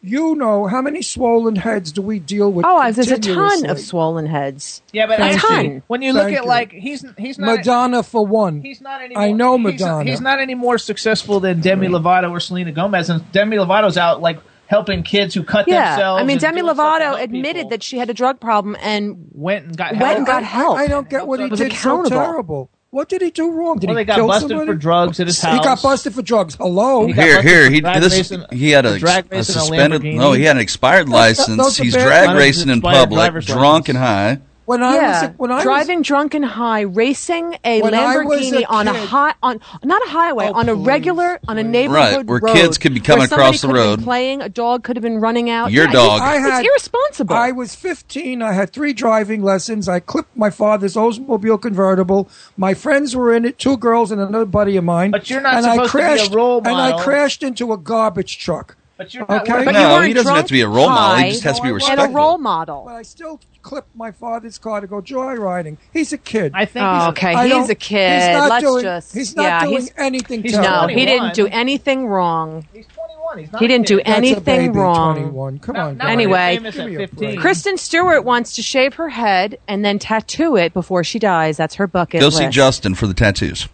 Speaker 3: You know how many swollen heads do we deal with?
Speaker 11: Oh, I- there's a ton
Speaker 3: continuously?
Speaker 11: of swollen heads.
Speaker 5: Yeah, but
Speaker 11: a
Speaker 5: actually,
Speaker 11: ton.
Speaker 5: when you look
Speaker 3: Thank
Speaker 5: at
Speaker 3: you.
Speaker 5: like he's he's not
Speaker 3: Madonna for one.
Speaker 5: He's not anymore.
Speaker 3: I know
Speaker 5: he's,
Speaker 3: Madonna.
Speaker 5: He's not any more successful than Demi Lovato or Selena Gomez, and Demi Lovato's out like helping kids who cut
Speaker 11: Yeah,
Speaker 5: themselves.
Speaker 11: I mean,
Speaker 5: and
Speaker 11: Demi
Speaker 5: doing stuff to help
Speaker 11: Lovato admitted that she had a drug problem and
Speaker 5: went and got
Speaker 11: went and got help.
Speaker 3: I, don't get what he
Speaker 11: Was
Speaker 3: did so
Speaker 11: accountable.
Speaker 3: terrible. What did he do wrong? Did
Speaker 5: Well,
Speaker 3: he
Speaker 5: they got
Speaker 3: kill
Speaker 5: busted
Speaker 3: somebody?
Speaker 5: for drugs at his
Speaker 3: He got
Speaker 5: house.
Speaker 3: busted for drugs. Hello.
Speaker 4: Here, here, he
Speaker 5: drag
Speaker 4: this,
Speaker 5: racing-
Speaker 4: he had a,
Speaker 5: the drag
Speaker 4: a
Speaker 5: racing a
Speaker 4: suspended.
Speaker 5: Lamborghini.
Speaker 4: No, he had an expired license.
Speaker 3: those are
Speaker 4: He's
Speaker 3: bad-
Speaker 4: drag
Speaker 3: Mine is
Speaker 4: racing in
Speaker 3: expired
Speaker 4: public,
Speaker 3: driver's
Speaker 4: drunk and high.
Speaker 3: When I
Speaker 11: yeah,
Speaker 3: was a, when I was,
Speaker 11: driving drunk and high, racing a
Speaker 3: When I was
Speaker 11: Lamborghini
Speaker 3: a
Speaker 11: on a
Speaker 3: kid- Oh,
Speaker 11: high on not a highway on a regular on a neighborhood
Speaker 4: Right, where
Speaker 11: road,
Speaker 4: kids could be coming
Speaker 11: where somebody
Speaker 4: across the
Speaker 11: could have been
Speaker 4: road.
Speaker 11: playing a dog could have been running out.
Speaker 4: Your
Speaker 11: Yeah,
Speaker 4: dog.
Speaker 11: It's,
Speaker 3: I
Speaker 11: it's
Speaker 3: had-
Speaker 11: irresponsible.
Speaker 3: I was 15. I had three driving lessons. I clipped my father's Oldsmobile convertible. My friends were in it, two girls and another buddy of mine. But
Speaker 5: you're not
Speaker 3: and I
Speaker 5: supposed to be a
Speaker 3: crashed,
Speaker 5: role
Speaker 3: And
Speaker 5: model.
Speaker 3: I crashed into a garbage truck.
Speaker 5: But you're
Speaker 3: not okay.
Speaker 4: But No, you weren't he doesn't have to be a role model. He drunk, just has to be high, and
Speaker 11: and
Speaker 4: a
Speaker 11: a
Speaker 4: respectable.
Speaker 11: role model.
Speaker 3: But I still clipped my father's car to go joyriding. He's a kid.
Speaker 5: I think.
Speaker 11: Oh,
Speaker 5: he's-
Speaker 11: okay,
Speaker 3: I
Speaker 11: he's
Speaker 3: don't-
Speaker 11: a kid.
Speaker 3: he's not
Speaker 11: Let's
Speaker 3: doing-
Speaker 11: just
Speaker 3: he's not
Speaker 11: yeah,
Speaker 3: doing
Speaker 11: he's,
Speaker 3: anything
Speaker 11: He's
Speaker 3: terrible.
Speaker 11: no, he didn't do
Speaker 5: 21.
Speaker 11: anything wrong.
Speaker 5: He's 21. He's not
Speaker 11: He didn't do
Speaker 5: anything.
Speaker 3: That's a
Speaker 11: anything
Speaker 3: baby,
Speaker 11: wrong.
Speaker 3: 21. Come on.
Speaker 5: Not when you're
Speaker 11: Anyway,
Speaker 5: famous
Speaker 3: give
Speaker 5: at
Speaker 3: me a break.
Speaker 5: 15.
Speaker 11: Kristen Stewart wants to shave her head and then tattoo it before she dies. That's her bucket
Speaker 4: Go
Speaker 11: list.
Speaker 4: see Justin for the tattoos.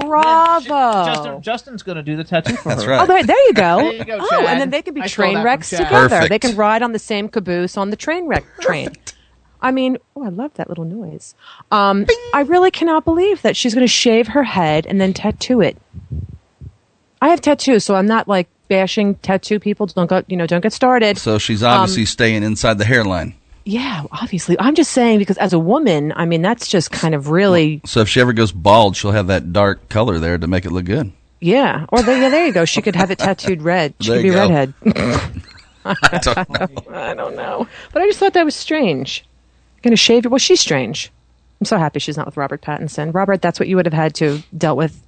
Speaker 11: Bravo.
Speaker 5: Justin, Justin's going to do the tattoo for
Speaker 4: That's
Speaker 5: her.
Speaker 4: right.
Speaker 11: Oh, there, there you go.
Speaker 5: There you go,
Speaker 11: oh,
Speaker 5: Chad.
Speaker 11: and then they could be
Speaker 5: I stole
Speaker 11: train
Speaker 5: that
Speaker 11: wrecks
Speaker 5: from Chad.
Speaker 11: together. They
Speaker 4: Perfect.
Speaker 11: can ride on the same caboose on the train wreck train. I mean, oh, I love that little noise. Um, I really cannot believe that she's going to shave her head and then tattoo it. I have tattoos, so I'm not like bashing tattoo people. Don't go, you know, don't get started.
Speaker 4: So she's obviously staying inside the hairline.
Speaker 11: Yeah, obviously. I'm just saying because as a woman, I mean, that's just kind of really,
Speaker 4: So if she ever goes bald, she'll have that dark color there to make it look good.
Speaker 11: yeah. Or there, yeah, there you go. She could have it tattooed red. She
Speaker 4: There
Speaker 11: could be
Speaker 4: you go.
Speaker 11: redhead.
Speaker 4: I don't know.
Speaker 11: I don't know. But I just thought that was strange. Going to shave your. Well, she's strange. I'm so happy she's not with Robert Pattinson. Robert, that's what you would have had to have dealt with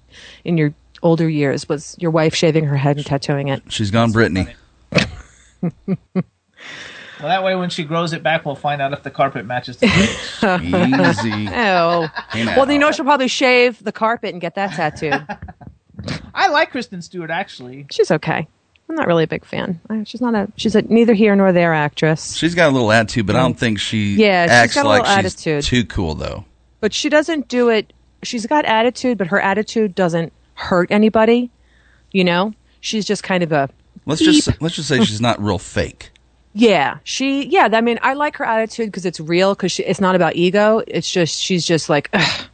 Speaker 11: in your older years was your wife shaving her head and tattooing it.
Speaker 4: She's gone, Brittany.
Speaker 5: Well, that way, when she grows it back, we'll find out if the carpet matches. The
Speaker 4: Easy.
Speaker 11: Oh.
Speaker 4: Hey, now.
Speaker 11: Well, then you know she'll probably shave the carpet and get that tattooed.
Speaker 5: I like Kristen Stewart actually.
Speaker 11: she's okay. I'm not really a big fan. I- She's not a. She's a neither here nor there actress.
Speaker 4: She's got a little attitude, but I don't think she
Speaker 11: Yeah, she's
Speaker 4: acts
Speaker 11: got a
Speaker 4: like
Speaker 11: little
Speaker 4: she's
Speaker 11: attitude.
Speaker 4: too cool though.
Speaker 11: But she doesn't do it. She's got attitude, but her attitude doesn't hurt anybody. You know, she's just kind of a.
Speaker 4: Let's
Speaker 11: beep.
Speaker 4: just let's just say she's not real fake.
Speaker 11: Yeah, she. Yeah, I mean, I like her attitude because it's real. Because it's not about ego. It's just she's just like, Ugh.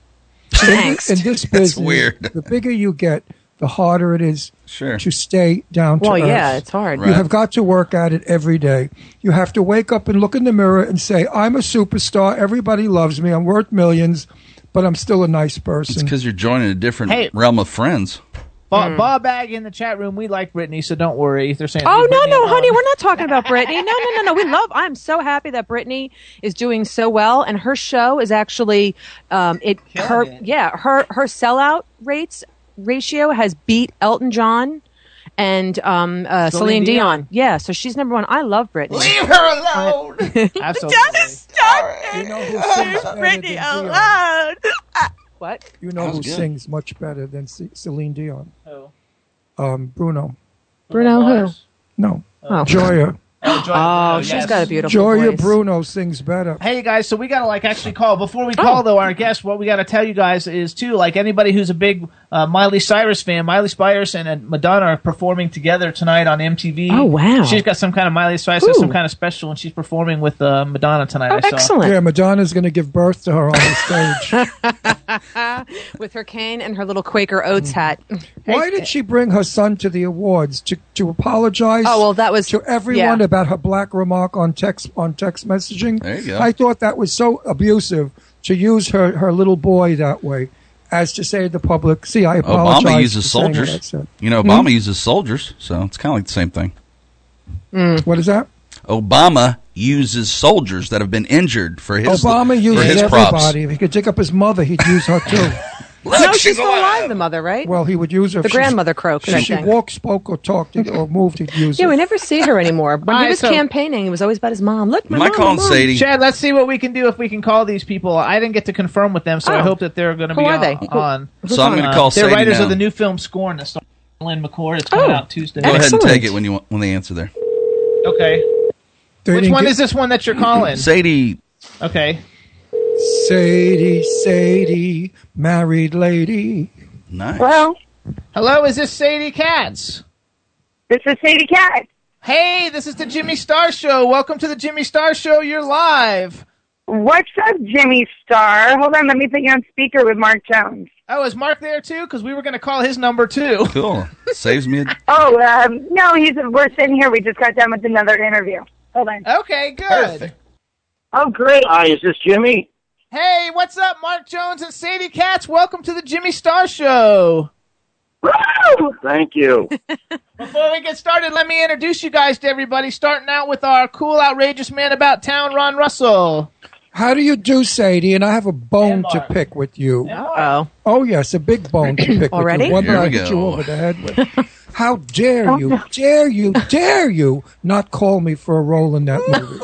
Speaker 11: she's angst.
Speaker 3: In this business,
Speaker 4: weird.
Speaker 3: the bigger you get, the harder it is
Speaker 4: Sure.
Speaker 3: to stay down to
Speaker 11: Well,
Speaker 3: earth.
Speaker 11: yeah, it's hard.
Speaker 3: You have got to work at it every day. You have to wake up and look in the mirror and say, "I'm a superstar. Everybody loves me. I'm worth millions, but I'm still a nice person."
Speaker 4: Because you're joining a different
Speaker 5: Hey.
Speaker 4: realm of friends.
Speaker 5: Bob,
Speaker 3: Hmm.
Speaker 11: Hmm.
Speaker 5: Bob Aggie in the chat room, we like Brittany, so don't worry. They're saying,
Speaker 11: Oh
Speaker 5: leave
Speaker 11: no
Speaker 5: Britney
Speaker 11: no
Speaker 5: alone.
Speaker 11: honey, we're not talking about Brittany. No no no no. We love. I'm so happy that Brittany is doing so well, and her show is actually um, it her yeah her her sellout rates ratio has beat Elton John and um, uh,
Speaker 5: Celine
Speaker 11: Celine,
Speaker 5: Dion.
Speaker 11: Dion. Yeah, so she's number one. I love Brittany.
Speaker 5: Leave her alone. Absolutely.
Speaker 3: You know who sings better
Speaker 11: Brittany
Speaker 3: than Dion?
Speaker 11: What?
Speaker 3: You know
Speaker 11: That
Speaker 3: who
Speaker 11: was good.
Speaker 3: sings much better than C- Celine Dion?
Speaker 5: Who?
Speaker 3: Um, Bruno.
Speaker 11: Bruno who?
Speaker 3: No.
Speaker 11: Oh.
Speaker 3: Joya.
Speaker 5: Oh, Joya Bruno,
Speaker 11: she's
Speaker 5: yes.
Speaker 11: got a beautiful
Speaker 3: Joya
Speaker 11: voice.
Speaker 3: Bruno sings better.
Speaker 5: Hey guys, so we gotta like actually call. Before
Speaker 11: Oh.
Speaker 5: we call though, our guest, what we gotta tell you guys is too, like anybody who's a big uh, Miley Cyrus fan, Miley Cyrus and, and Madonna are performing together tonight on MTV.
Speaker 11: Oh, wow.
Speaker 5: She's got some kind of Miley Cyrus has some
Speaker 3: Ooh.
Speaker 5: kind of special, and she's performing with uh, Madonna tonight. I saw.
Speaker 3: Yeah, Madonna's going to give birth to her on the stage.
Speaker 11: with her cane and her little Quaker Oats hat.
Speaker 3: Why did she bring her son to the awards to to apologize?
Speaker 11: Oh, well, that was-
Speaker 3: to everyone
Speaker 11: yeah.
Speaker 3: about her black remark on text on text messaging.
Speaker 4: There you go.
Speaker 3: I thought that was so abusive to use her her little boy that way, as to say to the public, "See, I apologize."
Speaker 4: Obama
Speaker 3: for
Speaker 4: uses
Speaker 3: saying what I
Speaker 4: soldiers.
Speaker 3: said."
Speaker 4: You know,
Speaker 5: Hmm?
Speaker 4: Obama uses soldiers, so it's kind of like the same thing.
Speaker 11: Mm.
Speaker 3: What is that?
Speaker 4: Obama uses soldiers that have been injured for his
Speaker 3: Obama
Speaker 4: for
Speaker 3: uses
Speaker 4: his
Speaker 3: everybody.
Speaker 4: props.
Speaker 3: If he could dig up his mother, he'd use her too.
Speaker 11: no, she's, still alive. the mother, right?
Speaker 3: well, he would use her.
Speaker 11: The
Speaker 3: if she-
Speaker 11: grandmother croaks, I
Speaker 3: If she
Speaker 11: think.
Speaker 3: walked, spoke, or talked, or moved, he'd use
Speaker 11: yeah,
Speaker 3: her.
Speaker 11: we never see her anymore. When
Speaker 5: Alright,
Speaker 11: he was
Speaker 5: so-
Speaker 11: campaigning, he was always about his mom. Look, my
Speaker 4: Am I
Speaker 11: mom,
Speaker 4: calling
Speaker 11: my mom.
Speaker 4: Sadie?
Speaker 5: Chad, let's see what we can do if we can call these people. I didn't get to confirm with them, so I
Speaker 11: Oh.
Speaker 5: hope that they're going to
Speaker 11: Who
Speaker 5: be
Speaker 11: are
Speaker 5: on.
Speaker 11: they? Who-
Speaker 5: on.
Speaker 4: So I'm gonna
Speaker 5: Uh,
Speaker 4: call
Speaker 5: They're
Speaker 4: Sadie
Speaker 5: writers
Speaker 4: now.
Speaker 5: of the new film Scorn that starring Lynn McCord. It's coming
Speaker 11: Oh,
Speaker 5: out Tuesday.
Speaker 4: Go ahead and take it when you want, when they answer there.
Speaker 5: Okay.
Speaker 3: They
Speaker 5: Which
Speaker 3: didn't
Speaker 5: one
Speaker 3: get-
Speaker 5: is this one that you're calling?
Speaker 4: Sadie,
Speaker 5: Okay.
Speaker 3: Sadie, Sadie, married lady.
Speaker 4: nice.
Speaker 12: Hello,
Speaker 5: Hello, is this Sadie Katz?
Speaker 12: this is Sadie Katz.
Speaker 5: Hey, this is the Jimmy Star Show. Welcome to the Jimmy Star Show. You're live.
Speaker 12: What's up, Jimmy Star? Hold on, let me put you on speaker with Mark Jones.
Speaker 5: Oh, is Mark there too? Because we were going to call his number too.
Speaker 4: Cool. Saves me. A,
Speaker 12: Oh, um, no, he's we're sitting here. We just got done with another interview. Hold on.
Speaker 5: Okay, good.
Speaker 12: Oh, great.
Speaker 13: Hi, is this Jimmy?
Speaker 5: Hey, what's up, Mark Jones and Sadie Katz? Welcome to the Jimmy Star Show.
Speaker 13: Thank you.
Speaker 5: Before we get started, let me introduce you guys to everybody, starting out with our cool, outrageous man about town, Ron Russell.
Speaker 3: How do you do, Sadie? And I have a bone to pick with you.
Speaker 11: Oh.
Speaker 3: Oh yes, a big bone to pick with
Speaker 11: Already?
Speaker 3: you. One
Speaker 11: Here
Speaker 3: that I
Speaker 11: we
Speaker 3: hit you
Speaker 11: go.
Speaker 3: over the head with. How dare
Speaker 11: Oh,
Speaker 3: you,
Speaker 11: no.
Speaker 3: dare you, dare you not call me for a role in that movie?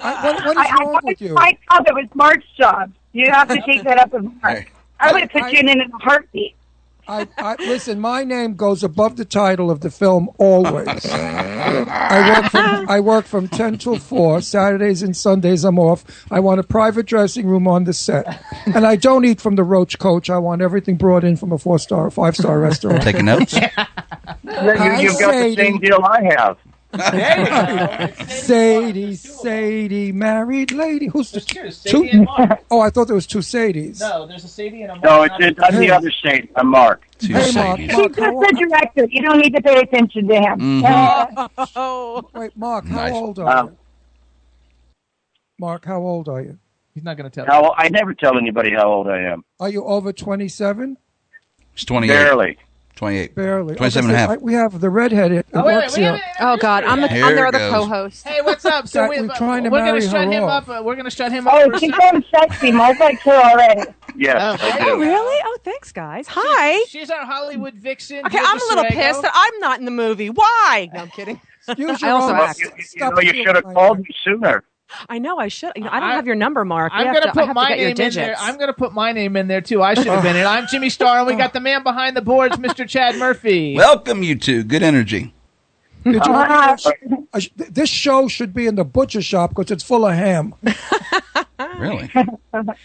Speaker 3: what is
Speaker 12: I, wrong I, with you? My job. It was Mark's job. You have to take that up with Mark. I would have put you in in a heartbeat.
Speaker 3: I, I, listen, my name goes above the title of the film always. I work from I work from ten till four. Saturdays and Sundays I'm off. I want a private dressing room on the set, and I don't eat from the Roach Coach. I want everything brought in from a four star, or five star restaurant.
Speaker 4: taking notes.
Speaker 3: Hi,
Speaker 13: you, have got the
Speaker 3: Sadie.
Speaker 13: same deal I have.
Speaker 3: Sadie, Sadie, married lady. Who's the
Speaker 5: Sadie
Speaker 3: two?
Speaker 5: and Mark.
Speaker 3: Oh, I thought there was two Sadies.
Speaker 5: No, Oh, there's a Sadie and a Mark.
Speaker 13: No, it's, it's I'm the other Sadie. I'm Mark.
Speaker 4: Two
Speaker 3: Hey, Mark,
Speaker 12: He's just
Speaker 3: Mark, how,
Speaker 12: the director. You don't need to pay attention to him.
Speaker 11: Mm-hmm.
Speaker 12: Uh,
Speaker 3: wait, Mark, how
Speaker 13: Nice.
Speaker 3: old are
Speaker 13: Um,
Speaker 3: you? Mark, how old are you?
Speaker 5: He's not going to tell
Speaker 13: How, I never tell anybody how old I am.
Speaker 3: Are you over 27?
Speaker 4: She's 28.
Speaker 13: Barely.
Speaker 4: 28.
Speaker 3: Barely.
Speaker 4: 27 and a
Speaker 3: Okay, so
Speaker 4: half.
Speaker 3: I- we have the redhead. It,
Speaker 5: Oh, wait, wait, we haven't
Speaker 11: Oh God, I'm the I'm
Speaker 4: Here
Speaker 11: their
Speaker 4: it
Speaker 11: other
Speaker 4: goes.
Speaker 11: co-host.
Speaker 5: Hey, what's up? So
Speaker 3: That
Speaker 5: we,
Speaker 3: we're trying to
Speaker 5: we're gonna
Speaker 3: marry
Speaker 5: shut
Speaker 3: her
Speaker 5: him
Speaker 3: off.
Speaker 5: up. We're going to shut him up.
Speaker 12: Oh,
Speaker 5: for a
Speaker 12: she's
Speaker 5: second.
Speaker 12: going sexy. Mark likes her already.
Speaker 13: Yes, I
Speaker 11: Oh
Speaker 13: do.
Speaker 11: really? Oh thanks, guys. Hi.
Speaker 5: She's our Hollywood vixen.
Speaker 11: okay, I'm a little pissed that I'm not in the movie. Why? No, I'm kidding.
Speaker 3: Excuse
Speaker 11: I also
Speaker 3: your
Speaker 13: Well,
Speaker 11: act.
Speaker 13: you, you, know, you should have called me sooner.
Speaker 11: I know I should. You know, I don't
Speaker 5: I-
Speaker 11: have your number, Mark. We
Speaker 5: I'm
Speaker 11: have
Speaker 5: gonna
Speaker 11: to- I
Speaker 5: put
Speaker 11: have
Speaker 5: my
Speaker 11: to get your
Speaker 5: name in
Speaker 11: digits.
Speaker 5: there. I'm gonna put my name in there too. I should have been in. I'm Jimmy Star, and we got the man behind the boards, Mr. Chad Murphy.
Speaker 4: Welcome, you two. Good energy.
Speaker 3: Did
Speaker 12: Uh,
Speaker 3: you realize I sh- th- this show should be in the butcher shop because it's full of ham.
Speaker 4: Really?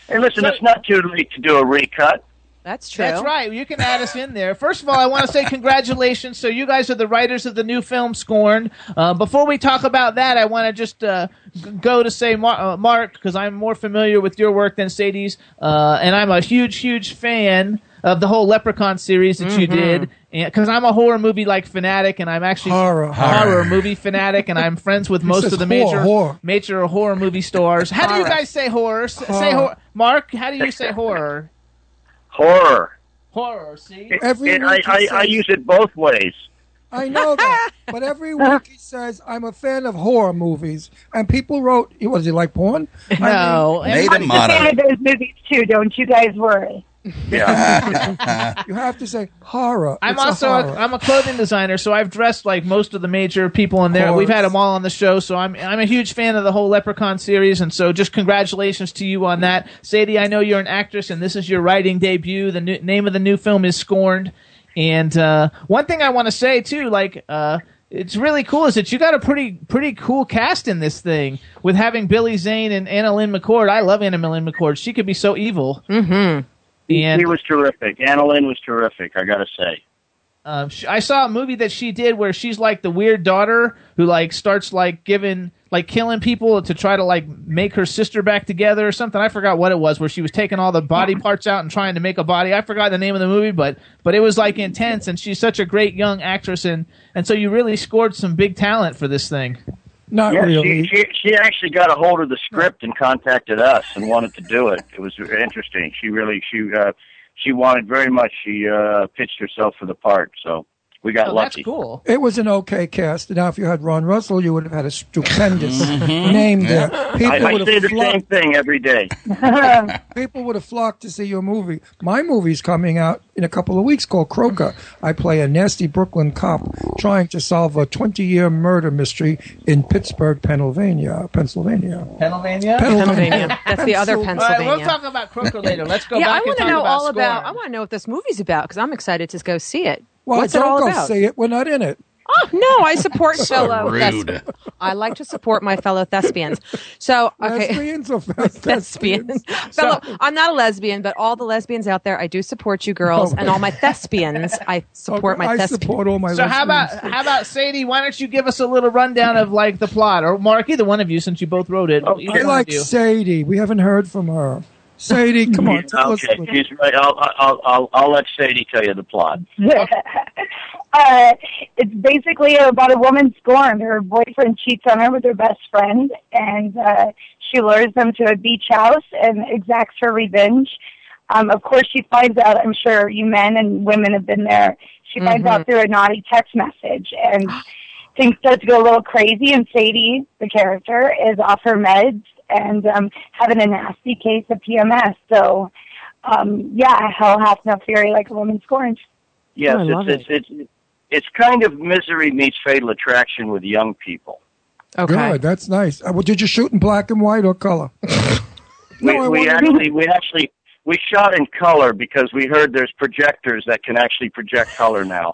Speaker 13: Hey, listen, it's not too late to do a recut.
Speaker 11: That's true.
Speaker 5: That's right. You can add us in there. First of all, I want to say congratulations. So you guys are the writers of the new film Scorn. Uh, before we talk about that, I want to just uh, g- go to say Mar- uh, Mark because I'm more familiar with your work than Sadie's, uh, and I'm a huge, huge fan of the whole Leprechaun series that you did. Because I'm a horror movie like fanatic, and I'm actually
Speaker 3: Horror.
Speaker 5: horror movie fanatic, and I'm friends with most
Speaker 3: says
Speaker 5: of the
Speaker 3: whore,
Speaker 5: major
Speaker 3: whore.
Speaker 5: major horror movie stars. How do you
Speaker 11: Horror.
Speaker 3: Oh,
Speaker 5: guys say horror? S- Say
Speaker 3: Horror.
Speaker 5: horror. Mark, how do you say horror?
Speaker 13: Horror.
Speaker 5: horror. See,
Speaker 3: Every
Speaker 13: And I,
Speaker 3: week he
Speaker 13: I, I
Speaker 3: says-
Speaker 13: use it both ways.
Speaker 3: I know that, but every week he says, "I'm a fan of horror movies," and people wrote, "What does he like porn?"
Speaker 12: No, I'm a fan of those movies too. Don't you guys worry.
Speaker 3: Yeah. you have to say horror.
Speaker 5: I'm
Speaker 3: It's a
Speaker 5: also
Speaker 3: horror.
Speaker 5: a, I'm a clothing designer, so I've dressed like most of the major people in there.
Speaker 3: Of
Speaker 5: We've
Speaker 3: course.
Speaker 5: had them all on the show, so I'm I'm a huge fan of the whole Leprechaun series, and so just congratulations to you on that, Sadie. I know you're an actress, and this is your writing debut. The new, name of the new film is Scorned, and uh, one thing I want to say too, like. Uh, it's really cool is that you got a pretty pretty cool cast in this thing with having Billy Zane and Anna Lynn McCord. I love Anna Lynn McCord. She could be so evil. Mm-hmm.
Speaker 13: He-
Speaker 5: And
Speaker 13: he was terrific. Annalyn was terrific. I gotta say.
Speaker 5: um, sh I saw a movie that she did where she's like the weird daughter who like starts like giving like killing people to try to like make her sister back together or something. I forgot what it was where she was taking all the body parts out and trying to make a body. I forgot the name of the movie, but but it was like intense and she's such a great young actress and and so you really scored some big talent for this thing.
Speaker 3: Not
Speaker 13: yeah, She, she, she actually got a hold of the script and contacted us and wanted to do it. It was interesting. She really she uh, she wanted very much. She uh, pitched herself for the part, so we
Speaker 12: Oh,
Speaker 13: got lucky.
Speaker 5: cool.
Speaker 3: It was an okay cast. Now, if you had Ron Russell, you would have had a stupendous
Speaker 4: Mm-hmm.
Speaker 3: name there.
Speaker 13: I,
Speaker 3: People
Speaker 13: I
Speaker 3: would
Speaker 13: say
Speaker 3: have
Speaker 13: the same
Speaker 3: flocked.
Speaker 13: thing every day.
Speaker 3: People would have flocked to see your movie. My movie's coming out in a couple of weeks called Croker. I play a nasty Brooklyn cop trying to solve a 20-year murder mystery in Pittsburgh, Pennsylvania. Pennsylvania.
Speaker 5: Pennsylvania?
Speaker 3: Pennsylvania.
Speaker 11: That's the other
Speaker 5: All right,
Speaker 11: Pennsylvania.
Speaker 5: we'll talk about Croker later. Let's go
Speaker 11: yeah,
Speaker 5: back
Speaker 11: I
Speaker 5: and
Speaker 11: want to
Speaker 5: talk
Speaker 11: know
Speaker 5: about
Speaker 11: all
Speaker 5: Scorn.
Speaker 11: about. I want to know what this movie's about because I'm excited to go see it.
Speaker 3: Well,
Speaker 11: What's it
Speaker 3: don't
Speaker 11: all
Speaker 3: go
Speaker 11: about?
Speaker 3: see it. We're not in it.
Speaker 11: Oh no, I support
Speaker 3: So
Speaker 11: fellow.
Speaker 3: rude.
Speaker 11: thes- I like to support my fellow thespians. So okay,
Speaker 3: lesbians or
Speaker 11: thespians. fellow, I'm not a lesbian, but all the lesbians out there, I do support you girls,
Speaker 3: Oh.
Speaker 5: Okay.
Speaker 11: and all my thespians, I support my thespians.
Speaker 5: So how about how about Sadie? Why don't you give us a little rundown of like the plot, or Mark, either one of you, since you both wrote it.
Speaker 13: Oh,
Speaker 3: I
Speaker 5: either one of
Speaker 3: like
Speaker 5: you.
Speaker 3: Sadie. We haven't heard from her. Sadie, come on. Tell us
Speaker 13: okay, she's right. I'll, I'll I'll I'll let Sadie tell you the plot.
Speaker 12: uh, it's basically about a woman scorned. Her boyfriend cheats on her with her best friend, and uh, she lures them to a beach house and exacts her revenge. Um, of course, she finds out. I'm sure you men and women have been there. She finds out through a naughty text message, and things start to go a little crazy. And Sadie, the character, is off her meds and um, having a nasty case of PMS. So, um, yeah, hell hath no fury like a woman scorned.
Speaker 13: Yes,
Speaker 12: Oh, I love
Speaker 13: it's, it's it's it's kind of misery meets fatal attraction with young people.
Speaker 3: Good. That's nice. Uh, well, did you shoot in black and white or color?
Speaker 13: We,
Speaker 3: I
Speaker 13: we
Speaker 3: wanna-
Speaker 13: actually we actually we shot in color because we heard there's projectors that can actually project color now.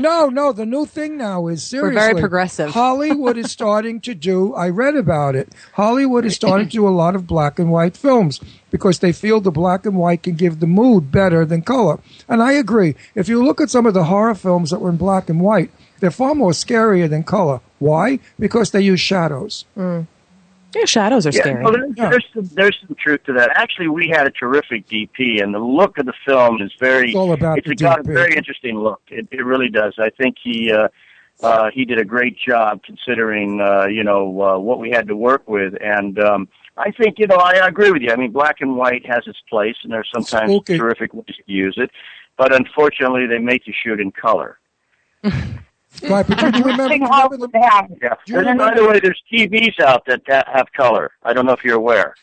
Speaker 3: no, no. The new thing now is
Speaker 11: We're
Speaker 3: seriously
Speaker 11: very progressive.
Speaker 3: Hollywood is starting to do. I read about it. Hollywood is starting to do a lot of black and white films because they feel the black and white can give the mood better than color. And I agree. If you look at some of the horror films that were in black and white, they're far more scarier than color. Why? Because they use shadows.
Speaker 11: Mm. Yeah, shadows are
Speaker 13: Yeah,
Speaker 11: scary.
Speaker 13: well, there's, there's, some, there's some truth to that. Actually, we had a terrific DP, and the look of the film is very.
Speaker 3: It's all about
Speaker 13: it's
Speaker 3: the
Speaker 13: got a
Speaker 3: DP.
Speaker 13: very interesting look. It, it really does. I think he uh, uh, he did a great job considering uh, you know uh, what we had to work with, and um, I think you know I, I agree with you. I mean, black and white has its place, and there's sometimes
Speaker 3: Spooky.
Speaker 13: terrific ways to use it, but unfortunately, they make you shoot in color.
Speaker 3: Right, but do you remember?
Speaker 13: Yeah.
Speaker 3: Do you
Speaker 13: And by
Speaker 3: remember-
Speaker 13: the way, there's TVs out that that have color. I don't know if you're aware.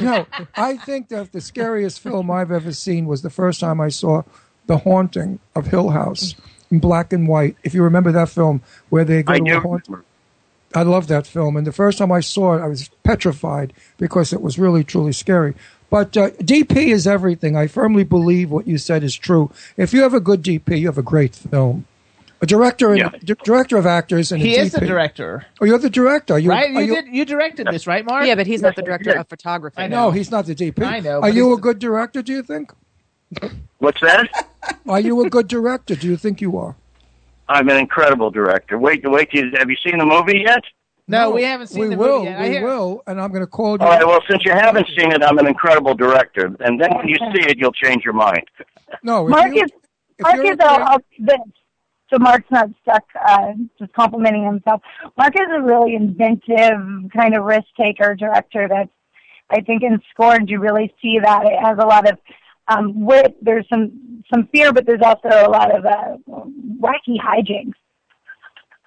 Speaker 3: no, I think that the scariest film I've ever seen was the first time I saw The Haunting of Hill House in black and white. If you remember that film where they go
Speaker 13: I
Speaker 3: to
Speaker 13: do
Speaker 3: a haunt. I love that film, and the first time I saw it, I was petrified because it was really truly scary. But uh, DP is everything. I firmly believe what you said is true. If you have a good DP, you have a great film. A director, and, di- director of actors, and a
Speaker 5: He is the
Speaker 3: DP.
Speaker 5: director,
Speaker 3: Oh, you're the director, Are you,
Speaker 5: right? You,
Speaker 3: are you-
Speaker 5: did you directed this, right, Mark?
Speaker 11: Yeah, but he's not the director of photography.
Speaker 5: I
Speaker 3: No, he's not the DP.
Speaker 5: I know,
Speaker 3: Are
Speaker 5: but
Speaker 3: you
Speaker 5: he's
Speaker 3: a good director? Do you think?
Speaker 13: What's that?
Speaker 3: Are you a good director? Do you think you are?
Speaker 13: I'm an incredible director. Wait, wait. till you- Have you seen the movie yet?
Speaker 5: No, we haven't seen
Speaker 3: we
Speaker 5: the movie
Speaker 3: will,
Speaker 5: yet. I
Speaker 3: We
Speaker 5: hear-
Speaker 3: will, and I'm going to
Speaker 12: Oh,
Speaker 3: call you.
Speaker 13: All right. Well, since you haven't seen it, I'm an incredible director, and then when you see it, you'll change your mind.
Speaker 3: no,
Speaker 12: Mark is Mark
Speaker 3: you're
Speaker 12: is a, a this. So Mark's not stuck uh, just complimenting himself. Mark is a really inventive kind of risk taker director. That's I think in Scorned you really see that it has a lot of um, wit. There's some some fear, but there's also a lot of uh, wacky hijinks.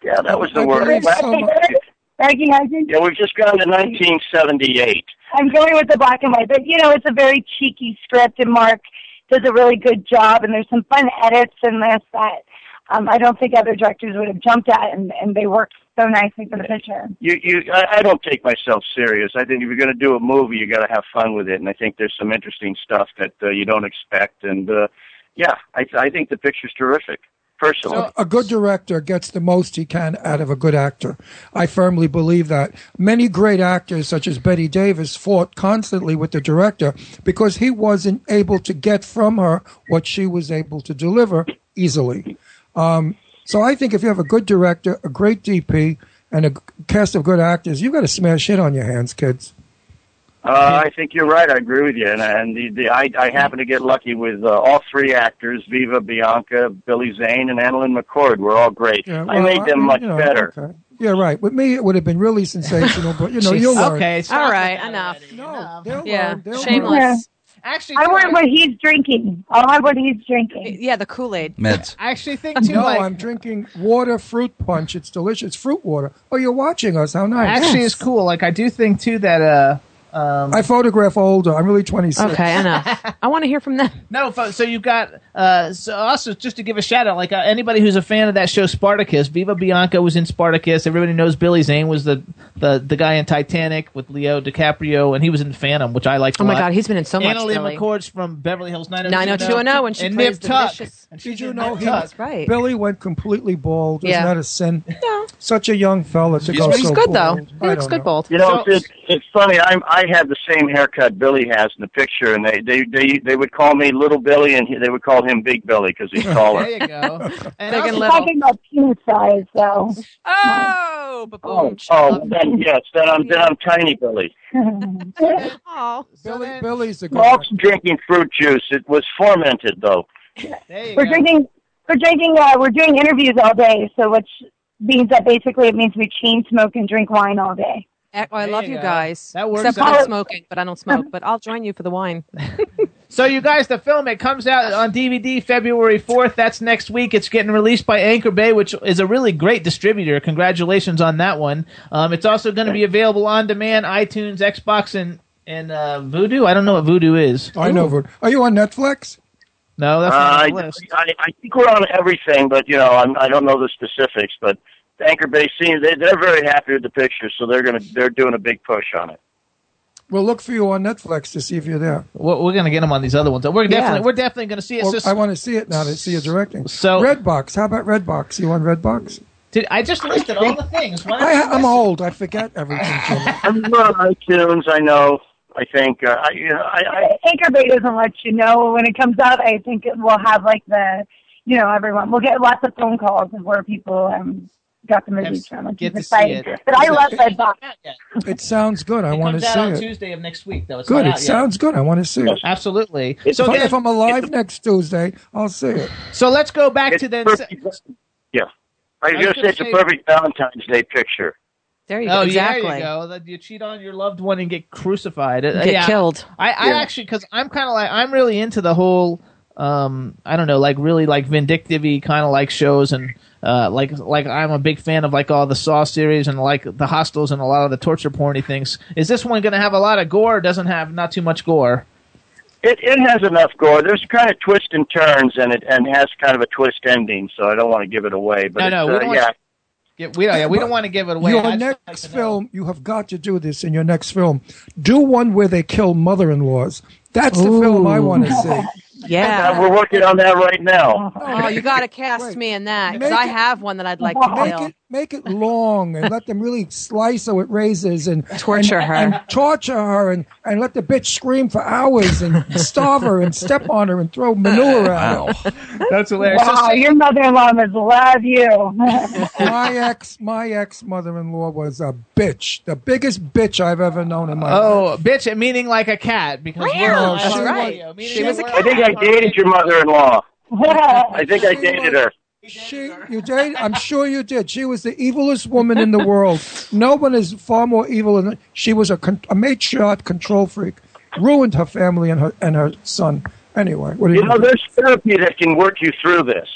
Speaker 13: Yeah, that was the
Speaker 12: Okay,
Speaker 13: word.
Speaker 12: so much. Wacky hijinks.
Speaker 13: Yeah, we've just gone to 1978.
Speaker 12: I'm going with the black and white, but you know, it's a very cheeky script, and Mark does a really good job, and there's some fun edits in this that um, I don't think other directors would have jumped at, and, and they worked so nicely for the picture.
Speaker 13: You, you, I, I don't take myself serious. I think if you're going to do a movie, you got to have fun with it, and I think there's some interesting stuff that uh, you don't expect. And uh, yeah, I, I think the picture's terrific, personally.
Speaker 3: A good director gets the most he can out of a good actor. I firmly believe that. Many great actors, such as Betty Davis, fought constantly with the director because he wasn't able to get from her what she was able to deliver easily. Um, so I think if you have a good director, a great DP, and a g- cast of good actors, you've got a smash hit on your hands, kids.
Speaker 13: Uh, I think you're right. I agree with you, and, and the, the I, I happen to get lucky with uh, all three actors: Viva, Bianca, Billy Zane, and Annalyn McCord. We're all great.
Speaker 3: Yeah,
Speaker 13: I
Speaker 3: well,
Speaker 13: made them
Speaker 3: I-
Speaker 13: much
Speaker 3: you know,
Speaker 13: better.
Speaker 3: okay. Yeah, right. With me, it would have been really sensational, but you know,
Speaker 13: Jeez.
Speaker 3: you'll learn.
Speaker 13: Okay,
Speaker 11: All right, enough.
Speaker 3: No,
Speaker 11: yeah,
Speaker 3: learn, they'll
Speaker 11: shameless.
Speaker 5: Actually,
Speaker 12: I
Speaker 5: too,
Speaker 12: want
Speaker 5: I-
Speaker 12: what he's drinking. I want what he's drinking.
Speaker 11: Yeah, the Kool Aid.
Speaker 4: Meds.
Speaker 5: I actually think too.
Speaker 3: no,
Speaker 5: like,
Speaker 3: I'm drinking water fruit punch. It's delicious. Fruit water. Oh, you're watching us. How nice.
Speaker 5: actually it's cool. Like I do think too that uh, um,
Speaker 3: I photograph older. I'm really 26.
Speaker 5: I
Speaker 11: want to hear from them.
Speaker 5: No, fo- so you've got uh, so also just to give a shout out, like uh, anybody who's a fan of that show Spartacus, Viva Bianca was in Spartacus. Everybody knows Billy Zane was the the, the guy in Titanic with Leo DiCaprio, and he was in Phantom, which I liked.
Speaker 11: Oh
Speaker 5: a
Speaker 11: my
Speaker 5: lot.
Speaker 11: God, he's been in so much,
Speaker 5: Annalee
Speaker 11: Billy.
Speaker 5: McCord's from Beverly Hills
Speaker 11: 90210 when she
Speaker 5: and
Speaker 11: plays
Speaker 5: Nip
Speaker 11: the
Speaker 5: Tuck.
Speaker 11: vicious-
Speaker 5: And
Speaker 3: Did
Speaker 5: she's
Speaker 3: you
Speaker 5: in
Speaker 3: know
Speaker 5: Nip
Speaker 3: he
Speaker 5: Tuck.
Speaker 11: right.
Speaker 3: Billy went completely bald.
Speaker 5: Yeah.
Speaker 3: Isn't that a sin? No. Such a young fella to
Speaker 11: He's-
Speaker 3: go
Speaker 11: he's
Speaker 3: so
Speaker 11: good, though.
Speaker 3: bald.
Speaker 11: He
Speaker 3: I
Speaker 11: looks
Speaker 3: don't
Speaker 11: good
Speaker 3: know.
Speaker 11: bald.
Speaker 13: You know,
Speaker 11: So-
Speaker 13: it's, it's it's funny. I'm I have the same haircut Billy has in the picture, and they they they, they would call me Little Billy, and he, they would call him Big Billy because he's taller.
Speaker 5: There you go. And
Speaker 12: I'm
Speaker 5: also-
Speaker 12: talking about penis size, though.
Speaker 11: Oh, but
Speaker 13: oh, oh, then yes, then I'm then I'm Tiny Billy.
Speaker 3: Billy, Billy's a good
Speaker 13: Well, I'm drinking fruit juice. It was fermented though.
Speaker 12: we're drinking. We're drinking. Uh, we're doing interviews all day, so which means that basically it means we chain smoke and drink wine all day.
Speaker 11: Eh, well, I love you,
Speaker 5: go.
Speaker 11: guys.
Speaker 5: That works
Speaker 11: Except for
Speaker 5: out.
Speaker 11: not smoking, but I don't smoke. But I'll join you for the wine.
Speaker 5: So you guys, the film it comes out on DVD February fourth. That's next week. It's getting released by Anchor Bay, which is a really great distributor. Congratulations on that one. Um, it's also going to be available on demand, iTunes, Xbox, and and uh, Voodoo. I don't know what Voodoo is.
Speaker 3: I know. Voodoo. Are you on Netflix?
Speaker 5: No, that's
Speaker 13: Uh,
Speaker 5: not
Speaker 13: I,
Speaker 5: on the list.
Speaker 13: I, I think we're on everything, but you know, I'm, I don't know the specifics. But Anchor Bay scene, they, they're very happy with the picture, so they're gonna they're doing a big push on it.
Speaker 3: We'll look for you on Netflix to see if you're there.
Speaker 5: We're, we're going to get them on these other ones. We're
Speaker 3: Yeah.
Speaker 5: definitely we're definitely going to see it.
Speaker 3: Well,
Speaker 5: So-
Speaker 3: I want to see it now to see you directing.
Speaker 5: So
Speaker 3: Redbox. How about Redbox? You on Redbox?
Speaker 5: Dude, I just listed all the things. Why
Speaker 3: I,
Speaker 5: don't you
Speaker 3: I'm
Speaker 5: listen?
Speaker 3: old. I forget everything. Jimmy.
Speaker 13: I'm on iTunes. I know. I think. Uh, I, you know, I, I
Speaker 12: Anchor Bay doesn't let you know when it comes out. I think it will have like the, you know, everyone. We'll get lots of phone calls of where people um, got the movies from. Which
Speaker 5: Get
Speaker 12: is
Speaker 5: to see
Speaker 12: exciting.
Speaker 5: it.
Speaker 12: But I love that box.
Speaker 3: It sounds good. I
Speaker 5: It
Speaker 3: want to
Speaker 5: comes out on
Speaker 3: see it.
Speaker 5: Tuesday of next week, though. It's
Speaker 3: Good.
Speaker 5: not
Speaker 3: It
Speaker 5: out yet.
Speaker 3: sounds good. I want to see it.
Speaker 5: Absolutely.
Speaker 3: If,
Speaker 5: So
Speaker 3: I,
Speaker 5: then-
Speaker 3: if I'm alive next Tuesday, I'll see it.
Speaker 5: So let's go back to then.
Speaker 13: yeah. I
Speaker 5: I was
Speaker 13: was gonna say it's
Speaker 5: gonna
Speaker 13: a
Speaker 5: say-
Speaker 13: perfect Valentine's Day picture.
Speaker 11: There
Speaker 5: oh, yeah, there you go. That you cheat on your loved one and get crucified. Uh,
Speaker 11: Get
Speaker 5: yeah.
Speaker 11: killed.
Speaker 5: I, I
Speaker 11: Yeah.
Speaker 5: actually, because I'm kind of like, I'm really into the whole, um, I don't know, like really like vindictive kind of like shows and. Uh, like, like I'm a big fan of like all the Saw series and like the Hostels and a lot of the torture porny things. Is this one going to have a lot of gore? or Doesn't have not too much gore.
Speaker 13: It it has enough gore. There's kind of twists and turns, and it and has kind of a twist ending. So I don't want to give it away. But
Speaker 5: No, no, we
Speaker 13: it's,
Speaker 5: don't
Speaker 13: uh,
Speaker 5: want-
Speaker 13: yeah.
Speaker 5: Yeah, we don't. Yeah, we don't want to give it away.
Speaker 3: your
Speaker 5: I just
Speaker 3: next
Speaker 5: like to know.
Speaker 3: film, you have got to do this in your next film. Do one where they kill mother-in-laws. That's the film I want to see.
Speaker 11: Yeah.
Speaker 13: Uh, we're working on that right now.
Speaker 11: Oh, you got to cast me in that because I have one that I'd like to
Speaker 3: Make
Speaker 11: kill.
Speaker 3: it, make it long and let them really slice her with razors and
Speaker 11: Torture
Speaker 3: and-
Speaker 11: her.
Speaker 3: and torture her and, and let the bitch scream for hours and starve her and step on her and throw manure at her.
Speaker 5: That's hilarious. So
Speaker 12: Wow,
Speaker 5: say-
Speaker 12: your mother-in-law must love you.
Speaker 3: my ex, my ex mother-in-law was a bitch, the biggest bitch I've ever known in my life.
Speaker 5: Oh, bitch! Meaning like a cat because we're
Speaker 3: Wow,
Speaker 5: on
Speaker 3: that's
Speaker 5: iHeartRadio,
Speaker 3: right.
Speaker 5: meaning
Speaker 3: She was a
Speaker 5: we're
Speaker 13: I
Speaker 5: on
Speaker 13: think I dated your mother-in-law. I think I
Speaker 3: She
Speaker 13: dated
Speaker 3: was-
Speaker 13: her.
Speaker 3: She, you did. I'm sure you did. She was the evilest woman in the world. No one is far more evil than she was. A, con- a matriarch control freak ruined her family and her and her son. Anyway, what do
Speaker 13: You
Speaker 3: you?
Speaker 13: know, there's therapy that can work you through this.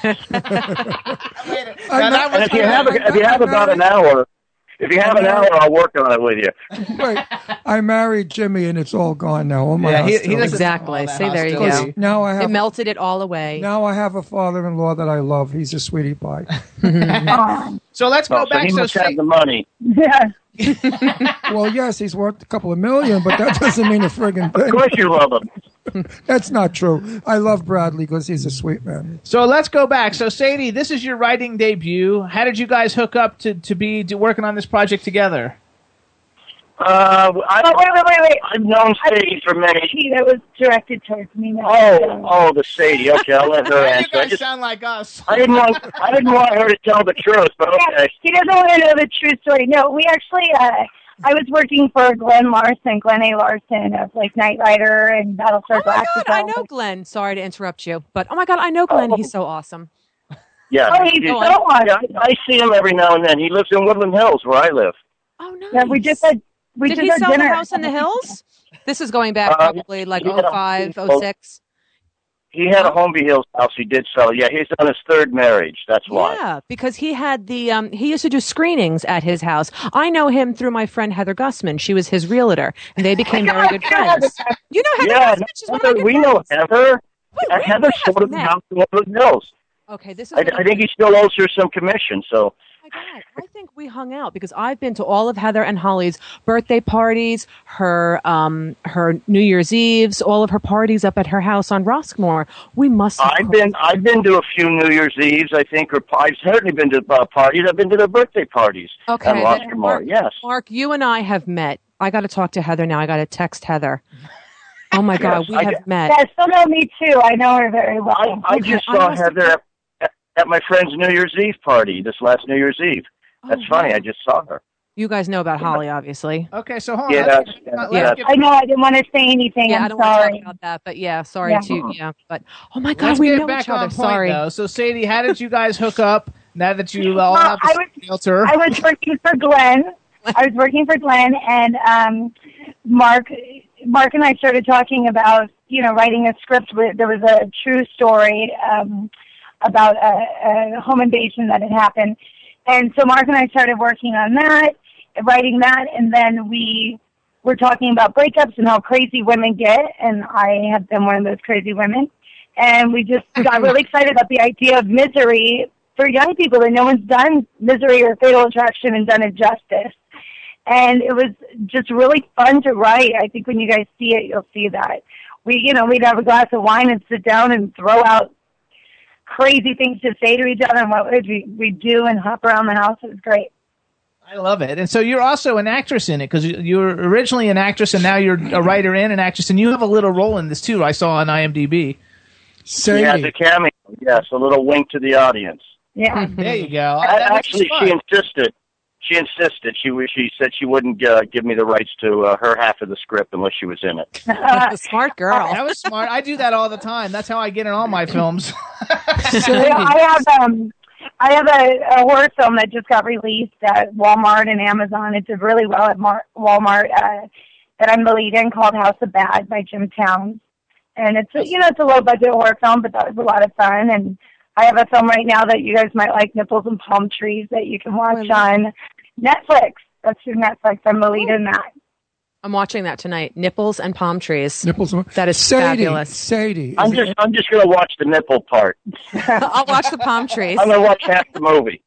Speaker 13: And if you have a, if you have about an hour, if you have an hour, I'll work on it with you.
Speaker 3: I married Jimmy, and it's all gone now. All my
Speaker 13: Yeah, he- he
Speaker 3: hostility.
Speaker 13: doesn't-
Speaker 11: Exactly. See, there you
Speaker 3: Because
Speaker 11: go.
Speaker 3: Now I have
Speaker 11: it melted it all away.
Speaker 3: Now I have a father-in-law that I love. He's a sweetie pie.
Speaker 5: So let's go
Speaker 3: Oh, so
Speaker 5: back.
Speaker 3: he must
Speaker 5: say-
Speaker 3: have the
Speaker 13: money.
Speaker 12: Yeah.
Speaker 3: well, yes, he's worth a couple of million, but that doesn't mean a friggin' thing.
Speaker 13: Of course, you love him.
Speaker 3: That's not true. I love Bradley because he's a sweet man.
Speaker 5: So let's go back. So Sadie, this is your writing debut. How did you guys hook up to to be to working on this project together?
Speaker 13: Uh, I,
Speaker 12: oh, wait, wait, wait, wait.
Speaker 13: I've known Sadie for many.
Speaker 12: That was directed towards me. Now.
Speaker 13: Oh, oh, the Sadie. Okay, I'll let her answer. I, just,
Speaker 5: sound like us.
Speaker 13: I didn't want, I didn't want her to tell the truth, but okay.
Speaker 12: He doesn't want to know the true story. No, we actually, uh, I was working for Glenn Larson, Glenn A. Larson of like Knight Rider and Battlestar
Speaker 11: Oh my
Speaker 12: Galactica.
Speaker 11: god, I know Glenn. Sorry to interrupt you, but oh my god, I know Glenn. He's so awesome.
Speaker 13: Yeah.
Speaker 11: Oh, he's
Speaker 13: Yeah,
Speaker 11: so
Speaker 13: I, I see him every now and then. He lives in Woodland Hills, where I live.
Speaker 12: Yeah, we just had we
Speaker 11: Did
Speaker 12: just
Speaker 11: he
Speaker 12: had
Speaker 11: sell
Speaker 12: dinner.
Speaker 11: the house in the hills? This is going back
Speaker 13: Uh,
Speaker 11: probably like oh five, oh six.
Speaker 13: He had a
Speaker 3: Oh.
Speaker 13: Homeby Hills house. He did sell. it. Yeah, he's on his third marriage. That's why.
Speaker 11: Yeah, because he had the um, he used to do screenings at his house. I know him through my friend Heather Gussman. She was his realtor, and they became very good friends. You know Heather
Speaker 13: yeah,
Speaker 11: Gussman? She's one of my
Speaker 13: Heather,
Speaker 11: good
Speaker 13: we know Heather.
Speaker 11: we- we
Speaker 13: Heather
Speaker 11: have
Speaker 13: sold him the
Speaker 11: met.
Speaker 13: house in Woodland Hills.
Speaker 11: Okay, this is.
Speaker 13: I,
Speaker 11: what
Speaker 13: I think he still owes her some commission. So
Speaker 11: I think we hung out because I've been to all of Heather and Holly's birthday parties, her um, her New Year's Eves, all of her parties up at her house on Roskmore. We must. have
Speaker 13: I've been I've been to a few New Year's Eves. I think, or I've certainly been to uh, parties. I've been to their birthday parties.
Speaker 11: Okay.
Speaker 13: And
Speaker 11: then,
Speaker 13: Roskmore, yes.
Speaker 11: Mark, you and I have met. I got to talk to Heather now. I got to text Heather. Oh my God,
Speaker 13: Yes,
Speaker 11: we
Speaker 13: I-
Speaker 11: have met.
Speaker 12: Yeah, still know me too. I know her very well.
Speaker 13: I just saw Heather at, at- at my friend's New Year's Eve party this last New Year's Eve.
Speaker 11: Oh,
Speaker 13: That's funny. I just saw her.
Speaker 11: You guys know about Holly, obviously.
Speaker 5: Okay, so hold
Speaker 13: on, Yeah, let's get-
Speaker 5: uh,
Speaker 13: that's- let's
Speaker 12: I know. I didn't want to say anything.
Speaker 11: Yeah,
Speaker 12: I'm
Speaker 11: I don't
Speaker 12: sorry.
Speaker 11: want to talk about that, but yeah, sorry
Speaker 12: Yeah.
Speaker 11: to you. Yeah, but oh my God,
Speaker 5: Let's
Speaker 11: we
Speaker 5: get
Speaker 11: know
Speaker 5: back
Speaker 11: each other.
Speaker 5: on point,
Speaker 11: sorry.
Speaker 5: though. So Sadie, how did you guys hook up? Now that you all
Speaker 12: Well,
Speaker 5: have the
Speaker 12: Uh, I
Speaker 5: same filter,
Speaker 12: I was working for Glenn. I was working for Glenn, and um, Mark, Mark and I started talking about you know writing a script. Where there was a true story um, about a, a home invasion that had happened, and so Mark and I started working on that, writing that, and then we were talking about breakups and how crazy women get, and I have been one of those crazy women, and we just got really excited about the idea of misery for young people that no one's done misery or fatal attraction and done it justice. And it was just really fun to write. I think when you guys see it, you'll see that. We, you know, we'd have a glass of wine and sit down and throw out crazy things to say to each other and what would we, we do and hop around the house. It was great.
Speaker 5: I love it. And so you're also an actress in it because you were originally an actress and now you're a writer and an actress, and you have a little role in this too. I saw on IMDb.
Speaker 13: She has a cameo. Yes, a little wink to the audience.
Speaker 12: Yeah,
Speaker 5: there you go.
Speaker 13: And
Speaker 5: That makes
Speaker 13: actually,
Speaker 5: it fun.
Speaker 13: she insisted. She insisted. She was- she said she wouldn't uh, give me the rights to uh, her half of the script unless she was in it.
Speaker 11: smart girl.
Speaker 5: That was smart. I do that all the time. That's how I get in all my films.
Speaker 12: Well, I have um, I have a, a horror film that just got released at Walmart and Amazon. It did really well at Mar- Walmart. Uh, that I'm the lead in called House of Bad by Jim Towns, and it's a, you know it's a low budget horror film, but that was a lot of fun. And I have a film right now that you guys might like, Nipples and Palm Trees, that you can watch on Netflix. That's through Netflix. I'm the lead in that.
Speaker 11: I'm watching that tonight. Nipples and palm trees. Nipples.
Speaker 3: That
Speaker 11: is
Speaker 3: Sadie,
Speaker 11: fabulous.
Speaker 3: Sadie.
Speaker 13: I'm just I'm just gonna watch the nipple part.
Speaker 11: I'll watch the palm trees.
Speaker 13: I'm gonna watch half the movie.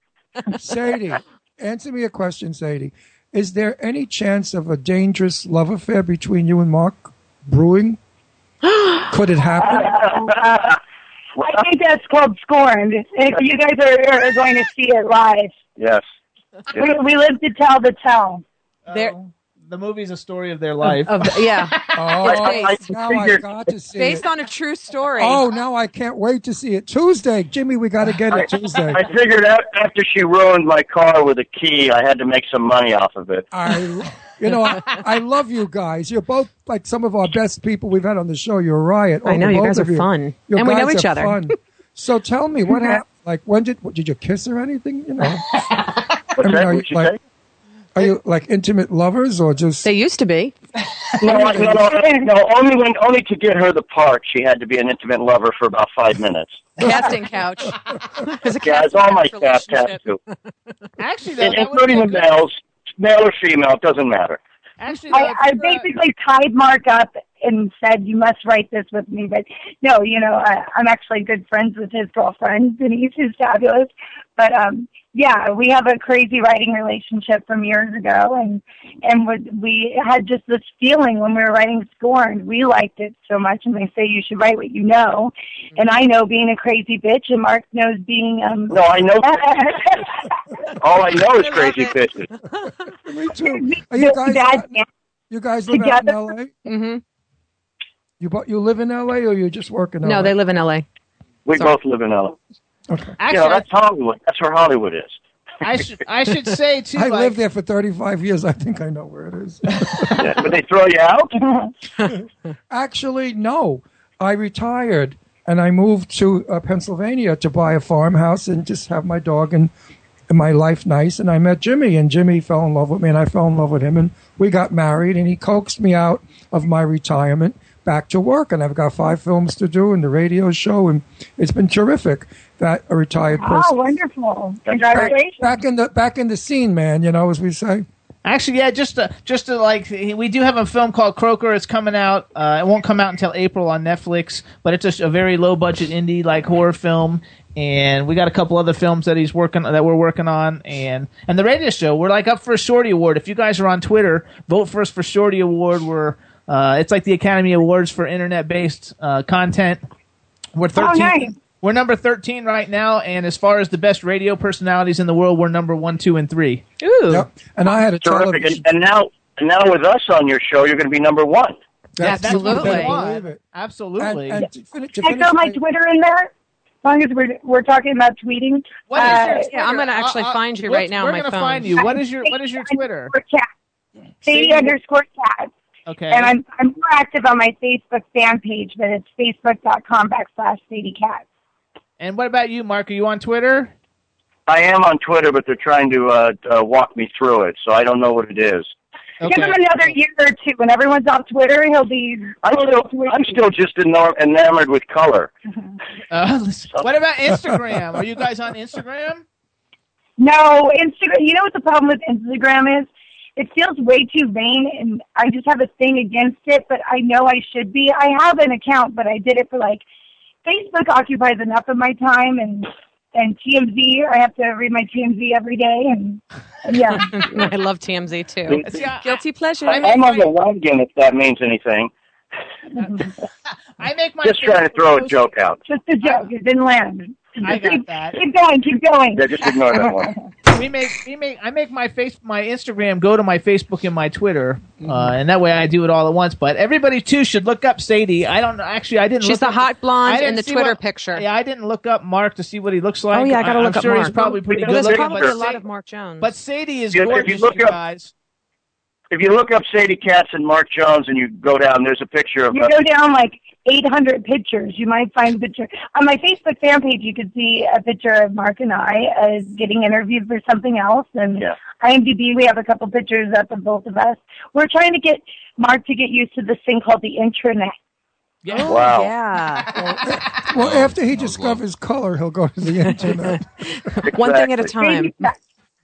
Speaker 3: Sadie, answer me a question, Sadie. Is there any chance of a dangerous love affair between you and Mark brewing? Could it happen?
Speaker 12: I think that's called Scorned. If you guys are, are going to see it live.
Speaker 13: Yes.
Speaker 12: We, we live to tell the tell.
Speaker 5: the movie's a story of their life.
Speaker 11: Of, yeah.
Speaker 3: Oh,
Speaker 5: It's
Speaker 11: based-
Speaker 3: now I got to see
Speaker 11: Based
Speaker 3: it.
Speaker 11: on a true story.
Speaker 3: Oh, now I can't wait to see it Tuesday, Jimmy. We got to get it Tuesday.
Speaker 13: I figured out after she ruined my car with a key, I had to make some money off of it.
Speaker 3: I, you know, I, I love you guys. You're both like some of our best people we've had on the show. You're a riot.
Speaker 11: I
Speaker 3: Oh,
Speaker 11: know,
Speaker 3: the
Speaker 11: you
Speaker 3: both
Speaker 11: guys are
Speaker 3: of you.
Speaker 11: fun.
Speaker 3: You
Speaker 11: And we know
Speaker 3: guys
Speaker 11: each
Speaker 3: are
Speaker 11: other.
Speaker 3: fun. So tell me what happened. Like when did what, did you kiss or anything? You know, I mean, are you, like, Are you like intimate lovers or just? They
Speaker 11: used to be.
Speaker 13: No, I- no, no, no, only when only to get her the part, she had to be an intimate lover for about five minutes.
Speaker 11: casting couch.
Speaker 13: yeah, it's all my cast has to,
Speaker 5: Actually, though,
Speaker 13: and,
Speaker 5: that
Speaker 13: including the males, male or female, it doesn't matter.
Speaker 5: Actually,
Speaker 12: I, I basically tied Mark up and said, "You must write this with me." But no, you know, I, I'm actually good friends with his girlfriend Denise, who's fabulous. But um, yeah, we have a crazy writing relationship from years ago, and and what- we had just this feeling when we were writing Scorn. We liked it so much, and they say you should write what you know, and I know being a crazy bitch, and Mark knows being um.
Speaker 13: No, I know. All I know is crazy bitches.
Speaker 3: Me too. Are you guys? You guys live out in L.A.
Speaker 11: Mm-hmm.
Speaker 3: You bu- you live in L.A. or you just work in L.A.
Speaker 11: No, they live in L.A.
Speaker 13: We
Speaker 11: Sorry.
Speaker 13: both live in L.
Speaker 5: Actually,
Speaker 13: you know, that's Hollywood. That's where Hollywood is.
Speaker 5: I should I should say too.
Speaker 3: I
Speaker 5: like,
Speaker 3: lived there for 35 years. I think I know where it is.
Speaker 13: Yeah, but they throw you out.
Speaker 3: Actually, no. I retired and I moved to uh, Pennsylvania to buy a farmhouse and just have my dog and, and my life nice. And I met Jimmy, and Jimmy fell in love with me, and I fell in love with him, and we got married. And he coaxed me out of my retirement back to work. And I've got five films to do and the radio show, and it's been terrific that a retired
Speaker 12: Oh,
Speaker 3: person
Speaker 12: wonderful!
Speaker 3: back,
Speaker 12: Congratulations.
Speaker 3: back in the back in the scene, man. You know, as we say.
Speaker 5: Actually, yeah, just to, just to like, we do have a film called Croaker. It's coming out. Uh, it won't come out until April on Netflix, but it's a, sh- a very low budget indie like horror film. And we got a couple other films that he's working that we're working on, and and the radio show. We're like up for a Shorty Award. If you guys are on Twitter, vote for us for Shorty Award. We're uh, it's like the Academy Awards for internet based uh, content. We're
Speaker 12: Oh,
Speaker 5: 13.
Speaker 12: nice.
Speaker 5: We're number 13 right now, and as far as the best radio personalities in the world, we're number one, two, and three.
Speaker 11: Ooh.
Speaker 3: And I had a
Speaker 13: terrific. And, and now, and now with us on your show, you're going to be number one.
Speaker 5: Absolutely. Absolutely.
Speaker 3: And, and to fin- to
Speaker 12: Can I
Speaker 3: finish
Speaker 12: throw my
Speaker 3: my-
Speaker 12: Twitter in there? As long as we're, we're talking about tweeting.
Speaker 5: What is
Speaker 12: Uh,
Speaker 5: your Twitter?
Speaker 11: yeah, I'm gonna actually find you
Speaker 5: we're-
Speaker 11: right now on
Speaker 5: We're
Speaker 11: my
Speaker 5: gonna
Speaker 11: phone.
Speaker 5: find you. What is your What is your Twitter?
Speaker 12: Sadie
Speaker 5: Sadie-
Speaker 12: underscore cat.
Speaker 5: Okay.
Speaker 12: And I'm, I'm more active on my Facebook fan page, but it's facebook.com backslash Sadie Cat.
Speaker 5: And what about you, Mark? Are you on Twitter?
Speaker 13: I am on Twitter, but they're trying to uh, uh, walk me through it, so I don't know what it is.
Speaker 12: Give him another year or two. When everyone's off Twitter, he'll be.
Speaker 13: I'm still, I'm still just enor- enamored with color.
Speaker 5: Uh, what about Instagram? Are you guys on Instagram?
Speaker 12: No, Instagram. You know what the problem with Instagram is? It feels way too vain, and I just have a thing against it. But I know I should be. I have an account, but I did it for like Facebook occupies enough of my time, and and TMZ. I have to read my TMZ every day, and yeah.
Speaker 11: I love TMZ too. Guilty pleasure.
Speaker 13: I, I'm on the wagon, if that means anything.
Speaker 5: I make my
Speaker 13: Just trying to throw a joke out.
Speaker 12: Just a joke. It didn't land.
Speaker 5: I got
Speaker 12: keep,
Speaker 5: that.
Speaker 12: keep going. Keep going.
Speaker 13: Yeah, just ignore that one.
Speaker 5: We make we make I make my face my Instagram go to my Facebook and my Twitter, uh, and that way I do it all at once. But everybody too should look up Sadie. I don't know. Actually, I didn't.
Speaker 11: She's
Speaker 5: look
Speaker 11: the
Speaker 5: up-
Speaker 11: hot blonde
Speaker 5: I didn't
Speaker 11: in the
Speaker 5: see
Speaker 11: Twitter
Speaker 5: what-
Speaker 11: picture.
Speaker 5: Yeah, I didn't look up Mark to see what he looks like.
Speaker 11: oh yeah, I gotta
Speaker 5: I,
Speaker 11: look
Speaker 5: am
Speaker 11: up
Speaker 5: sure
Speaker 11: Mark.
Speaker 5: he's probably pretty
Speaker 11: Well,
Speaker 5: good
Speaker 11: There's
Speaker 5: looking.
Speaker 11: probably
Speaker 5: but
Speaker 11: a lot
Speaker 5: Sa-
Speaker 11: of Mark Jones.
Speaker 5: But Sadie is
Speaker 13: If you
Speaker 5: gorgeous,
Speaker 13: look
Speaker 5: you
Speaker 13: up-
Speaker 5: guys.
Speaker 13: If you look up Sadie Katz and Mark Jones and you go down, there's a picture of uh,
Speaker 12: You go down like 800 pictures. You might find picture on my Facebook fan page. You could see a picture of Mark and I as getting interviewed for something else, and
Speaker 13: Yeah.
Speaker 12: IMDb. We have a couple pictures up of both of us. We're trying to get Mark to get used to this thing called the intranet.
Speaker 5: Yeah.
Speaker 13: Wow.
Speaker 3: Well,
Speaker 12: Um,
Speaker 3: after
Speaker 12: oh,
Speaker 3: he discovers color, he'll go to the internet.
Speaker 11: One thing at a time.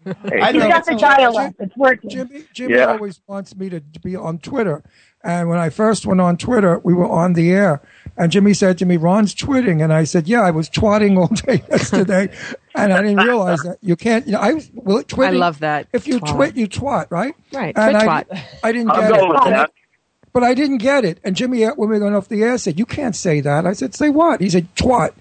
Speaker 12: I You got the dial up. It's working.
Speaker 3: Jimmy, Jimmy
Speaker 12: Yeah.
Speaker 3: always wants me to be on Twitter. And when I first went on Twitter, we were on the air. And Jimmy said to me, Ron's twitting. And I said, Yeah, I was twatting all day yesterday. and I didn't realize that you can't, you know, I will twitting.
Speaker 11: I love that.
Speaker 3: If you
Speaker 11: twat.
Speaker 3: twit, you twat, right?
Speaker 11: Right,
Speaker 3: And
Speaker 11: twit
Speaker 3: I,
Speaker 11: twat.
Speaker 3: I didn't
Speaker 11: I'm
Speaker 3: get
Speaker 11: going
Speaker 3: it.
Speaker 11: with that.
Speaker 3: But I didn't get it. And Jimmy, when we were going off the air, said, You can't say that. I said, Say what? He said, Twat.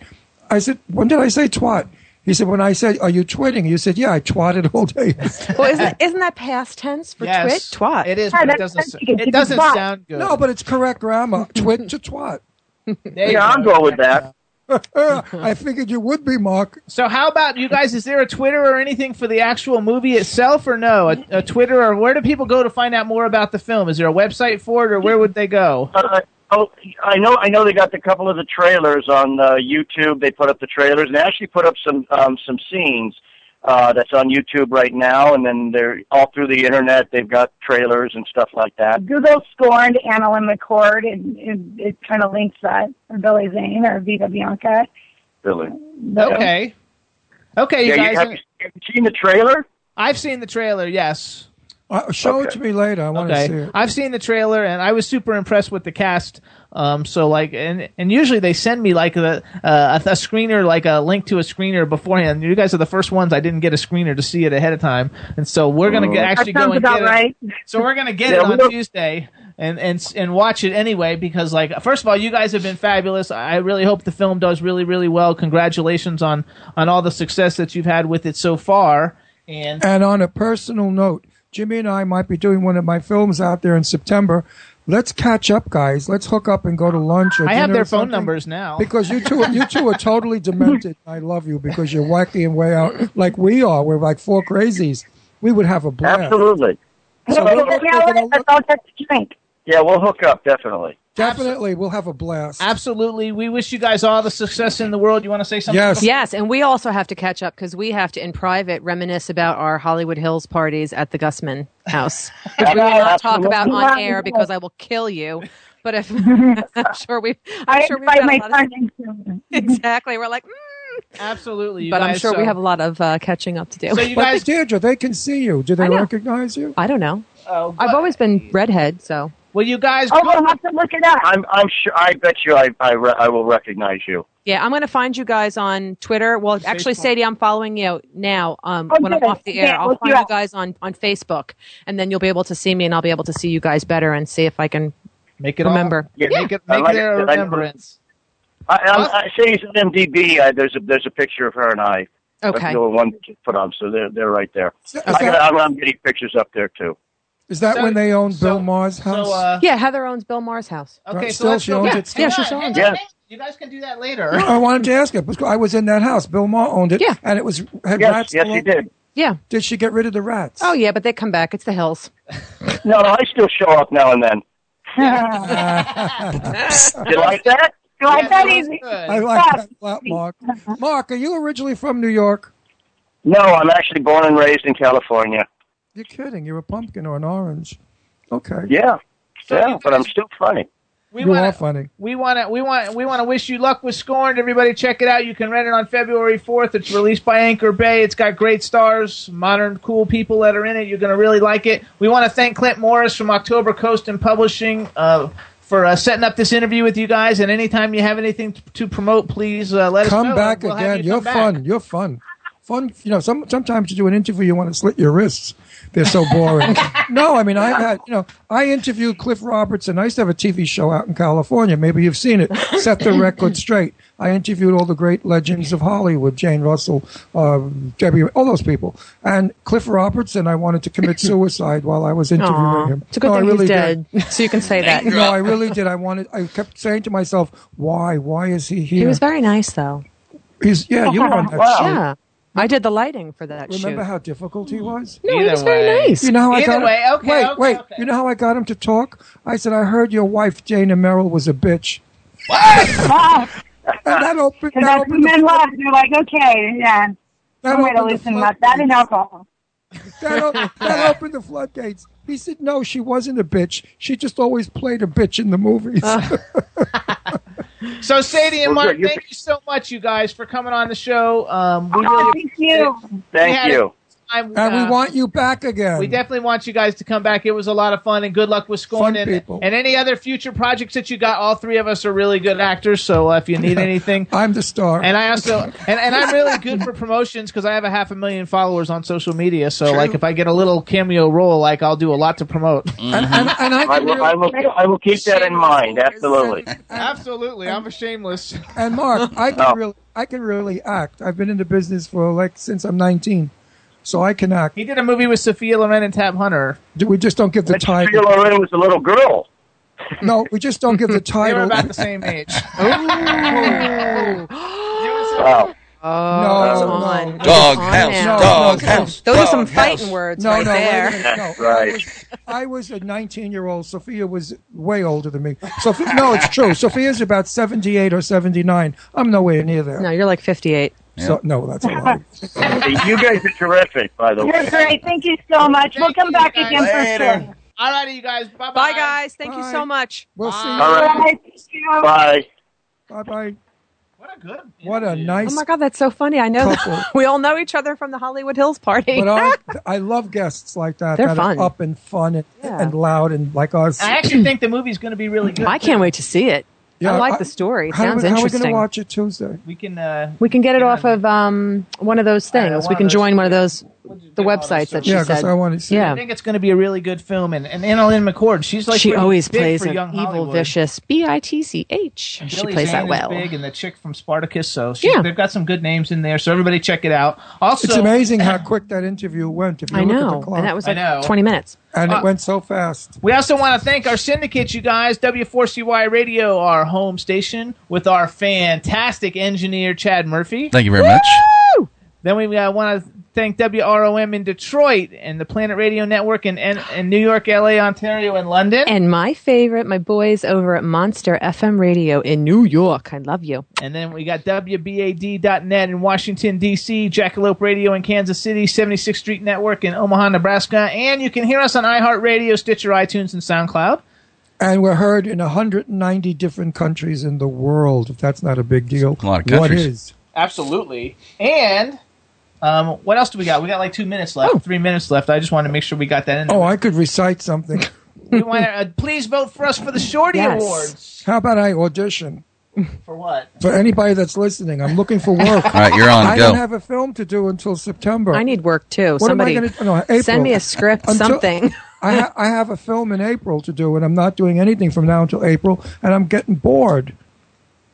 Speaker 3: I said, When did I say twat? He said, When I said, Are you twitting? You said, Yeah, I twatted all day.
Speaker 11: Well, isn't isn't that past tense for
Speaker 5: Yes.
Speaker 11: twit twat?
Speaker 5: It is, but it doesn't. It doesn't sound good.
Speaker 3: No, but it's correct grammar. Twit to twat.
Speaker 5: There you
Speaker 13: yeah, I'm
Speaker 5: go.
Speaker 13: going with that.
Speaker 3: I figured you would be, Mark.
Speaker 5: So how about you guys? Is there a Twitter or anything for the actual movie itself, or no? A, a Twitter or where do people go to find out more about the film? Is there a website for it, or where would they go?
Speaker 13: Uh, oh, I know. I know they got a couple of the trailers on uh, YouTube. They put up the trailers and they actually put up some um, some scenes uh, that's on YouTube right now, and then they're all through the internet. They've got trailers and stuff like that.
Speaker 12: Google scorned Anna Lynn McCord, and it, it kind of links that, or Billy Zane, or Vita Bianca.
Speaker 13: Really?
Speaker 5: Okay. Okay, you
Speaker 13: Yeah, you
Speaker 5: guys.
Speaker 13: have-
Speaker 5: are-
Speaker 13: have you seen the trailer?
Speaker 5: I've seen the trailer. Yes.
Speaker 3: Uh, show it to me later. I want to see
Speaker 5: Okay.
Speaker 3: it.
Speaker 5: I've seen the trailer and I was super impressed with the cast. Um, so like, and and usually they send me like a, a a screener, like a link to a screener beforehand. You guys are the first ones I didn't get a screener to see it ahead of time, and so we're gonna
Speaker 13: Mm.
Speaker 5: get,
Speaker 13: That
Speaker 5: actually
Speaker 13: sounds
Speaker 5: go and
Speaker 13: about
Speaker 5: get
Speaker 13: right.
Speaker 5: it. So we're gonna get
Speaker 13: Yeah,
Speaker 5: it
Speaker 13: we
Speaker 5: on
Speaker 13: don't-
Speaker 5: Tuesday and and and watch it anyway because like first of all, you guys have been fabulous. I really hope the film does really really well. Congratulations on on all the success that you've had with it so far. And
Speaker 3: And on a personal note, Jimmy and I might be doing one of my films out there in September. Let's catch up, guys. Let's hook up and go to lunch. Or
Speaker 5: I have
Speaker 3: dinner or
Speaker 5: their phone
Speaker 3: something.
Speaker 5: numbers now
Speaker 3: Because you two, you two are totally demented. I love you because you're wacky and way out like we are. We're like four crazies. We would have a blast.
Speaker 13: Absolutely.
Speaker 3: So we'll-
Speaker 13: Yeah, we'll hook up definitely.
Speaker 3: Definitely, we'll have a blast.
Speaker 5: Absolutely, we wish you guys all the success in the world. You want to say something?
Speaker 11: Yes, and we also have to catch up because we have to, in private, reminisce about our Hollywood Hills parties at the Gusman house, which we will not talk about on air because I will kill you. But if I'm sure we, I'm
Speaker 12: I
Speaker 11: sure we've
Speaker 12: invite
Speaker 11: got
Speaker 12: my
Speaker 11: a lot of, exactly, we're like, "Mm."
Speaker 5: absolutely. you
Speaker 11: but I'm
Speaker 5: guys,
Speaker 11: sure
Speaker 5: so-
Speaker 11: we have a lot of uh, catching up to do.
Speaker 5: So you
Speaker 3: but
Speaker 5: guys-
Speaker 3: Deirdre, they can see you. Do
Speaker 11: I
Speaker 3: they
Speaker 11: know.
Speaker 3: recognize you?
Speaker 11: I don't know.
Speaker 5: Oh,
Speaker 11: I've always been redhead, so.
Speaker 5: Well, you guys.
Speaker 11: Oh,
Speaker 12: we'll have to look it up.
Speaker 13: I'm I'm sure. I bet you. I I, re- I will recognize you.
Speaker 11: Yeah, I'm going to find you guys on Twitter. Well, actually, Sadie, I'm following you now. Um, when I'm
Speaker 12: Oh, good.
Speaker 11: off the
Speaker 12: Okay,
Speaker 11: air, I'll
Speaker 12: look
Speaker 11: find
Speaker 12: you
Speaker 11: you
Speaker 12: up.
Speaker 11: guys on on Facebook, and then you'll be able to see me, and I'll be able to see you guys better and see if I can
Speaker 5: make it all-
Speaker 11: remember.
Speaker 5: Yeah, make it
Speaker 13: I
Speaker 5: make
Speaker 13: like
Speaker 5: it a
Speaker 13: it. I-
Speaker 5: remembrance.
Speaker 13: I, I'm, I say he's on MDB. I, there's a there's a picture of her and I.
Speaker 3: Okay.
Speaker 13: The one that you put on, so they're they're right there.
Speaker 3: that-
Speaker 13: I
Speaker 3: is
Speaker 13: got,
Speaker 3: that-
Speaker 13: I'm, I'm getting pictures up there too.
Speaker 3: Is that
Speaker 11: So-
Speaker 3: when they own Bill Maher's house?
Speaker 5: uh,
Speaker 11: yeah, Heather owns Bill Maher's house.
Speaker 3: Okay, so Still, let's she go- owns
Speaker 11: yeah,
Speaker 3: it still?
Speaker 11: Yeah, she still owns it.
Speaker 3: Yeah.
Speaker 5: You guys can do that later.
Speaker 3: I wanted to ask it because I was in that house. Bill Maher owned it. Yeah. And it was had
Speaker 11: Yes,
Speaker 3: rats.
Speaker 11: yes,
Speaker 3: all
Speaker 11: he
Speaker 3: over.
Speaker 13: did.
Speaker 11: Yeah.
Speaker 3: Did she get rid of the rats?
Speaker 11: Oh yeah, but they come back. It's the hills.
Speaker 13: No, no, I still show up now and then. You like that?
Speaker 12: You like that easy?
Speaker 3: I like that a lot, Mark. Mark, are you originally from New York?
Speaker 13: No, I'm actually born and raised in California.
Speaker 3: You're kidding. You're a pumpkin or an orange. Okay.
Speaker 13: Yeah,
Speaker 5: So
Speaker 13: yeah,
Speaker 5: you
Speaker 13: but I'm still funny.
Speaker 5: We
Speaker 3: you
Speaker 5: wanna-
Speaker 3: are funny.
Speaker 5: We want to we want we want to wish you luck with Scorned. Everybody, check it out. You can rent it on February fourth. It's released by Anchor Bay. It's got great stars, modern, cool people that are in it. You're going to really like it. We want to thank Clint Morris from October Coast and Publishing. Uh, for uh, setting up this interview with you guys, and anytime you have anything t- to promote, please uh, let us
Speaker 3: come
Speaker 5: know.
Speaker 3: back
Speaker 5: We'll have
Speaker 3: again.
Speaker 5: you
Speaker 3: You are
Speaker 5: come back.
Speaker 3: fun. You're fun. Fun. You know, some, sometimes you do an interview, you want to slit your wrists. They're so boring. no, I mean, I've had, you know, I interviewed Cliff Robertson. I used to have a TV show out in California. Maybe you've seen it. Set the record straight. I interviewed all the great legends of Hollywood, Jane Russell, uh, Debbie, all those people. And Cliff Robertson, I wanted to commit suicide while I was interviewing
Speaker 11: Aw.
Speaker 3: him.
Speaker 11: It's a good
Speaker 3: No, I
Speaker 11: thing
Speaker 3: really
Speaker 11: he's
Speaker 3: did.
Speaker 11: dead, so you can say that.
Speaker 3: No, I really did. I wanted. I kept saying to myself, "Why? Why is he here?"
Speaker 11: He was very nice, though.
Speaker 3: He's yeah. You were on that show.
Speaker 11: Yeah, I did the lighting for that.
Speaker 3: Remember
Speaker 11: shoot.
Speaker 3: how difficult he was?
Speaker 11: No, he Either was very way. nice.
Speaker 3: You know how I
Speaker 11: Either
Speaker 3: got
Speaker 11: way,
Speaker 3: him?
Speaker 11: okay,
Speaker 3: wait,
Speaker 11: okay,
Speaker 3: wait. You know how I got him to talk? I said, I heard your wife Jane Merrill was a bitch. and that opened.
Speaker 12: And Ah, that's what men love. They're like, okay, yeah.
Speaker 3: That
Speaker 12: I'm going to
Speaker 3: opened the
Speaker 12: loosen him up. That and alcohol.
Speaker 3: That, o- that opened the floodgates. He said, no, she wasn't a bitch. She just always played a bitch in the movies.
Speaker 11: Uh.
Speaker 5: So Sadie and
Speaker 3: Well,
Speaker 5: Mark,
Speaker 3: good. You-
Speaker 5: thank you so much, you guys, for coming on the show. Um, we
Speaker 12: Oh,
Speaker 5: really
Speaker 12: thank you.
Speaker 5: We had a good time,
Speaker 3: and
Speaker 5: uh,
Speaker 3: we want you back again.
Speaker 5: We definitely want you guys to come back. It was a lot of fun, and good luck with scoring
Speaker 3: Fun
Speaker 5: and,
Speaker 3: people.
Speaker 5: and any other future projects that you got. All three of us are really good actors, so uh, if you need anything,
Speaker 3: I'm the star.
Speaker 5: and I also and, and I'm really good for promotions because I have a half a million followers on social media. So like if I get a little cameo role, like I'll do a lot to promote.
Speaker 3: and I,
Speaker 13: will, I will. I will keep that in mind. Absolutely.
Speaker 5: Absolutely, I'm a shameless.
Speaker 3: And Mark, I can
Speaker 13: Oh.
Speaker 3: really, I can really act. I've been in the business for like since I'm 19, so I can act.
Speaker 5: He did a movie with Sophia Loren and Tab Hunter.
Speaker 3: We just don't give the title.
Speaker 13: Sophia Loren was a little girl.
Speaker 3: No, we just don't give the
Speaker 5: They
Speaker 3: title.
Speaker 5: were about the same age.
Speaker 13: Wow.
Speaker 5: Oh
Speaker 3: no, no,
Speaker 11: Oh, on.
Speaker 3: no.
Speaker 4: Dog
Speaker 3: No,
Speaker 4: house,
Speaker 3: no,
Speaker 4: dog
Speaker 3: no.
Speaker 4: house,
Speaker 11: Those are
Speaker 4: dog
Speaker 11: some fighting
Speaker 4: house.
Speaker 11: words
Speaker 3: No,
Speaker 11: right
Speaker 3: no, wait a
Speaker 11: there.
Speaker 3: minute, no.
Speaker 13: Right.
Speaker 3: I was a 19 year old. Sophia was way older than me. Sophia, no, it's true. Sophia's about 78 or 79. I'm nowhere near there.
Speaker 11: No, you're like 58.
Speaker 3: So no, that's a lie.
Speaker 13: you guys are terrific, by the
Speaker 12: You're
Speaker 13: way.
Speaker 12: great. Thank you so much. We'll come back again for sure.
Speaker 5: All righty, you guys. Bye-bye.
Speaker 11: Bye, guys. Thank you so much.
Speaker 3: We'll see
Speaker 13: All right. Bye.
Speaker 3: Bye bye.
Speaker 5: What a good.
Speaker 3: What a nice.
Speaker 11: Oh my God, that's so funny. I know
Speaker 3: Couple.
Speaker 11: we all know each other from the Hollywood Hills party.
Speaker 3: But I, I love guests like that.
Speaker 11: They're
Speaker 3: that
Speaker 11: fun.
Speaker 3: Are up and fun and,
Speaker 11: Yeah.
Speaker 3: and loud and like us.
Speaker 5: I actually think the movie's going to be really good.
Speaker 11: I can't wait to see it. I like the story. It
Speaker 3: how
Speaker 11: sounds
Speaker 3: we- how Are
Speaker 11: interesting.
Speaker 3: we going to watch it Tuesday?
Speaker 5: We can. Uh,
Speaker 11: we can get it off of um, one of those
Speaker 5: know,
Speaker 11: things.
Speaker 5: one
Speaker 11: We
Speaker 5: of
Speaker 11: can
Speaker 5: those-
Speaker 11: join one of those the websites that she
Speaker 3: Yeah, 'cause
Speaker 11: said.
Speaker 3: I wanna see
Speaker 11: yeah,
Speaker 5: I think it's going to be a really good film, and and Annalyn McCord, she's like
Speaker 11: she
Speaker 5: really
Speaker 11: always
Speaker 5: big
Speaker 11: plays
Speaker 5: for
Speaker 11: an
Speaker 5: young
Speaker 11: evil,
Speaker 5: Hollywood.
Speaker 11: vicious B I T C H. She
Speaker 5: Billy
Speaker 11: plays
Speaker 5: Zane
Speaker 11: that
Speaker 5: is
Speaker 11: well.
Speaker 5: Big and the chick from Spartacus. So she, they've got some good names in there. So everybody check it out. Also,
Speaker 3: it's amazing how quick that interview went. If you
Speaker 5: I
Speaker 3: look at
Speaker 5: know,
Speaker 3: the
Speaker 5: and
Speaker 3: clock,
Speaker 5: that was I like know. 20
Speaker 11: minutes,
Speaker 3: and
Speaker 5: Uh,
Speaker 3: it went so fast.
Speaker 5: We also want to thank our syndicates, you guys, W4CY Radio, our home station, with our fantastic engineer, Chad Murphy.
Speaker 4: Thank you very much.
Speaker 5: Then we uh, want to thank WROM in Detroit and the Planet Radio Network in, in, in New York, LA, Ontario, and London.
Speaker 11: And my favorite, my boys over at Monster FM Radio in New York. I love you.
Speaker 5: And then we got WBAD.net in Washington, D.C., Jackalope Radio in Kansas City, 76th Street Network in Omaha, Nebraska. And you can hear us on iHeartRadio, Stitcher, iTunes, and SoundCloud.
Speaker 3: And we're heard in 190 different countries in the world. If that's not a big deal, a lot
Speaker 4: of countries.
Speaker 3: What is?
Speaker 5: Absolutely. And um, what else do we got? We got like two minutes left, three minutes left. I just want to make sure we got that in.
Speaker 3: Oh, I could recite something.
Speaker 5: We want to, uh, please vote for us for the Shorty Awards.
Speaker 3: How about I audition?
Speaker 5: For what?
Speaker 3: For anybody that's listening, I'm looking for work.
Speaker 4: All right, you're on.
Speaker 3: I
Speaker 4: Go.
Speaker 3: don't have a film to do until September.
Speaker 11: I need work too.
Speaker 3: What am I
Speaker 11: Somebody
Speaker 3: gonna- no, April.
Speaker 11: send me a script,
Speaker 3: Until-
Speaker 11: something.
Speaker 3: I, ha- I have a film in April to do, and I'm not doing anything from now until April, and I'm getting bored.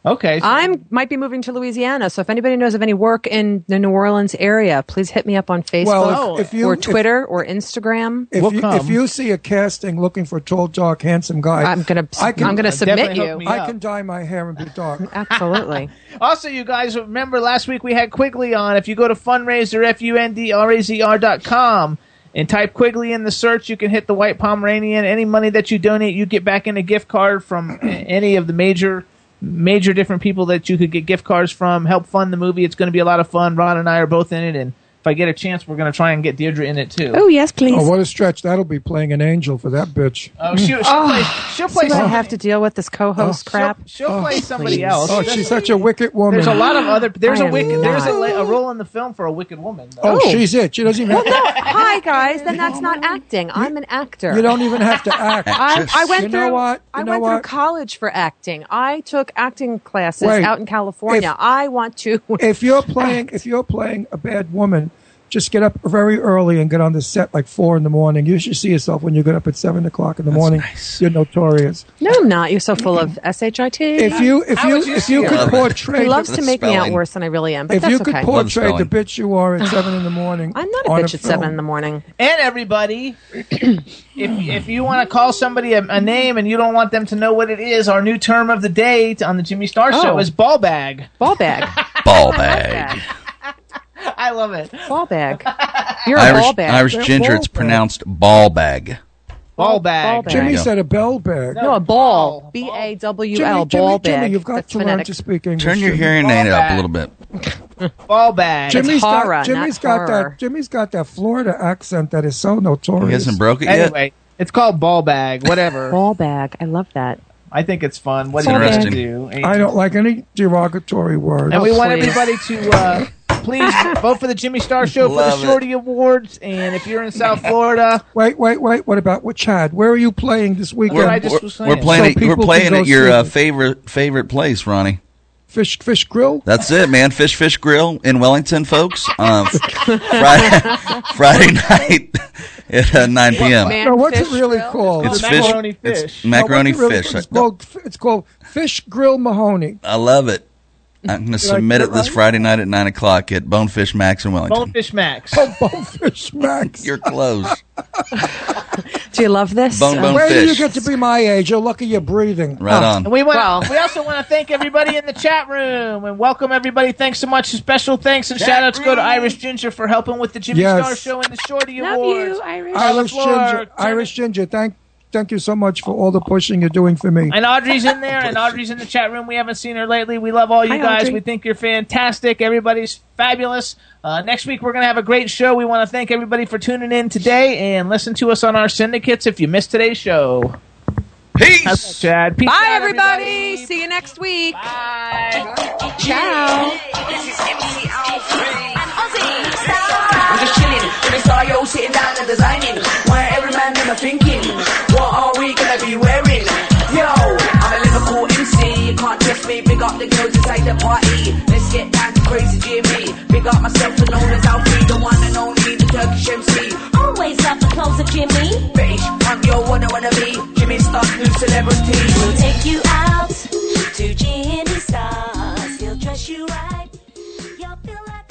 Speaker 5: Okay.
Speaker 11: I'm might be moving to Louisiana, so if anybody knows of any work in the New Orleans area, please hit me up on Facebook
Speaker 3: Well, if- if you-
Speaker 11: or
Speaker 3: if-
Speaker 11: Twitter or Instagram.
Speaker 3: If, you, if you see a casting looking for a tall, dark, handsome guy,
Speaker 11: I'm gonna- I'm gonna Uh, submit definitely you. hook me
Speaker 3: I
Speaker 11: up.
Speaker 3: can dye my hair and be dark.
Speaker 11: Absolutely.
Speaker 5: Also, you guys remember last week we had Quigley on. If you go to fundraiser f u n d r a z r dot com and type Quigley in the search, you can hit the White Pomeranian. Any money that you donate, you get back in a gift card from a- any of the major major different people that you could get gift cards from. Help fund the movie. It's going to be a lot of fun. Ron and I are both in it, and if I get a chance, we're going to try and get Deirdre in it too.
Speaker 11: yes, please.
Speaker 3: Oh, what a stretch! That'll be playing an angel for that bitch.
Speaker 5: Oh, she, she'll play. She'll play.
Speaker 11: Ah, See what I
Speaker 5: somebody-
Speaker 11: have to deal with this co-host
Speaker 5: She'll-
Speaker 11: crap.
Speaker 5: She'll, play somebody
Speaker 11: please.
Speaker 5: else.
Speaker 3: Oh, she's such a wicked woman.
Speaker 5: There's a lot of other. There's
Speaker 11: I
Speaker 5: a
Speaker 11: am
Speaker 5: wicked. There's a,
Speaker 11: not.
Speaker 5: la- a role in the film for a wicked woman. Though.
Speaker 3: Oh, she's it. She doesn't even. Have to,
Speaker 11: Hi guys, then that's not acting. I'm an actor.
Speaker 3: you don't even have to act.
Speaker 11: I, I went
Speaker 3: you
Speaker 11: through.
Speaker 3: Know what? You
Speaker 11: I
Speaker 3: know
Speaker 11: went
Speaker 3: what?
Speaker 11: through college for acting. I took acting classes
Speaker 3: Wait.
Speaker 11: out in California.
Speaker 3: If-
Speaker 11: I want to.
Speaker 3: if you're playing if you're playing a bad woman just get up very early and get on the set like four in the morning you should see yourself when you get up at seven o'clock in the morning you're notorious
Speaker 11: No, I'm not. You're so full of shit.
Speaker 3: if you if you, if you could portray
Speaker 11: he loves
Speaker 3: the-
Speaker 11: to make me out worse than I really am. But
Speaker 3: if
Speaker 11: that's
Speaker 3: you could
Speaker 11: okay.
Speaker 3: portray the bitch you are at seven in the morning
Speaker 11: I'm not a
Speaker 3: on
Speaker 11: bitch at seven
Speaker 3: film.
Speaker 11: in the morning.
Speaker 5: And everybody, if, if you want to call somebody a, a name and you don't want them to know what it is, our new term of the day t- on the Jimmy Star
Speaker 11: Oh.
Speaker 5: Show is ball bag.
Speaker 11: Ball bag.
Speaker 4: Ball bag.
Speaker 5: I love it.
Speaker 11: Ball bag. You're a
Speaker 4: Irish,
Speaker 11: ball bag.
Speaker 4: Irish ginger. It's pronounced ball bag.
Speaker 5: Ball
Speaker 11: ball
Speaker 5: bag.
Speaker 11: bag.
Speaker 3: Jimmy
Speaker 4: There you go.
Speaker 3: said a bell bag
Speaker 11: No, a ball. B a w
Speaker 3: Jimmy,
Speaker 11: l.
Speaker 3: Jimmy,
Speaker 11: Ball
Speaker 3: Jimmy,
Speaker 11: bag.
Speaker 3: you've got
Speaker 11: That's
Speaker 3: to learn
Speaker 11: phonetic.
Speaker 3: to speak English.
Speaker 4: Turn your
Speaker 3: Jimmy.
Speaker 4: hearing aid up a little bit.
Speaker 5: Ball bag.
Speaker 3: Jimmy's
Speaker 11: horror,
Speaker 3: got,
Speaker 11: not
Speaker 3: Jimmy's got
Speaker 11: horror.
Speaker 3: that. Jimmy's got that Florida accent that is so notorious.
Speaker 4: He hasn't broke it yet.
Speaker 5: Anyway, it's called ball bag. Whatever.
Speaker 11: Ball bag. I love that.
Speaker 5: I think it's fun. What
Speaker 4: It's
Speaker 5: do you guys
Speaker 4: interesting.
Speaker 5: do? And,
Speaker 3: I don't like any derogatory word.
Speaker 5: and we want
Speaker 11: please.
Speaker 5: everybody to uh, please vote for the Jimmy Star Show for the
Speaker 4: Love it.
Speaker 5: Shorty Awards. And if you're in South Florida,
Speaker 3: Wait, wait, wait. What about what Chad? Where are you playing this weekend?
Speaker 5: Where I just was
Speaker 4: We're
Speaker 5: saying.
Speaker 4: playing.
Speaker 3: So
Speaker 4: it, we're
Speaker 3: people
Speaker 4: playing
Speaker 3: can go
Speaker 4: at your
Speaker 3: see
Speaker 4: uh,
Speaker 3: it.
Speaker 4: favorite favorite place, Ronnie.
Speaker 3: fish, fish grill.
Speaker 4: That's it, man. Fish Fish Grill in Wellington, folks. Um, Friday, Friday night at uh, 9 p.m.
Speaker 11: Man,
Speaker 3: No, what's it
Speaker 11: fish
Speaker 3: really
Speaker 11: grill?
Speaker 3: called?
Speaker 4: It's
Speaker 3: No,
Speaker 4: fish.
Speaker 5: macaroni
Speaker 4: it's
Speaker 5: fish.
Speaker 4: macaroni
Speaker 3: what's it really
Speaker 4: fish.
Speaker 3: called? It's called, it's called fish grill Mahoney.
Speaker 4: I love it. I'm going to submit it this Friday night at nine o'clock at Bonefish Max in Wellington.
Speaker 5: Bonefish Max.
Speaker 3: Oh, bonefish Max.
Speaker 4: You're close.
Speaker 11: Do you love this?
Speaker 4: Bone,
Speaker 11: Uh,
Speaker 4: bone.
Speaker 3: Where do you
Speaker 4: fish.
Speaker 3: get to be my age? You're lucky you're breathing. Ah.
Speaker 4: Right on.
Speaker 5: And we want.
Speaker 11: Well-
Speaker 5: we also want to thank everybody in the chat room and welcome everybody. Thanks so much. Special thanks and shout outs go to Irish Ginger for helping with the Jimmy
Speaker 3: Yes.
Speaker 5: Star Show and the Shorty
Speaker 11: Love
Speaker 5: Awards.
Speaker 11: you, Irish.
Speaker 5: Charlotte
Speaker 3: Irish
Speaker 5: Floor,
Speaker 3: ginger.
Speaker 5: Jimmy-
Speaker 3: Irish ginger. Thank Thank you so much for all the pushing you're doing for me.
Speaker 5: And Audrey's in there, and Audrey's in the chat room. We haven't seen her lately. We love all you
Speaker 3: Hi,
Speaker 5: guys.
Speaker 3: Audrey.
Speaker 5: We think you're fantastic. Everybody's fabulous. Uh, next week, we're going to have a great show. We want to thank everybody for tuning in today and listen to us on our syndicates if you missed today's show.
Speaker 4: Peace.
Speaker 5: Chad. Peace
Speaker 11: Bye,
Speaker 5: out,
Speaker 11: everybody. See you next week.
Speaker 5: Bye.
Speaker 11: Ciao.
Speaker 1: I'm just chilling. When they saw yo sitting down and designing, where every man in the thinking, what are we gonna be wearing? Yo, I'm a Liverpool MC. You can't trust me. Big up the girls inside the party. Let's get down to crazy Jimmy. Big up myself and known as Alfie, the one and only, the Turkish MC. Always love the clothes of Jimmy. Bitch, I'm yo, what I wanna be. Jimmy Star, new celebrity. We'll take you out.